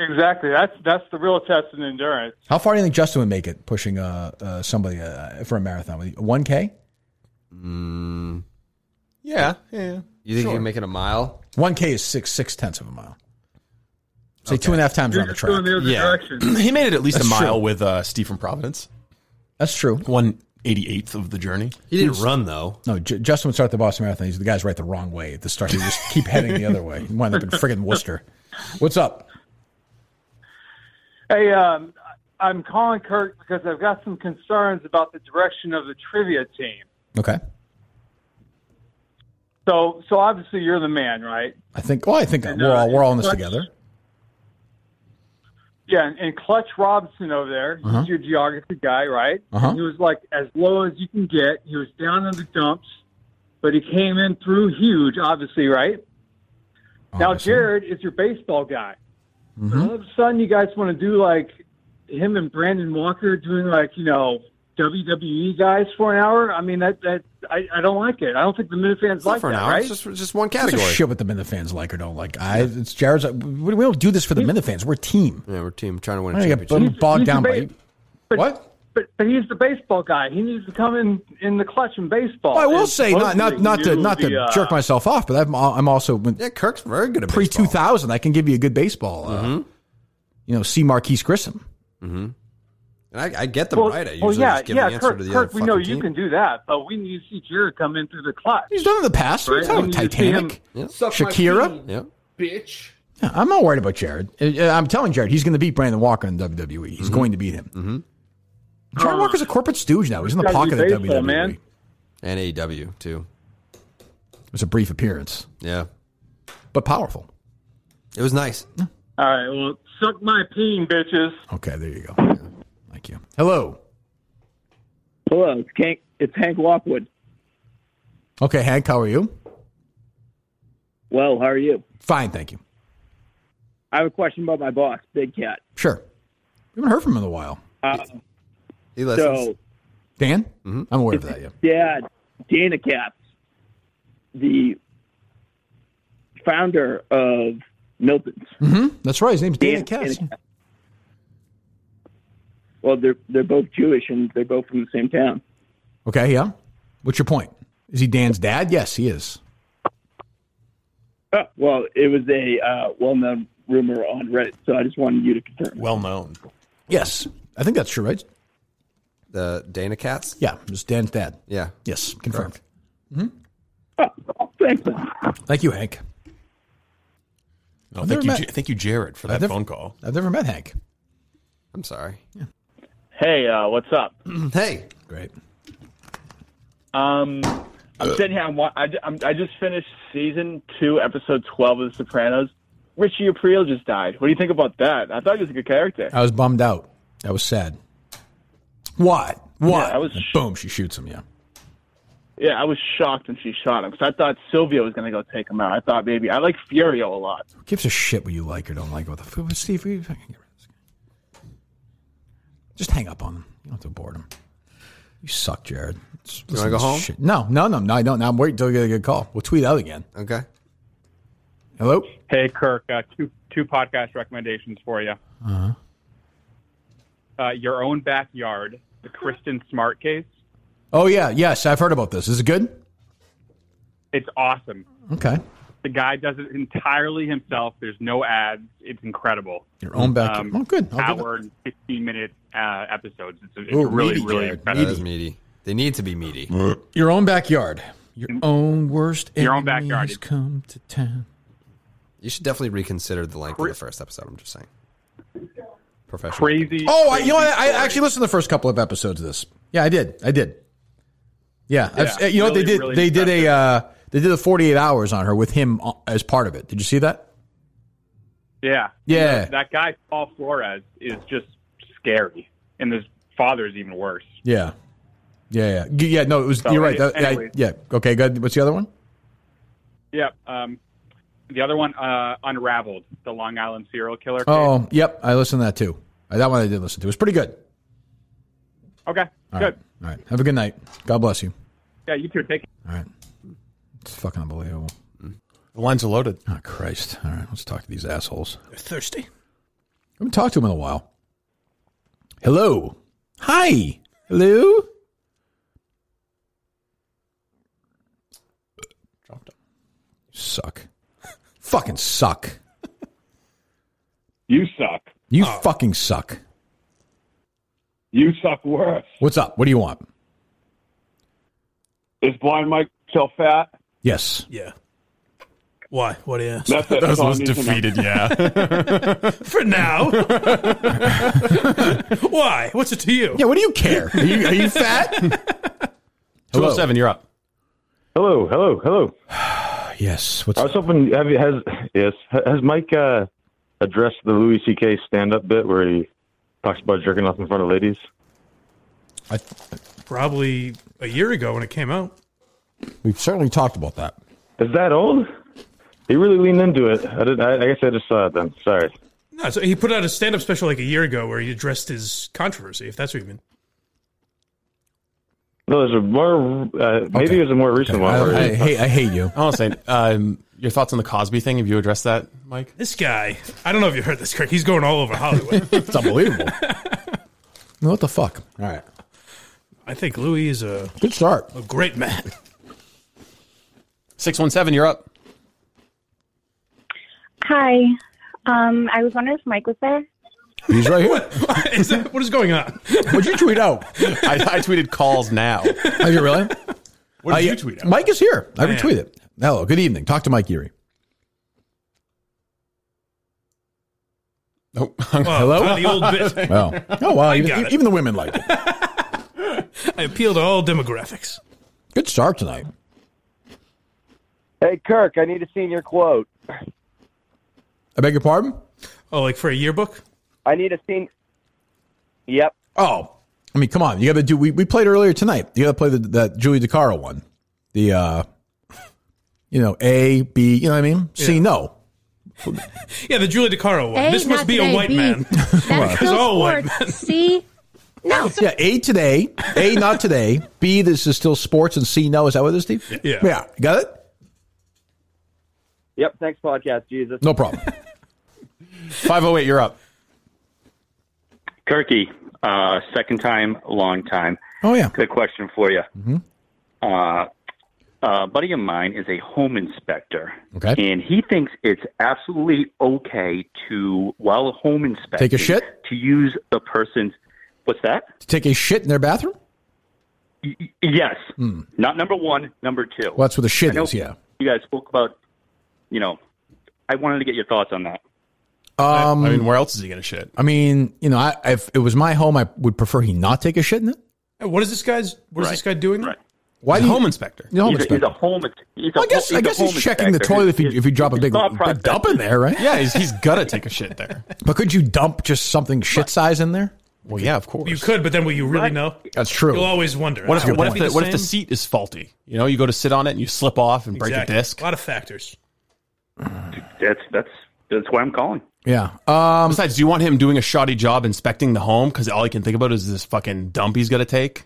Exactly. That's that's the real test in endurance. How far do you think Justin would make it pushing uh, uh, somebody uh, for a marathon? One k, Mm, Yeah, yeah. You think you Sure. can make it a mile? one k is six six tenths of a mile. Say two and a half times around the track. he made it at least That's a mile true. with uh, Steve from Providence. That's true. One eighty eighth of the journey. though. No, J- Justin would start the Boston Marathon. He's the guys right the wrong way at the start. He just keep heading the other way. He wind up in friggin' Worcester. What's up? Hey, um, I'm calling Kirk because I've got some concerns about the direction of the trivia team. Okay. So, so obviously you're the man, right? I think. Well, I think we're all we're all in this uh, together. Yeah, and, and Clutch Robinson over there, Uh-huh. he's your geography guy, right? Uh-huh. And He was like as low as you can get. He was down in the dumps, but he came in through huge, obviously, right? Now Jared is your baseball guy. Mm-hmm. But all of a sudden, you guys want to do like him and Brandon Walker doing like you know WWE guys for an hour. I mean that that I, I don't like it. I don't think the Minifans like that. Right? Gives a shit what the Minifans fans like or don't like. I it's Jared's. We we don't do this for the Minifans. fans. We're a team. Yeah, we're a team trying to win I a don't get championship. bogged bogged down by. amazing. But, what? But but he's the baseball guy. He needs to come in in the clutch in baseball. Well, I will And say not not supposedly not to you, not to the, uh, jerk myself off, but I'm al- I'm also yeah. Kirk's very good at pre two thousand. I can give you a good baseball. Uh, you know, see Marquise Grissom. Mm-hmm. And I, I get them well, right. I usually well, yeah, just give yeah, the answer Kirk, to the Kirk, other we know fucking you team. can do that, but we need to see Jared come in through the clutch. He's done in the past. We've Right? We done it. need to see him- Titanic, Shakira. Yeah. Bitch. Yeah, I'm not worried about Jared. Uh, uh, I'm telling Jared he's going to beat Brandon Walker in WWE. He's going to beat him. Mm-hmm. Jared Walker's a corporate stooge now. He's in the Uh, Gotta be pocket of E, baseball, WWE. man. And AEW, too. It was a brief appearance, Yeah. but powerful. It was nice. All right, well, suck my peen, bitches. Okay, there you go. Thank you. Hello. Hello, it's Hank, it's Hank Lockwood. Okay, Hank, how are you? Well, how are you? Fine, thank you. I have a question about my boss, Big Cat. Sure. We haven't heard from him in a while. Uh, He so, Dan? Mm-hmm. I'm aware of that, yeah. Dad, Dana Katz, the founder of Milton's. Mm-hmm. That's right. His name's Dan Katz. Well, they're they're both Jewish and they're both from the same town. Okay, yeah. What's your point? Is he Dan's dad? Yes, he is. Oh, well, it was a uh, well-known rumor on Reddit, so I just wanted you to confirm. Well known. Yes. I think that's true, right? The Dana Cats? Yeah, it was Dan's dad. Yeah. Yes, confirmed. Mm-hmm. Thanks. Thank you, Hank. No, thank I've never you, met- J- thank you, Jared, for I've that never- phone call. I've never met Hank. I'm sorry. Hey, uh, what's up? Hey. Great. Uh. Um, I'm sitting here. I'm, wa- I, ju- I'm, I just finished season two, episode twelve of The Sopranos. Richie Aprile just died. What do you think about that? I thought he was a good character. I was bummed out. I was sad. What? What? Yeah, I was And Boom, she shoots him, yeah. Yeah, I was shocked when she shot him because I thought Sylvia was going to go take him out. I thought maybe I like Furio a lot. Who gives a shit what you like or don't like? What the fuck? Steve, we fucking get rid of this guy. Just hang up on him. You don't have to board him. You suck, Jared. It's- You wanna go home? Shit. No, no, no, no. I don't. I'm waiting until we get a good call. We'll tweet out again. Okay. Hello. Hey, Kirk, uh, two two podcast recommendations for you. Uh-huh. Uh, your own backyard, the Kristen Smart case. Oh yeah, yes, I've heard about this. Is it good? It's awesome. Okay. The guy does it entirely himself. There's no ads. It's incredible. Your own backyard. Um, Oh, good. I'll give it- hour and 15 minute uh, episodes. It's, it's Ooh, really, meaty, really Jared. impressive. Meaty. Meaty. They need to be meaty. Your own backyard. Your own worst. Mm. Your own enemies backyard. Come to town. You should definitely reconsider the length of the first episode. I'm just saying. Professional. Crazy. Oh, I, you know, what? I, I actually listened to the first couple of episodes of this. Yeah, I did. I did. Yeah, I've- Yeah, you know what they really, did? really they did a uh, they did a forty eight hours on her with him uh, as part of it. Did you see that? Yeah. uh, Yeah. That, that guy, Paul Flores, is just scary. And his father is even worse. Yeah. Yeah, yeah, yeah. No, it was. So you're right. any- That- I- anyways. yeah. Okay. Good. What's the other one? Yeah. Um, the other one, uh, Unraveled, the Long Island serial killer. Oh, yep. I listened to that too. Uh, That one I did listen to. It was pretty good. Okay. All good. right. All right. Have a good night. God bless you. Yeah, you two take. All right. It's fucking unbelievable. The lines are loaded. Oh Christ! All right, let's talk to these assholes. They're thirsty. I haven't talked to him in a while. Hello. Hi. Hello. Suck. fucking suck. You suck. You Oh. fucking suck. You suck worse. What's up? What do you want? Is Blind Mike so fat? Yes. Yeah. Why? What do you ask? That's it. That's all I need to know. For now. Why? What's it to you? Yeah, what do you care? Are you, are you fat? Two oh seven. You're up. Hello, hello, hello. yes. I was hoping have you has yes ha- has Mike uh, addressed the Louis C.K. stand-up bit where he talks about jerking off in front of ladies? Probably a year ago when it came out. We've certainly talked about that. Is that old? He really leaned into it. I did. I, I guess I just saw it then. Sorry. No, so he put out a stand-up special like a year ago where he addressed his controversy, if that's what you mean. No, there's a more. Uh, Maybe it was a more recent one. where he- hate you. I want to say um, your thoughts on the Cosby thing. Have you addressed that? Mike? This guy, I don't know if you heard this, Kirk. He's going all over Hollywood. it's unbelievable. What the fuck? All right. I think Louis is a Good start. a great man. Six one seven. You're up. Hi. Um, I was wondering if Mike was there. He's right here. is that, what is going on? What'd you tweet out? I, I tweeted calls now. Are you really? What did Uh, you yeah, tweet out? Mike is here. I Man. retweeted. it. Hello. Good evening. Talk to Mike Erie. Oh, hello. the old bit. Wow. Oh wow. I Even, got it. even the women like it. I appeal to all demographics. Good start tonight. Hey, Kirk, I need a senior quote. I beg your pardon. Oh, like for a yearbook? I need a senior. Yep. Oh, I mean, come on. You got to do. We, we played earlier tonight. You got to play the, that Julie DeCaro one. The, uh you know, A B. You know what I mean? C no. Yeah, the Julie DeCaro one. A, this must not be a today, white B. man. What? Because all white men. See? No. Yeah, A today, A not today, B this is still sports, and C no. Is that what it is, Steve? Yeah. Yeah. Got it? Yep. Next podcast, Jesus. No problem. Five oh eight. You're up. Kirky, uh, second time, long time. Oh yeah. Good question for you. Mhm. Uh, a buddy of mine is a home inspector, Okay. and he thinks it's absolutely okay to, while home inspecting, Take a shit? to use the person's. What's that? To take a shit in their bathroom? Yes, Hmm. not number one, number two. Well, that's where the shit I know is, yeah. You guys spoke about, you know, I wanted to get your thoughts on that. Um, I mean, where else is he gonna shit? I mean, you know, I, if it was my home, I would prefer he not take a shit in it. Hey, What is this guy's? What is this guy doing? Right. Why He's do a you- home inspector. He's a home He's a- he's a inspector. home ins- he's a Well, I guess ho- he's I a guess he's home checking the inspector. toilet if you if you drop a big, thought big process. dump in there, right? Yeah, he's, he's gotta take a shit there. But could you dump just something shit size in there? Well, yeah, of course. You could, but then will you really know? That's true. You'll always wonder. What if, Would what that if be the, what if the same? seat is faulty? You know, you go to sit on it and you slip off and break Exactly. a disc. A lot of factors. That's that's that's why I'm calling. Yeah. Um, Besides, do you want him doing a shoddy job inspecting the home? Because all he can think about is this fucking dump he's gonna take.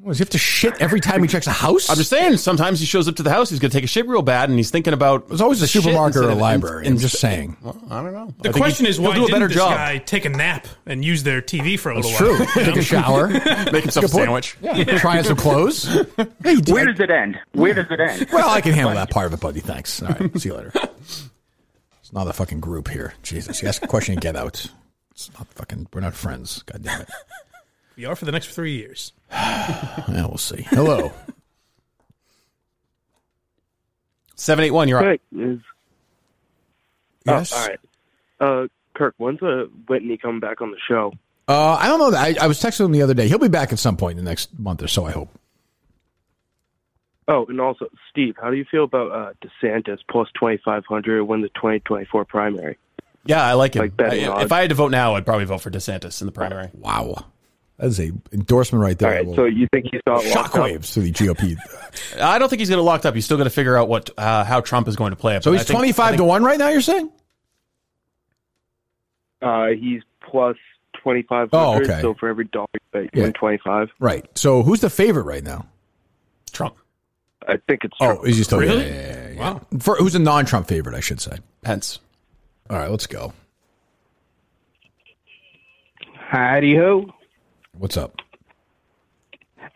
Well, does he have to shit every time he checks a house? I'm just saying. Sometimes he shows up to the house, he's gonna take a shit real bad, and he's thinking about. There's always a the shit supermarket or instead a of library, I'm just inspe- saying. Well, I don't know. The I think question he- is why he'll do a didn't better this job. guy take a nap and use their TV for a That's little true. while? Take a shower, make himself a Good point. sandwich. Yeah. Try on some clothes. Where does it end? Where does it end? Well, I can handle that part of it, buddy. Thanks. All right. See you later. It's not a fucking group here. Jesus. You ask a question and get out. It's not fucking, we're not friends. God damn it. We are for the next three years. Yeah, we'll see. Hello. Seven eight one. You're up. Kirk is- Yes. Oh, all right. Uh, Kirk, when's uh, Whitney coming back on the show? Uh, I don't know. that- I, I was texting him the other day. He'll be back at some point in the next month or so, I hope. Oh, and also, Steve, how do you feel about uh, DeSantis plus 2,500 win the 2024 primary? Yeah, I like him. Like betting I- odds. if I had to vote now, I'd probably vote for DeSantis in the primary. Wow. That is a endorsement right there. All right, Well, so you think he's not locked up? shockwaves to the GOP? I don't think he's going to locked up. He's still going to figure out what uh, how Trump is going to play it. So but I he's think- twenty five to one right now. You're saying? Uh, he's plus twenty five Oh, hundred. okay. So for every dollar you bet, you Yeah. win twenty five. Right. So who's the favorite right now? Trump. I think it's Oh, is he still Really? yeah, yeah, yeah, yeah. For, who's a non-Trump favorite? I should say Pence. All right, let's go. Howdy ho. What's up?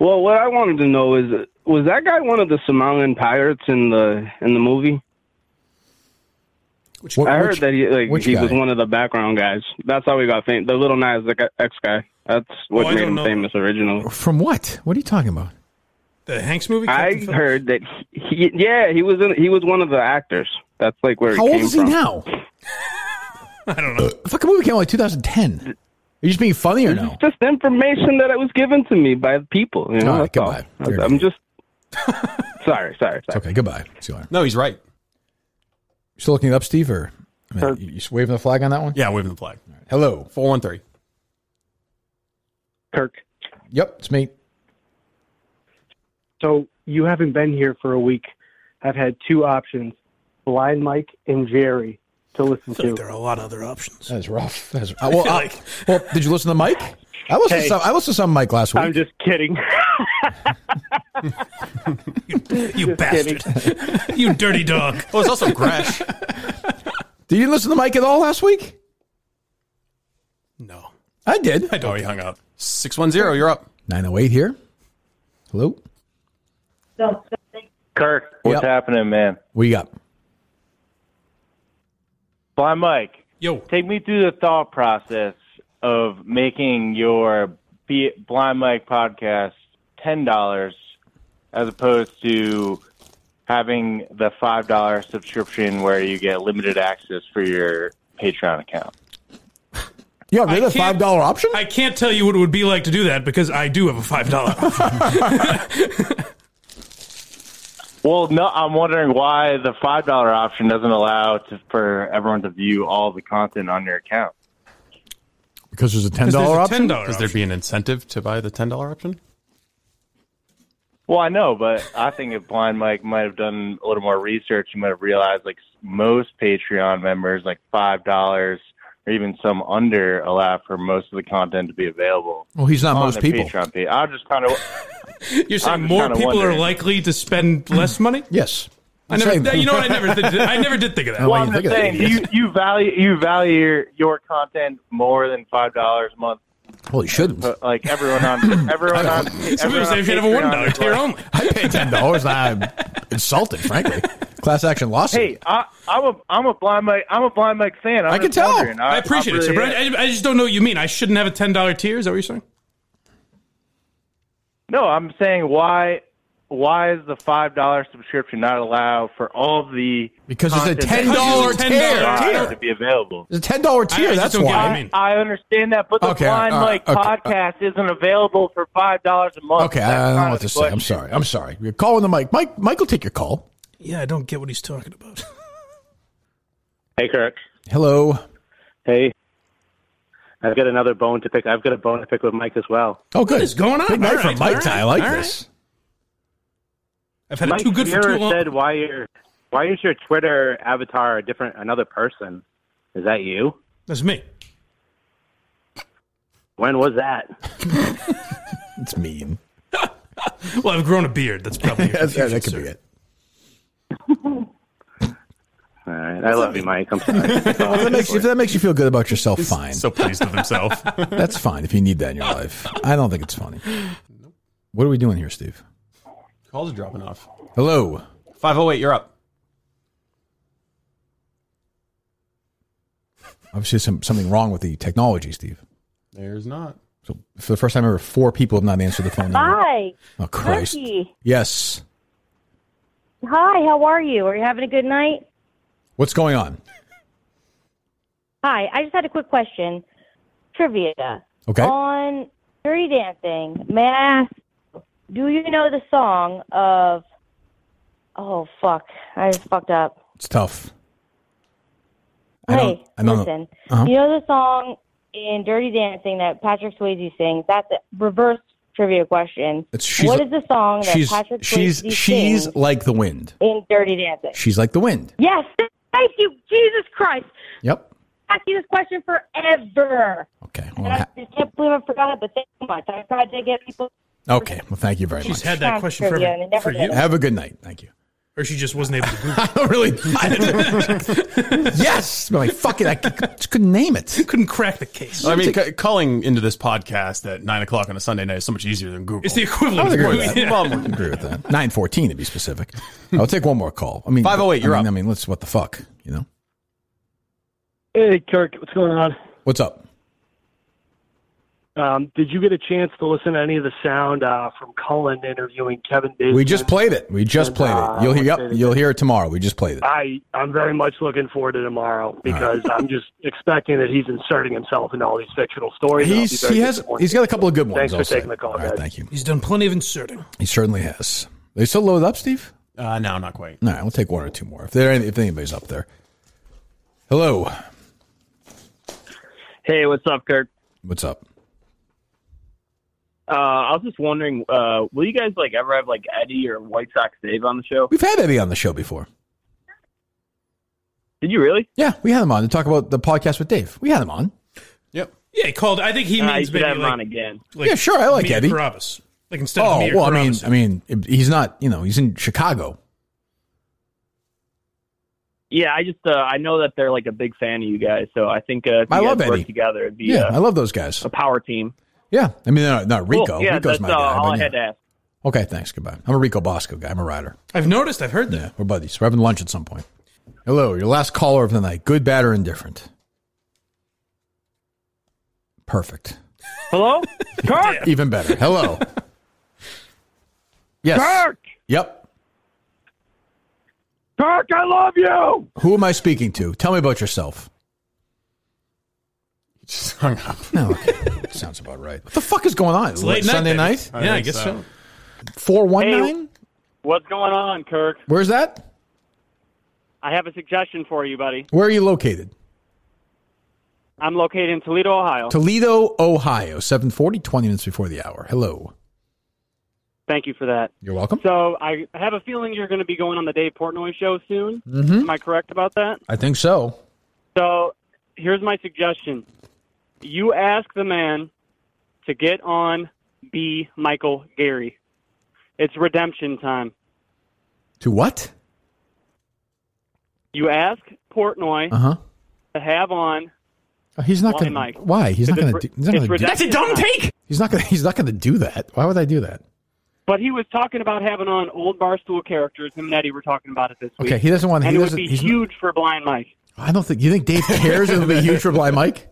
Well, what I wanted to know is, was that guy one of the Somalian pirates in the in the movie? Which, I heard that he like which he was guy? one of the background guys. That's how he got famous. The little Nas X guy. That's what Oh, I made don't him know. famous originally. From what? What are you talking about? The Hanks movie. I heard that he, he yeah he was in, he was one of the actors. That's like where How he old came is he from. now? Uh, I don't know. The fucking movie came out like 2010. Are you just being funny or no? Just information that it was given to me by the people. You know, that's all. I'm just sorry, sorry, sorry. okay, goodbye. See you later. No, he's right. You still looking it up, Steve? Or I mean, you, you just waving the flag on that one? Yeah, waving the flag. Hello, four one three. Kirk. Yep, it's me. So you haven't been here for a week. I've had two options: Blind Mike and Jerry to listen to. There are a lot of other options. That is rough. That is, I uh, well, feel uh, like- well, did you listen to Mike? I Hey. listened to some. I listened to some Mike last week. I'm just kidding. You bastard. you dirty dog. Oh, it's also Gresh. Did you listen to Mike at all last week? No. I did. I know he hung up. Six one zero. You're up. Nine oh eight here. Hello. Kirk, what's happening, man? What you got? Blind Mike. Yo. Take me through the thought process of making your B- Blind Mike podcast $10 as opposed to having the $5 subscription where you get limited access for your Patreon account. Yeah, rid of five dollar option. I can't tell you what it would be like to do that because I do have a five dollar. Well, no, I'm wondering why the $5 option doesn't allow to, for everyone to view all the content on your account. Because there's a ten dollar option. Because there'd be an incentive to buy the ten dollar option. Well, I know, but I think if Blind Mike might have done a little more research, you might have realized like most Patreon members, like five dollars or even some under, allow for most of the content to be available. Well, he's not on most their people. Patreon page. I just kind of You're saying I'm more kinda people are wondering. likely to spend less money? Yes. I never. Same. You know what? I never. Did, I never did think of that. well, I'm just saying you, you value you value your, your content more than five dollars a month. Well, you shouldn't. But, like everyone on everyone on Some people everyone say on you should have a Patreon one dollar is tier like, only. I pay ten dollars. I'm insulted, frankly. Class action lawsuit. Hey, I, I'm a I'm a blind Mike I'm a blind Mike fan. I'm I just wondering. I, appreciate it, really sir, but am. I, I just don't know what you mean. I shouldn't have a ten dollar tier. Is that what you're saying? No, I'm saying why why is the five dollar subscription not allow for all of the Because it's a content that $10 you tier. subscribe to be available. It's a ten dollar tier. that's why. I understand that, but the Okay, Blind all right, Mike podcast isn't available for five dollars a month. Okay, That's I don't kind know of what the to say. I'm question. sorry. I'm sorry. You're calling the mic. Mike, Mike will take your call. Yeah, I don't get what he's talking about. Hey, Kirk. Hello. Hey. I've got another bone to pick. I've got a bone to pick with Mike as well. Oh, good. What is going on? Big night All for right, Mike all tonight. I right, like all this. I've had Mike it too good for Muir too long. said why your why is your Twitter avatar a different another person? Is that you? That's me. When was that? It's mean. Well, I've grown a beard. That's probably your That's- yeah, confusion, that sir. could be it. All right. I love you, Mike. I'm sorry. Well, if, that makes, if that makes you feel good about yourself, fine. So pleased with himself. That's fine if you need that in your life. I don't think it's funny. What are we doing here, Steve? Calls are dropping off. Hello. Five oh eight. You're up. Obviously, some, something wrong with the technology, Steve. There's not. So for the first time ever, four people have not answered the phone. number. Hi. Oh Christ! Turkey. Yes. Hi, how are you? Are you having a good night? What's going on? Hi, I just had a quick question. Trivia. Okay. On Dirty Dancing, may I ask, do you know the song of. Oh, fuck. I just fucked up. It's tough. Hey, I don't know. listen. Uh-huh. You know the song in Dirty Dancing that Patrick Swayze sings? That's a reverse trivia question. It's- she's- what is the song that she's Patrick Swayze she's sings she's like the wind. in Dirty Dancing? She's like the wind. Yes, thank you, Jesus Christ. Yep. I asked you this question forever. Okay. And I just can't believe I forgot it, but thank you so much. I tried to get people. Okay. Well, thank you very She's much. had that question for, Trivia, and it never for did. you. Have a good night. Thank you. Or she just wasn't able to Google. I don't really. yes, but I fucking I c- just couldn't name it. Couldn't crack the case. I mean, c- calling into this podcast at nine o'clock on a Sunday night is so much easier than Google. It's the equivalent I would of agree with Google, that. yeah. I would agree with that. Nine fourteen to be specific. I'll take one more call. I mean, five oh eight. You're I mean, up. I mean, let's what the fuck, you know? Hey, Kirk, what's going on? What's up? Um, did you get a chance to listen to any of the sound uh, from Cullen interviewing Kevin uh, Bacon? We just played it. We just played it. You'll hear. Yep, you'll hear it tomorrow. We just played it. I I'm very much looking forward to tomorrow because I'm just expecting that he's inserting himself into all these fictional stories. and I'll He's be very he has disappointed. he's got a couple of good ones. Thanks for I'll say. taking the call, All right, guys. thank you. He's done plenty of inserting. He certainly has. They still loaded up, Steve. Uh, no, not quite. No, we'll take one or two more if there if anybody's up there. Hello, Hey, what's up, Kirk? what's up? Uh, I was just wondering, uh, will you guys like ever have like Eddie or White Sox Dave on the show? We've had Eddie on the show before. Did you really? Yeah, we had him on to talk about the podcast with Dave. We had him on. Yeah, he called. I think he Uh, means you could maybe have him like, on again. like yeah, sure. I like Mia Eddie. Carabas. Like instead oh of Mia well, I mean, Carabas. I mean, if- he's not. You know, he's in Chicago. Yeah, I just uh, I know that they're like a big fan of you guys, so I think uh, if you I guys love work Eddie. together, it'd be Yeah, uh, I love those guys. a power team. Yeah, I mean, they're not, not Rico. Cool. Yeah, Rico's that's my uh, guy. all but I yeah. had to ask. Okay, thanks. Goodbye. I'm a Rico Bosco guy. I'm a rider. I've noticed. I've heard that. Yeah, we're buddies. We're having lunch at some point. Hello, your last caller of the night. Good, bad, or indifferent. Perfect. Hello, Kirk. Even better. Hello. yes. Kirk. Yep. Kirk, I love you. Who am I speaking to? Tell me about yourself. You just hung up. No, Oh, okay. sounds about right. What the fuck is going on? It's late night, Sunday baby. night. I Yeah, I think guess so. so. Four one nine. What's going on, Kirk? Where's that? I have a suggestion for you, buddy. Where are you located? I'm located in Toledo, Ohio. Toledo, Ohio, 740, 20 minutes before the hour. Hello. Thank you for that. You're welcome. So I have a feeling you're going to be going on the Dave Portnoy show soon. Mhm. Am I correct about that? I think so. So here's my suggestion: you ask the man to get on B. Michael Gary. It's redemption time. To what? You ask Portnoy Uh huh. to have on. Uh, He's not Why, going Mike? to. Why? He's not Because going it's to. re- He's not it's gonna do, redemption That's a dumb time. take! He's not going. He's not going to do that. Why would I do that? But he was talking about having on old barstool characters. Him and Eddie were talking about it this week. Okay, he doesn't want- And he it would doesn't- be he's not- huge for Blind Mike. I don't think. You think Dave cares if it'll be huge for Blind Mike?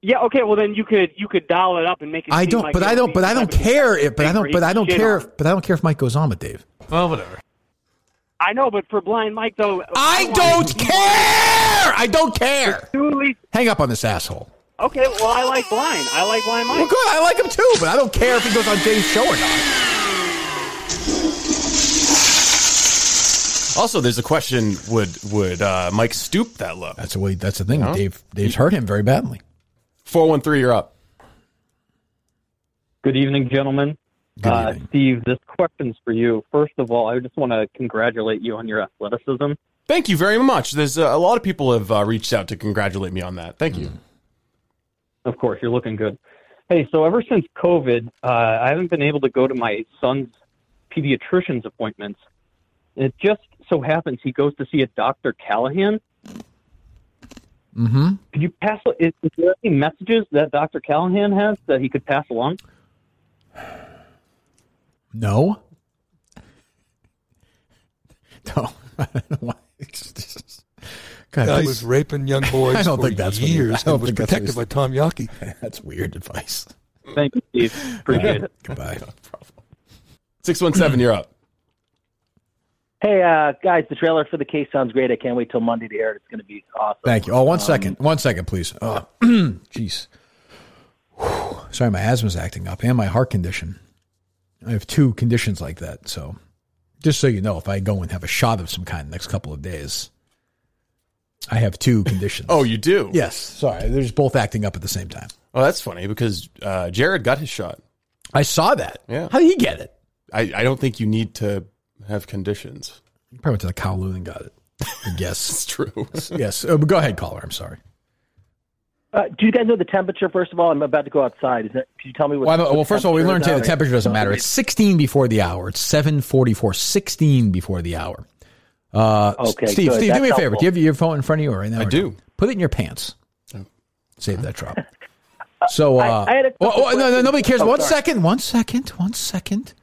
Yeah. Okay. Well, then you could you could dial it up and make it. I seem don't. like but it I would don't. be But I some don't type of care. thing If, but I where don't. he But I don't shit care. on. If, but I don't care if Mike goes on with Dave. Well, whatever. I know, but for blind Mike though, I don't care. I don't care. Hang up on this asshole. Okay. Well, I like blind. I like blind Mike. Well, good. I like him too, but I don't care if he goes on Dave's show or not. Also, there's a question: Would would uh, Mike stoop that low? That's the way. That's the thing. Dave. Dave's hurt him very badly. Four one three. You're up. Good evening, gentlemen. uh, Steve, this question's for you. First of all, I just want to congratulate you on your athleticism. Thank you very much. There's uh, a lot of people have uh, reached out to congratulate me on that. Thank you. Mm. Of course, you're looking good. Hey, so ever since COVID, uh, I haven't been able to go to my son's pediatrician's appointments. It just so happens he goes to see a Dr. Callahan. Mm-hmm. Could you pass? Is, is there any messages that Dr. Callahan has that he could pass along? No. No. I don't know why. It's just- God, guy that was raping young boys I don't for think that's what he- years I don't and was think that's what protected he's- by Tom Yawkey. That's weird advice. Thank you, Steve. Appreciate it. Goodbye. Six one seven. You're up. Hey, uh, guys, the trailer for the case sounds great. I can't wait till Monday to air it. It's going to be awesome. Thank you. Oh, one Um, second. One second, please. Oh, jeez. Whew. Sorry, my asthma's acting up and my heart condition. I have two conditions like that. So, just so you know, if I go and have a shot of some kind the next couple of days, I have two conditions. Oh, you do? Yes. Sorry. They're just both acting up at the same time. Oh, that's funny because uh, Jared got his shot. I saw that. Yeah. How did he get it? I, I don't think you need to have conditions. Probably went to the Kowloon and got it. I guess. it's true. yes. Uh, but go ahead, caller. I'm sorry. Uh, do you guys know the temperature? First of all, I'm about to go outside. Is that? Can you tell me what? Well, I'm- well, first of all, we temperature learned is today the out? temperature doesn't matter. It's 16 before the hour. It's 7:44. 16 before the hour. Uh, Okay, Steve, good. Steve, do That's me a favor. helpful. Do you have your phone in front of you right now? I or no? do. Oh. Put it in your pants. Save that drop. So, uh, I had a couple oh, oh, no, no, questions. nobody cares. Oh, One sorry. second, one second, one second.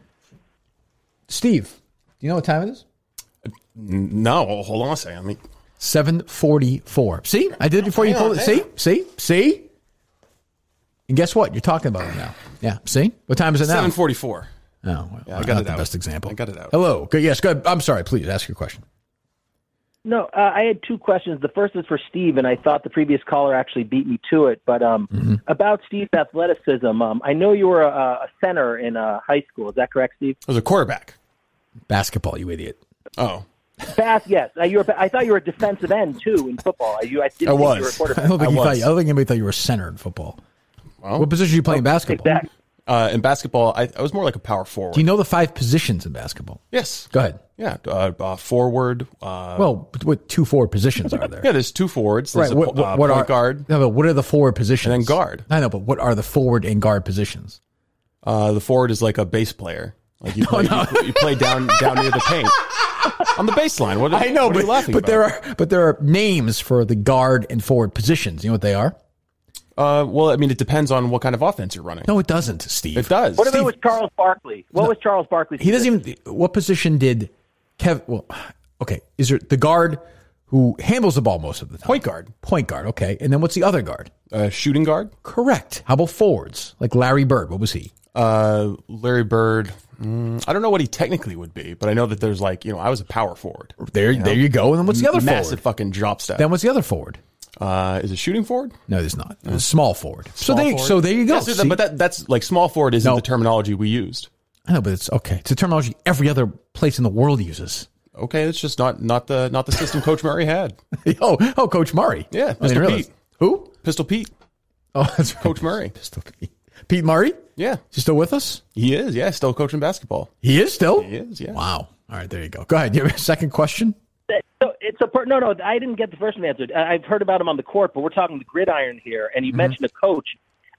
Steve, do you know what time it is? N- No, hold on a second. Let me. 744. See? I did it before you Hang on, pulled it. hang See? See? See? And guess what? You're talking about it now. Yeah. See? What time is it now? 744. Oh, well, Yeah, I that's got not it the out. best example. I got it out. Hello. Good. Yes. Good. I'm sorry. Please ask your question. No, uh, I had two questions. The first is for Steve, and I thought the previous caller actually beat me to it. But um, Mm-hmm. about Steve's athleticism, um, I know you were a, a center in uh, high school. Is that correct, Steve? It was a quarterback. Basketball, you idiot. Oh. Bass, yes. Uh, you were, I thought you were a defensive end too in football. You, I, didn't I think was. You were a I quarterback. don't think, you thought, I don't think anybody thought you were a center in football. what position do you Oh, play in basketball? Uh, in basketball, I, I was more like a power forward. Do you know the five positions in basketball? Yes. Go ahead. Yeah. Uh, uh, forward. Uh, well, but what two forward positions are there? yeah, there's two forwards. There's a, po- uh, point are, guard. No, but what are the forward positions? And then guard. I know, but what are the forward and guard positions? Uh, the forward is like a base player. Like you Oh, play, You, you play down down near the paint on the baseline. What I know, what are but, you laughing but about? there are but there are names for the guard and forward positions. You know what they are? Uh, well, I mean, it depends on what kind of offense you're running. No, it doesn't, Steve. It does. What if it was Charles Barkley? What was Charles Barkley? He doesn't even. What position did Kev? Well, okay. Is there the guard who handles the ball most of the time? Point guard. Point guard. Okay. And then what's the other guard? Uh, shooting guard. Correct. How about forwards? Like Larry Bird. What was he? Uh, Larry Bird. mm, I don't know what he technically would be, but I know that there's like you know I was a power forward. There, there you go. And then what's the other massive forward? fucking drop step? Then what's the other forward? uh, is it shooting forward? No, there's not. It's Small forward. so Small there, forward? so there you go. Yes, there's that- See? but that, that's like small forward isn't the terminology we used. I know, but it's okay. It's a terminology every other place in the world uses. Okay, it's just not not the not the system Coach Murray had. oh, oh, Coach Murray. Yeah, I didn't Pistol realize. Pete. Who? Pistol Pete. Oh, that's right. Coach Murray. Pistol Pete. Pete Murray. Yeah, Is he still with us? he is. Yeah, still coaching basketball. He is still. He is. Yeah. Wow. All right, there you go. Go ahead. You have a second question? So it's a per- no, no. I didn't get the first one answered. I- I've heard about him on the court, but we're talking the gridiron here, and you mentioned a coach.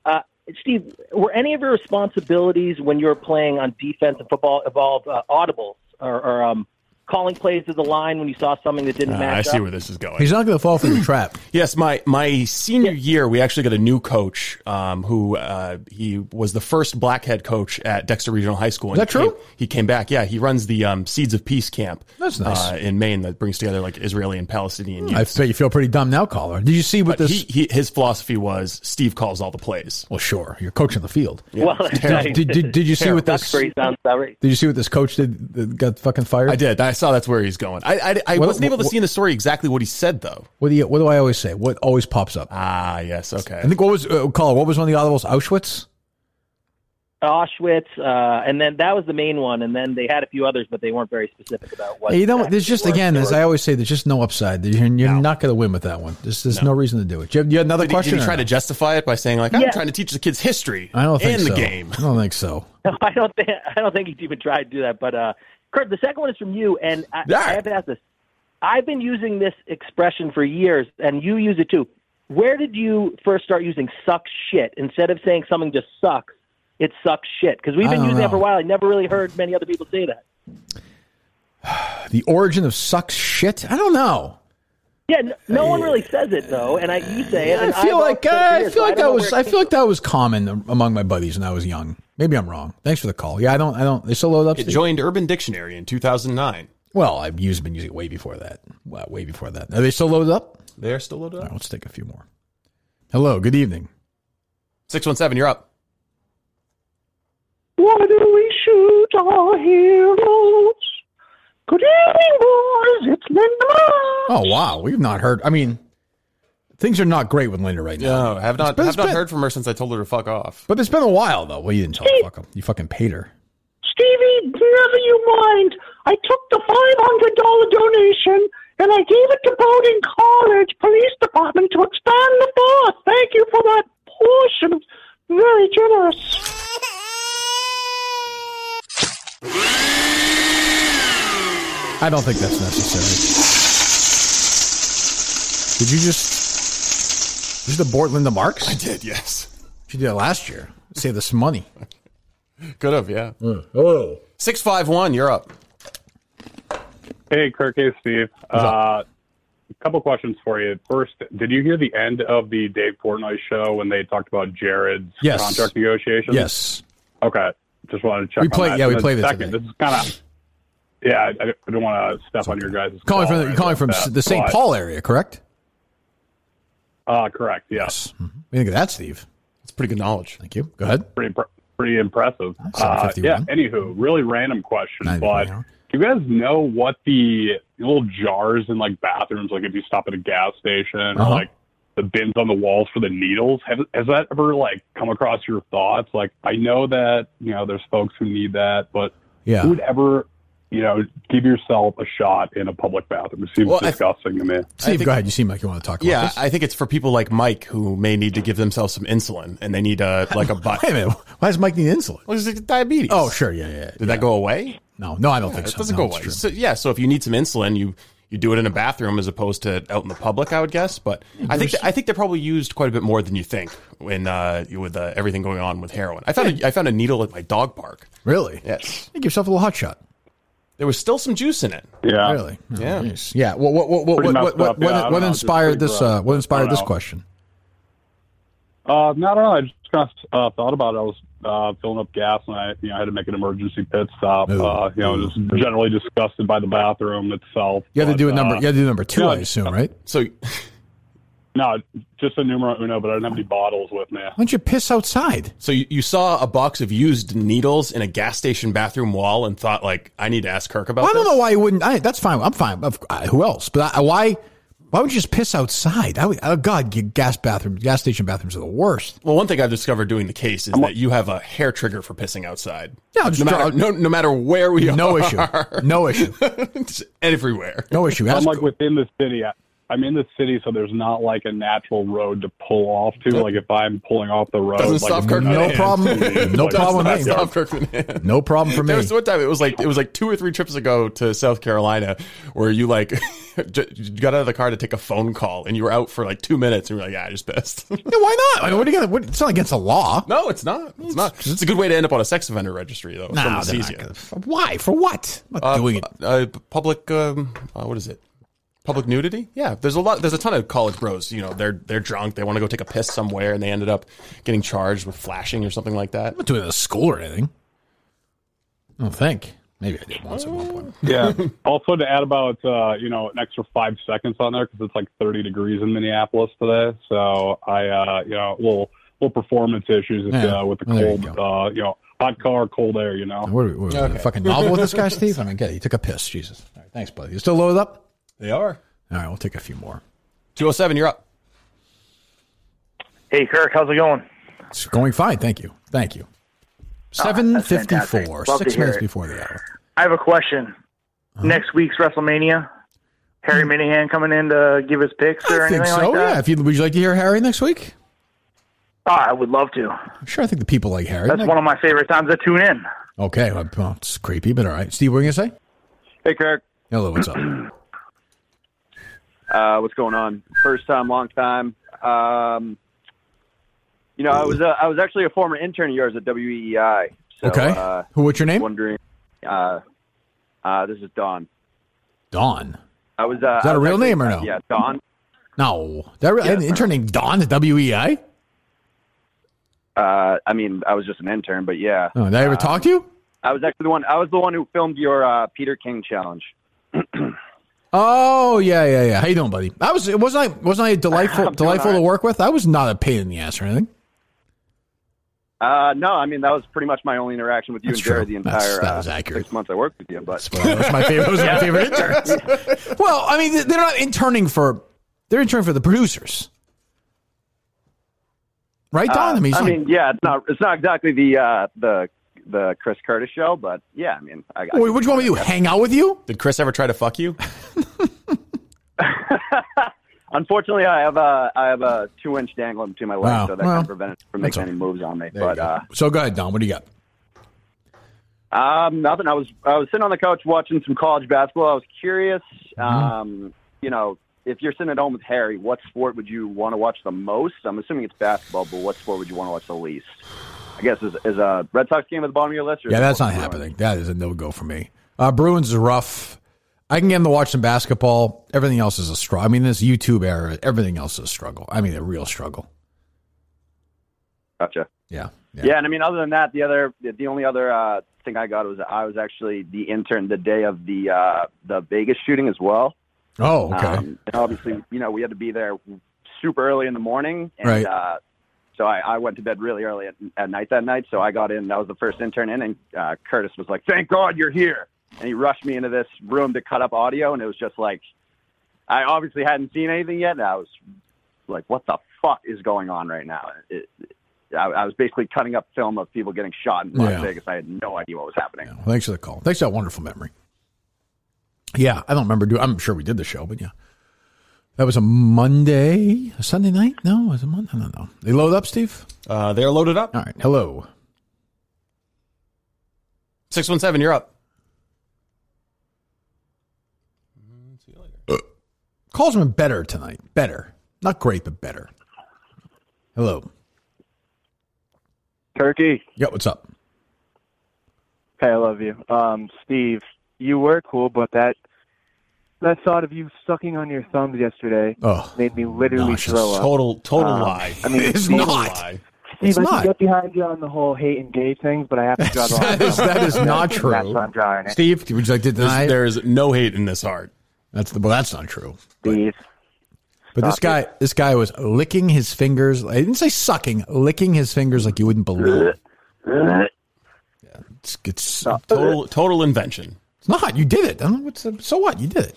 Uh, Steve, were any of your responsibilities when you were playing on defense and football involved uh, audibles or, or um, calling plays to the line when you saw something that didn't Uh, match I see up? where this is going. He's not going to fall for the trap. Yes, my my senior year, we actually got a new coach um, who uh, he was the first black head coach at Dexter Regional High School. Is that he came- true? he came back. Yeah, he runs the um, Seeds of Peace camp. That's nice. uh, in Maine that brings together like Israeli and Palestinian. I bet you feel pretty dumb now, caller. Did you see what But this? he, he, his philosophy was Steve calls all the plays. well, sure. You're coaching the field. Well, did, did, did, did you see what this? Duxbury sounds about right. Did you see what this coach did? That got fucking fired. I did. I saw that's where he's going. I I, I What- wasn't able to what- see in the story exactly what he said though. What do you? What do I always say? What always pops up? Ah, yes, okay. I think what was uh, caller? What was one of the audibles? Auschwitz. Auschwitz, uh, and then that was the main one, and then they had a few others, but they weren't very specific about what. Hey, you know, there's just Or- again, as or- I always say, there's just no upside. There's- You're, you're not going to win with that one. There's, there's no. reason to do it. Do you have, do you have another Did he, question? did he or try no? to justify it by saying like I'm Yeah. trying to teach the kids history I don't think and so. the game? I don't think so. No, I don't think I don't think he's even tried to do that. But uh, Kurt, the second one is from you, and I, Yeah. I have to ask this. I've been using this expression for years, and you use it too. Where did you first start using "sucks shit" instead of saying something just sucks? It sucks shit because we've I been don't using know. that for a while. I never really heard many other people say that. The origin of sucks shit. I don't know. Yeah, no, no one really says it though, and I you say it. I and feel I've like always said it for uh, years, so I feel don't like that know was where it I came feel like that was common among my buddies when I was young. Maybe I'm wrong. Thanks for the call. Yeah, I don't I don't. They still load up. It Steve? joined Urban Dictionary in 2009. Well, I've used been using it way before that. Wow, way before that. Are they Oh. still loaded up? They're still loaded All right, up. let's take a few more. Hello. Good evening. 617, you're up. Why do we shoot our heroes? Good evening, boys. It's Linda. Oh wow, we've not heard. I mean, things are not great with Linda right now. No, have It's not, been- have it's not been- heard from her since I told her to fuck off. But it's been a while though. Well, you didn't tell her. Fuck 'em. You fucking paid her. Stevie, never you mind. I took the $500 donation and I gave it to Bowdoin College Police Department to expand the force. Thank you for that portion. Very generous. I don't think that's necessary. Did you just just abort Linda Marks? I did, yes. She did it last year. Save us some money. Could have, yeah. Oh. 651, you're up. Hey, Kirk. Hey, Steve. Uh, a couple questions for you. First, did you hear the end of the Dave Portnoy show when they talked about Jared's Yes. contract negotiations? Yes. Okay. Just wanted to check. We on play- that. yeah, we And then played it Second, today. this is kind of. Yeah, I, I don't want to step on your guys' Calling call from or the, calling anything from like s that, the St. but- Paul area, correct? Uh, correct. Yes. What do you think of that, Steve? That's pretty good knowledge. Thank you. Go ahead. Pretty impre- pretty impressive. Uh, 751. yeah. Anywho, really random question, but do you guys know what the little jars in like bathrooms, like if you stop at a gas station or Uh-huh. like the bins on the walls for the needles, have, has that ever like come across your thoughts? Like I know that you know there's folks who need that, but Yeah. who would ever you know give yourself a shot in a public bathroom? It seems Well, I- disgusting to me. Steve, go ahead. You seem like you want to talk about Yeah, this. I think it's for people like Mike who may need to give themselves some insulin and they need a like a butt. Wait a minute. Why does Mike need insulin? Well, it's diabetes. Oh, sure. Yeah, yeah. Did that go away? No, no, I don't Yeah, think so. It doesn't No, go it's away. true. So, yeah, so if you need some insulin, you you do it in a bathroom as opposed to out in the public, I would guess. But I think I think they're probably used quite a bit more than you think when uh, you- with uh, everything going on with heroin. I found a, I found a needle at my dog park. Really? Yes, Give yourself a little hot shot. there was still some juice in it. Yeah, really. Oh, yeah. Yeah. Well, what what what Pretty what messed what, what, up, yeah, I what, don't know, just inspired pretty this? rough. Uh, what inspired don't this know. question? Uh, no, no, I just kind of uh, thought about it. I was uh, filling up gas, and I, you know, I had to make an emergency pit stop. Uh, you know, just generally disgusted by the bathroom itself. You have to but, do it number. uh, You have to do number two, yeah, I assume, right? So No, just a numero uno, but I didn't have any bottles with me. Why don't you piss outside? So you, you saw a box of used needles in a gas station bathroom wall and thought like, I need to ask Kirk about Well, I this. don't know why you wouldn't. I, that's fine. I'm fine. Of- I- who else? But I, why? Why would you just piss outside? I would, oh God, your gas bathrooms, gas station bathrooms are the worst. Well, one thing I've discovered doing the case is that you have a hair trigger for pissing outside. Yeah, I'll just no draw- matter, no, no matter where we are, No issue. No issue. It's everywhere. No issue. I'm Ask- like within the city. I, I'm in the city, so there's not like a natural road to pull off to. Like if I'm pulling off the road, Doesn't like, stop it's Kirk. not- No problem. No Like, problem it's with not- me. Stop Kirk Monahan. No problem for There me. was one time it was like it was like two or three trips ago to South Carolina where you like j- you got out of the car to take a phone call and you were out for like two minutes and you were like, yeah, I just pissed. Yeah, why not? I mean, what are you gonna? What, it's not against the law. no, it's not. It's not. It's a good way to end up on a sex offender registry though. if No, someone they're sees not you. Why? For what? I'm not Uh, doing it. Uh, public. Um, uh, what is it? Public nudity? Yeah, there's a lot. There's a ton of college bros. You know, they're they're drunk. They want to go take a piss somewhere, and they ended up getting charged with flashing or something like that. I'm not doing it at school or anything. I don't think. Maybe I did once at one point. yeah. Also, to add about uh, you know an extra five seconds on there because it's like 30 degrees in Minneapolis today. So I uh, you know little little performance issues Yeah. uh, with the Well, there you cold uh, you know hot car, cold air. You know. What are we, what are we, Okay. a fucking novel with this guy, Steve? I mean, get it. You took a piss. Jesus. All right, thanks, buddy. You still loaded up? They are. All right, we'll take a few more. 207, you're up. Hey, Kirk, how's it going? It's going fine. Thank you. Thank you. 754, Oh, fantastic. Love to six hear minutes it. before the hour. I have a question. Uh-huh. Next week's WrestleMania, Harry Minahan coming in to give his picks or Hmm. I think anything so, like that? yeah. If you, would you like to hear Harry next week? Ah, I would love to. I'm sure I think the people like Harry. That's one of my favorite times to tune in. Okay, well, well, it's creepy, but all right. Steve, what are you going to say? Hey, Kirk. Hello, what's up? Uh, what's going on? First time, long time. Um, you know, I was uh, I was actually a former intern of yours at WEEI. So, okay. Uh, Who? What's your name? Wondering. Uh, uh, this is Don. Don. I was. Uh, Is that I a was real actually- name or no? Yeah, Don. No. That really, an intern named Don E at WEI? Uh, I mean, I was just an intern, but yeah. Oh, did I ever Uh, talk to you? I was actually the one. I was the one who filmed your uh, Peter King challenge. Oh yeah, yeah, yeah. How you doing, buddy? I was wasn't I wasn't I delightful delightful to work with? I was not a pain in the ass or anything. Uh, no, I mean that was pretty much my only interaction with you That's and Jared true. the That's- entire that uh, was accurate. six months I worked with you. But that was my favorite. Those are my favorite interns. Well, I mean, they're not interning for they're interning for the producers, right, Don? I mean, Uh, it's I not- mean, yeah, it's not it's not exactly the uh, the the Chris Curtis show, but yeah, I mean, I, I Wait, what do you want me to do? Hang out with you? Did Chris ever try to fuck you? Unfortunately, I have a I have a two inch dangling between my legs, Wow. so that Well, kind of prevents from that's making all any moves on me. There you but go. uh, so go ahead, Don. What do you got? Um, nothing. I was I was sitting on the couch watching some college basketball. I was curious. Mm-hmm. Um, you know, if you're sitting at home with Harry, what sport would you want to watch the most? I'm assuming it's basketball, but what sport would you want to watch the least? I guess is is a Red Sox game at the bottom of your list. Or Yeah, that's not happening. That is a no go for me. Uh, Bruins is rough. I can get him to watch some basketball. Everything else is a struggle. I mean, this YouTube era, everything else is a struggle. I mean, a real struggle. Gotcha. Yeah. Yeah. and I mean, other than that, the other the only other uh, thing I got was I was actually the intern the day of the uh, the Vegas shooting as well. Oh, okay. Um, and obviously, you know, we had to be there super early in the morning, and Right. uh, so I, I went to bed really early at, at night that night. So I got in. I was the first intern in, and uh, Curtis was like, "Thank God you're here," and he rushed me into this room to cut up audio, and it was just like, I obviously hadn't seen anything yet, and I was like, "What the fuck is going on right now?" It, I, I was basically cutting up film of people getting shot in Las Yeah. Vegas. I had no idea what was happening. Well, thanks for the call. Thanks for that wonderful memory. Yeah, I don't remember. Do I'm sure we did the show, but yeah, that was a Monday, a Sunday night. No, it was a Monday. No, no. They load up, Steve. Uh, they're loaded up. All right. Hello. Six one seven. You're up. Calls have been better tonight. Better, not great, but better. Hello. Turkey. Yeah, what's up? Hey, I love you, um, Steve. You were cool, but that that thought of you sucking on your thumbs yesterday Oh, made me literally nauseous. throw up. Total- total Um, lie. I mean, It's Steve, not. Lie. Steve, It's I not. can get behind you on the whole hate and gay thing, but I have to draw the line. That is, that is not true. That's what I'm drawing. it. Steve, would you like to deny There is no hate in this heart. That's the well. That's not true. Steve. But this guy, this guy was licking his fingers. I didn't say sucking, licking his fingers like you wouldn't believe. Yeah, Uh, it's, it's total total invention. It's not. You did it. I don't know what's the, so what. You did it.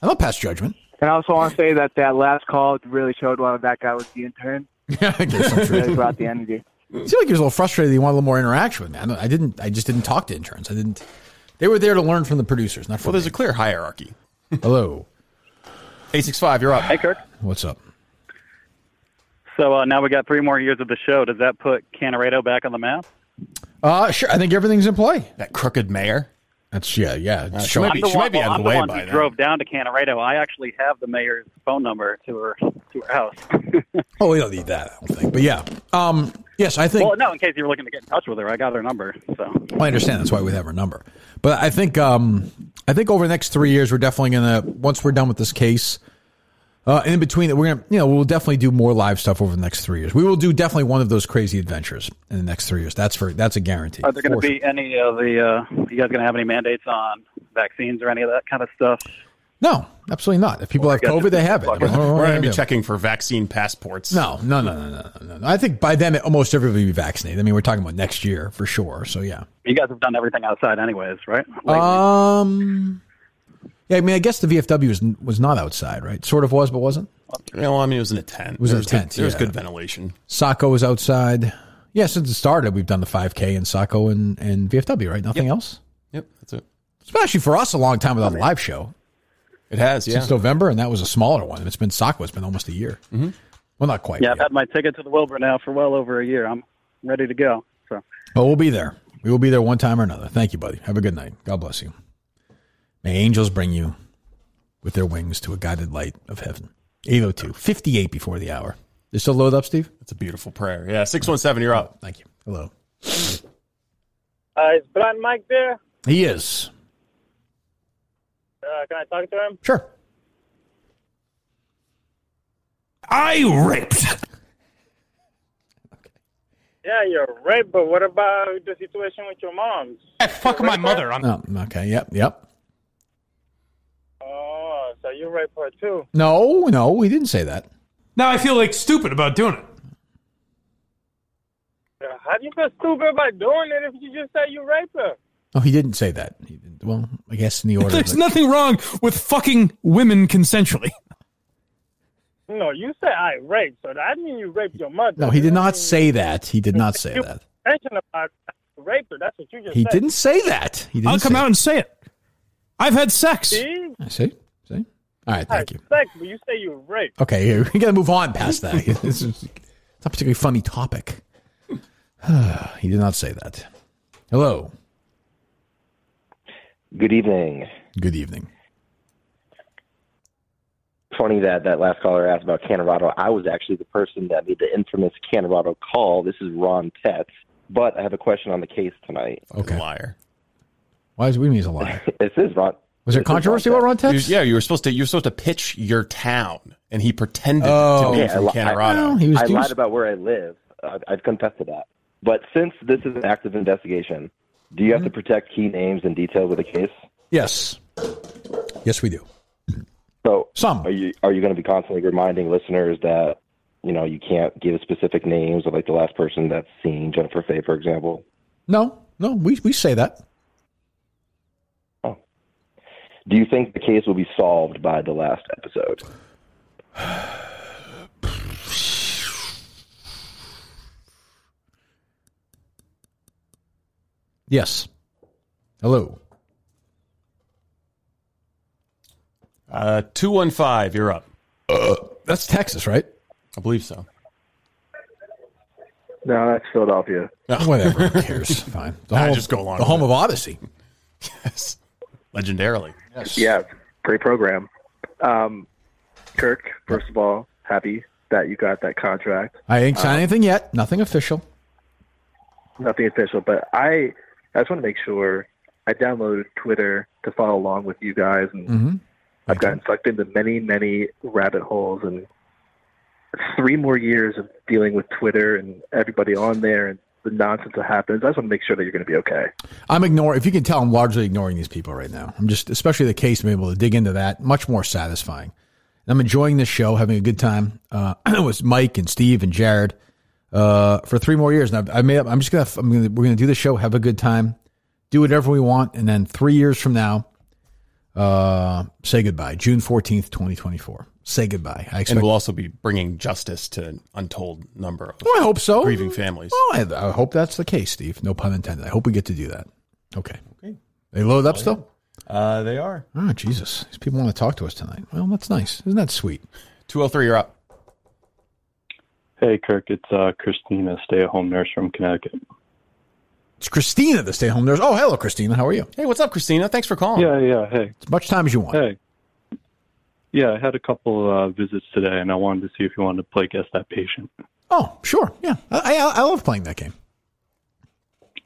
I don't pass judgment. And I also want to say that that last call really showed why that guy was the intern. Yeah, I guess that's true. really brought the energy. It seemed like he was a little frustrated. He wanted a little more interaction with me. I, don't- I didn't. I just didn't talk to interns. I didn't. They were there to learn from the producers, not from. Well, there's a clear hierarchy. Hello. Eight six five. You're up. Hey, Kirk. What's up? So uh, now we got three more years of the show. Does that put Canarado back on the map? Uh, sure. I think everything's in play. That crooked mayor. That's yeah, yeah. Uh, she might be- I'm the she one- might be well, out of I'm the way one by who now. drove down to Canarado. I actually have the mayor's phone number to her to her house. Oh, we don't need that. I don't think. But yeah. Um. Yes, I think. Well, no, in case you were looking to get in touch with her, I got her number. So I understand that's why we have her number. But I think um, I think over the next three years, we're definitely gonna once we're done with this case. Uh, in between that, we're gonna you know we'll definitely do more live stuff over the next three years. We will do definitely one of those crazy adventures in the next three years. That's for that's a guarantee. are there going to For sure. be any of the? Uh, you guys going to have any mandates on vaccines or any of that kind of stuff? No, absolutely not. If people have COVID, they have it. I We're mean, what am I going to gonna be do? checking for vaccine passports. No, no, no, no, no, no, no. I think by then almost everybody will be vaccinated. I mean, we're talking about next year for sure. So yeah. You guys have done everything outside, anyways, right? Uh, Um. Yeah, I mean, I guess the VFW was was not outside, right? Sort of was, but wasn't. No, I mean it was in a tent. It was there in a good- tent, there was yeah. good ventilation. Sacco was outside. Yeah, since it started, we've done the 5K and Sacco and, and VFW, right? Nothing else. Yep, that's it. It's been actually for us a long time without a live show. It has, yeah. Since November, and that was a smaller one. It's been Sacco. It's been almost a year. Mm-hmm. Well, not quite. Yeah, I've had my ticket to the Wilbur now for well over a year. I'm ready to go. So But we'll be there. We will be there one time or another. Thank you, buddy. Have a good night. God bless you. May angels bring you with their wings to a guided light of heaven. 802, 58 before the hour. You still load up, Steve? That's a beautiful prayer. Yeah, six one seven. You're up. Thank you. Hello. Uh, is Brian Mike there? He is. Uh, can I talk to him? Sure. I raped. Yeah, you're raped, but what about the situation with your moms? fuck my mother. I'm Oh, okay. Yep. Yep. Oh, so you raped her too. No, no, we didn't say that. now I feel like stupid about doing it. Uh, How do you feel stupid about doing it if you just say you raped her? Oh, he didn't say that. He didn't- Well, I guess in the order. There's that- nothing wrong with fucking women consensually. No, you said I raped, so that means you raped your mother. no, he did not say that. He did not say You that. mentioned about rape her. That's what you just He said. didn't say that. He didn't I'll come say out and say it. I've had sex. See? I see. See? All right, thank you. Sex, but you say you were raped. Okay, here, we got to move on past that. This is it's not a particularly funny topic. he did not say that. Hello. Good evening. Good evening. Funny that that last caller asked about Canorado. I was actually the person that made the infamous Canorado call. This is Ron Tetz, but I have a question on the case tonight. Okay. Liar. Why is we mean he's a liar? This is Ron. Was there controversy about Ron Tex? You- yeah, you were supposed to. You were supposed to pitch your town, and he pretended Oh. to be Yeah, from I li- Colorado. Well, he was- I he was- lied about where I live. I, I've confessed to that. But since this is an active investigation, do you have to protect key names and details of the case? Mm-hmm. Yes. Yes, we do. So some are you are you going to be constantly reminding listeners that you know you can't give specific names of like the last person that's seen Jennifer Fay, for example? No, no, we, we say that. Do you think the case will be solved by the last episode? Yes. Hello. Uh, two one five. You're up. Uh, that's Texas, right? I believe so. No, that's Philadelphia. Whatever. Who cares? Fine. The Nah, home, just go along The with home it. of Odyssey. Yes. Legendarily. Yeah, great program. Um, Kirk, first of all, happy that you got that contract. I ain't signed anything yet. Nothing official. Nothing official, but I, I just want to make sure I downloaded Twitter to follow along with you guys, and Mm-hmm. I've gotten sucked into many, many rabbit holes, and three more years of dealing with Twitter and everybody on there and the nonsense that happens. I just want to make sure that you're going to be okay. I'm ignoring. If you can tell, I'm largely ignoring these people right now. I'm just, especially the case, I'm able to dig into that. Much more satisfying. And I'm enjoying this show, having a good time uh, with Mike and Steve and Jared uh, for three more years. And I've, I made up. I'm just gonna. I'm gonna. We're gonna do the show, have a good time, do whatever we want, and then three years from now, uh, say goodbye. June 14th, 2024. Say goodbye. I expect. and we'll also be bringing justice to an untold number of I hope so. grieving families. Well, I, I hope that's the case, Steve. No pun intended. I hope we get to do that. Okay. Okay. They loaded up still. Oh, Uh, they are. Oh, Jesus. These people want to talk to us tonight. Well, that's nice. Isn't that sweet? 203, you're up. Hey, Kirk, it's uh, Christina, stay at home nurse from Connecticut. It's Christina, the stay at home nurse. Oh, hello, Christina. How are you? Hey, what's up, Christina? Thanks for calling. Yeah, yeah, hey. As much time as you want. Hey. Yeah, I had a couple uh, visits today, and I wanted to see if you wanted to play Guess That Patient. Oh, sure. Yeah. I, I, I love playing that game.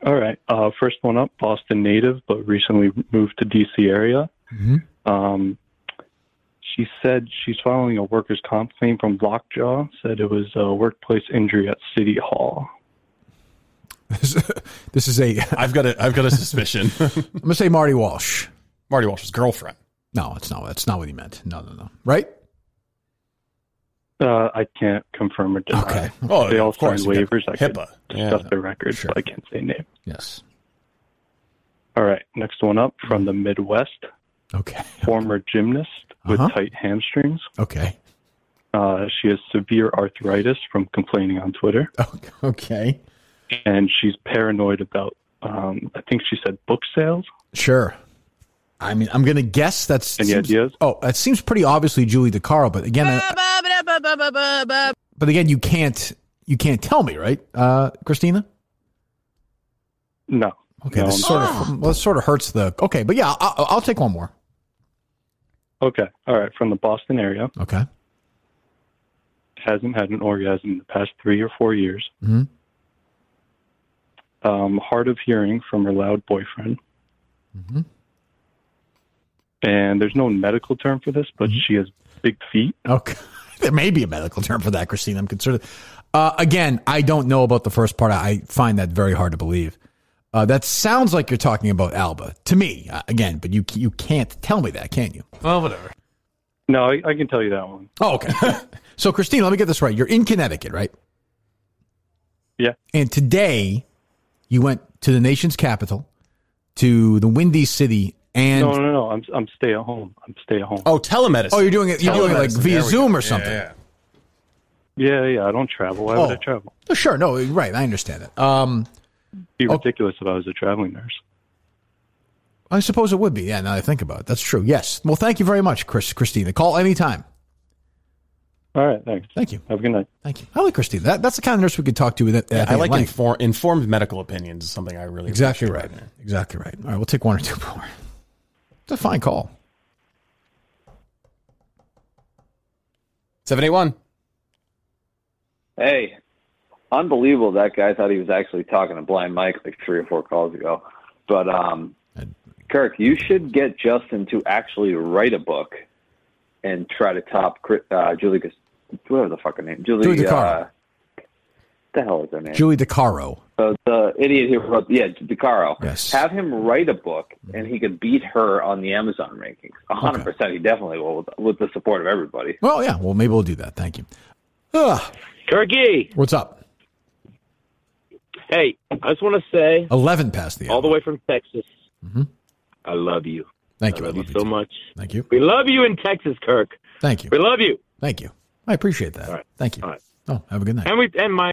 All right. Uh, first one up Boston native, but recently moved to D.C. area. Mm-hmm. Um, she said she's filing a workers' comp claim from Lockjaw, said it was a workplace injury at City Hall. This is a. I've got a. I've got a suspicion. I'm going to say Marty Walsh. Marty Walsh's girlfriend. No, it's not. That's not what he meant. No, no, no. Right? Uh, I can't confirm or deny. Okay. Oh, they all of course, signed you waivers. got I could HIPAA. discuss their records, but I can't say name. Yes. All right. Next one up from the Midwest. Okay. Former gymnast with Uh-huh. tight hamstrings. Okay. Uh, she has severe arthritis from complaining on Twitter, Okay. and she's paranoid about. Um, I think she said book sales. Sure. I mean, I'm going to guess that's. Any seems- ideas? Oh, that seems pretty obviously Julie DeCaro, but again, Um, I- but again, you can't you can't tell me, right, uh, Christina? No. Okay, No, this I'm sort not. of well, this sort of hurts the. Okay, but yeah, I'll, I'll take one more. Okay. All right. From the Boston area. Okay. Hasn't had an orgasm in the past three or four years. Mm-hmm. Um, hard of hearing from her loud boyfriend. Mhm. And there's no medical term for this, but she has big feet. Mm-hmm. Okay, there may be a medical term for that, Christina. I'm concerned. Uh, again, I don't know about the first part. I find that very hard to believe. Uh, that sounds like you're talking about Alba to me uh, again, but you you can't tell me that, can you? Well, whatever. No, I, I can tell you that one. Oh, okay. so, Christine, let me get this right. You're in Connecticut, right? Yeah. And today, you went to the nation's capital, to the Windy City, and no, no, no. I'm I'm stay at home. I'm stay at home. Oh, telemedicine. Oh, you're doing it. You're doing it like Telemedicine, via there we Zoom go. or Yeah, something. yeah. Yeah, yeah. I don't travel. Why would Oh. I travel? Oh, Sure. No. Right. I understand it. Um, oh. It'd be ridiculous if I was a traveling nurse. I suppose it would be. Yeah, now that I think about it. That's true. Yes. Well, thank you very much, Chris, Christina. Call anytime. All right, thanks. Thank you. Have a good night. Thank you. I like Christina. That, that's the kind of nurse we could talk to. That, I like it. infor- informed medical opinions is something I really Exactly appreciate right. Exactly right. All right, we'll take one or two more. It's a fine call. Seven eight one. Hey, unbelievable! That guy thought he was actually talking to Blind Mike like three or four calls ago. But um, Kirk, you should get Justin to actually write a book and try to top Chris- uh, Julie, Gus- whatever the fuck her name, Julie. Julie DeCaro. uh, the hell is her name? Julie DeCaro. So the idiot who wrote, yeah, DeCaro. Yes. Mm-hmm. Have him write a book, and he could beat her on the Amazon rankings. A hundred percent, he definitely will, with, with the support of everybody. Well, yeah. Well, maybe we'll do that. Thank you. Ugh. Kirky, What's up? hey, I just want to say, 11 past the hour. all the way from Texas, Mhm. I love you. Thank I you. I love love you so much. Thank you. We love you in Texas, Kirk. Thank you. Uh, We love you. Thank you. I appreciate that. Thank you. Oh, have a good night. And we and my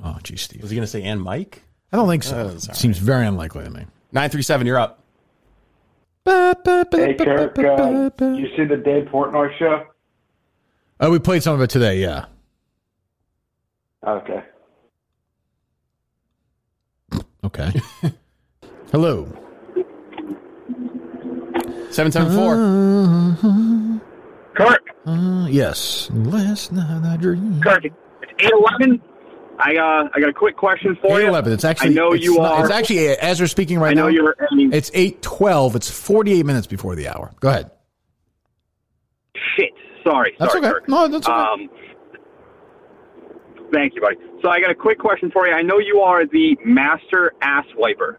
Oh, geez, Steve. Was he going to say and Mike? I don't think so. Oh, It sorry. seems very unlikely to me. 937, you're up. Hey, Kirk, uh, you see the Dave Portnoy show? Oh, we played some of it today. Yeah. Okay. Okay. Hello. 774. Uh, Kirk, Uh, yes. Last night I dreamed. Kirk, it's eight eleven. I uh, I got a quick question for you. 811. It's actually. I know it's you not- are. It's actually uh, as we're speaking right I know now. you're- I mean- it's eight twelve. It's forty eight minutes before the hour. Go ahead. shit. Sorry, That's sorry, okay. Kirk. No, that's okay. Um, thank you, buddy. So I got a quick question for you. I know you are the master ass wiper.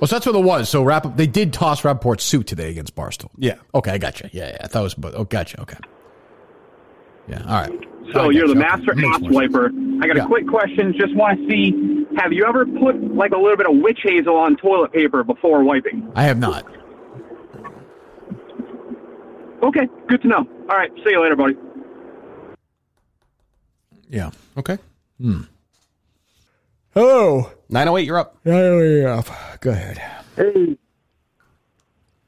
Well, so that's what it was. So Rapp- they did toss Rapport's suit today against Barstool. Yeah. Okay, I gotcha. Yeah, yeah. I thought it was, but oh, gotcha. Okay. Yeah. All right. So I you're the gotcha. master Makes ass more sense. wiper. I got Yeah. a quick question. Just want to see, have you ever put like a little bit of witch hazel on toilet paper before wiping? I have not. Okay, good to know. All right, see you later, buddy. Yeah. Okay. Hmm. Hello. 908, you're up. 908, you're up. Go ahead. Hey.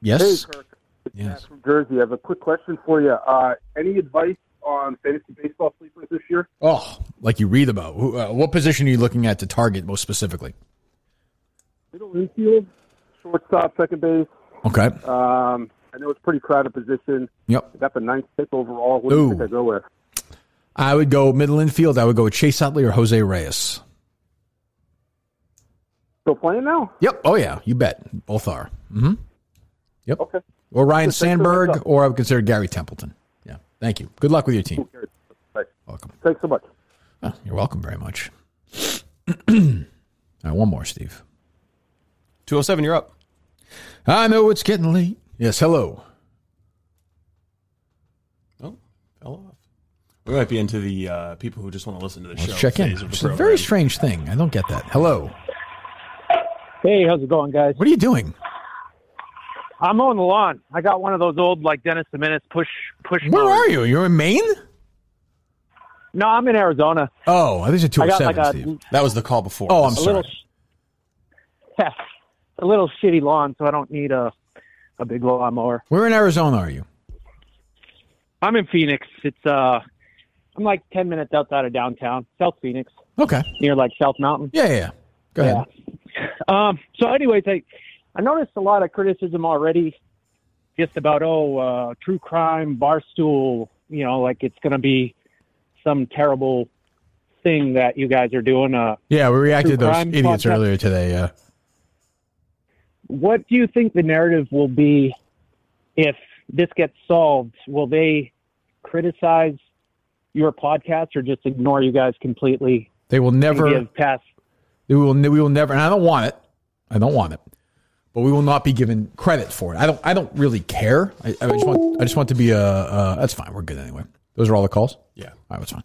Yes. Hey, Kirk. It's Yes. Matt from Jersey. I have a quick question for you. Uh, any advice on fantasy baseball sleepers this year? Oh, like you read about. Who, uh, what position are you looking at to target most specifically? Middle infield, shortstop, second base. Okay. Um, I know it's a pretty crowded position. Yep. I got the ninth pick overall. What do Ooh. you think I go with? I would go middle infield. I would go with Chase Utley or Jose Reyes. Still playing now? Yep. Oh yeah, you bet. Both are. hmm Yep. Okay. Or Ryan Just thanks for the heads Sandberg, up. or I would consider Gary Templeton. Yeah. Thank you. Good luck with your team. Welcome. Thanks so much. Oh, you're welcome very much. All right, one more, Steve. 207, you're up. I know it's getting late. Yes, hello. Fell off. We might be into the uh, people who just want to listen to the Let's show. check in. phase of the It's a program. very strange thing. I don't get that. Hello. Hey, how's it going, guys? What are you doing? I'm mowing the lawn. I got one of those old like Dennis the Menace push push. Where are you? You're in Maine? No, I'm in Arizona. Oh, I think it's a I got 207, like a- Steve. That was the call before. Oh, I'm a sorry. Little, yeah, a little shitty lawn, so I don't need a a big lawnmower. Where in Arizona are you? I'm in Phoenix. It's uh, I'm like ten minutes outside of downtown, South Phoenix, Okay. near like South Mountain. Yeah, yeah. yeah. Go ahead. Um, so, anyways, I, I noticed a lot of criticism already, just about oh, uh, true crime, barstool. You know, like it's going to be some terrible thing that you guys are doing. Uh, Yeah, we reacted to True those crime idiots podcast. earlier today. uh, Yeah. what do you think the narrative will be if this gets solved? Will they criticize your podcast or just ignore you guys completely? They will never. And give past We will. We will never. And I don't want it. I don't want it. But we will not be given credit for it. I don't. I don't really care. I, I just want. I just want to be a. Uh, that's fine. We're good anyway. Those are all the calls. Yeah. All right. That's fine.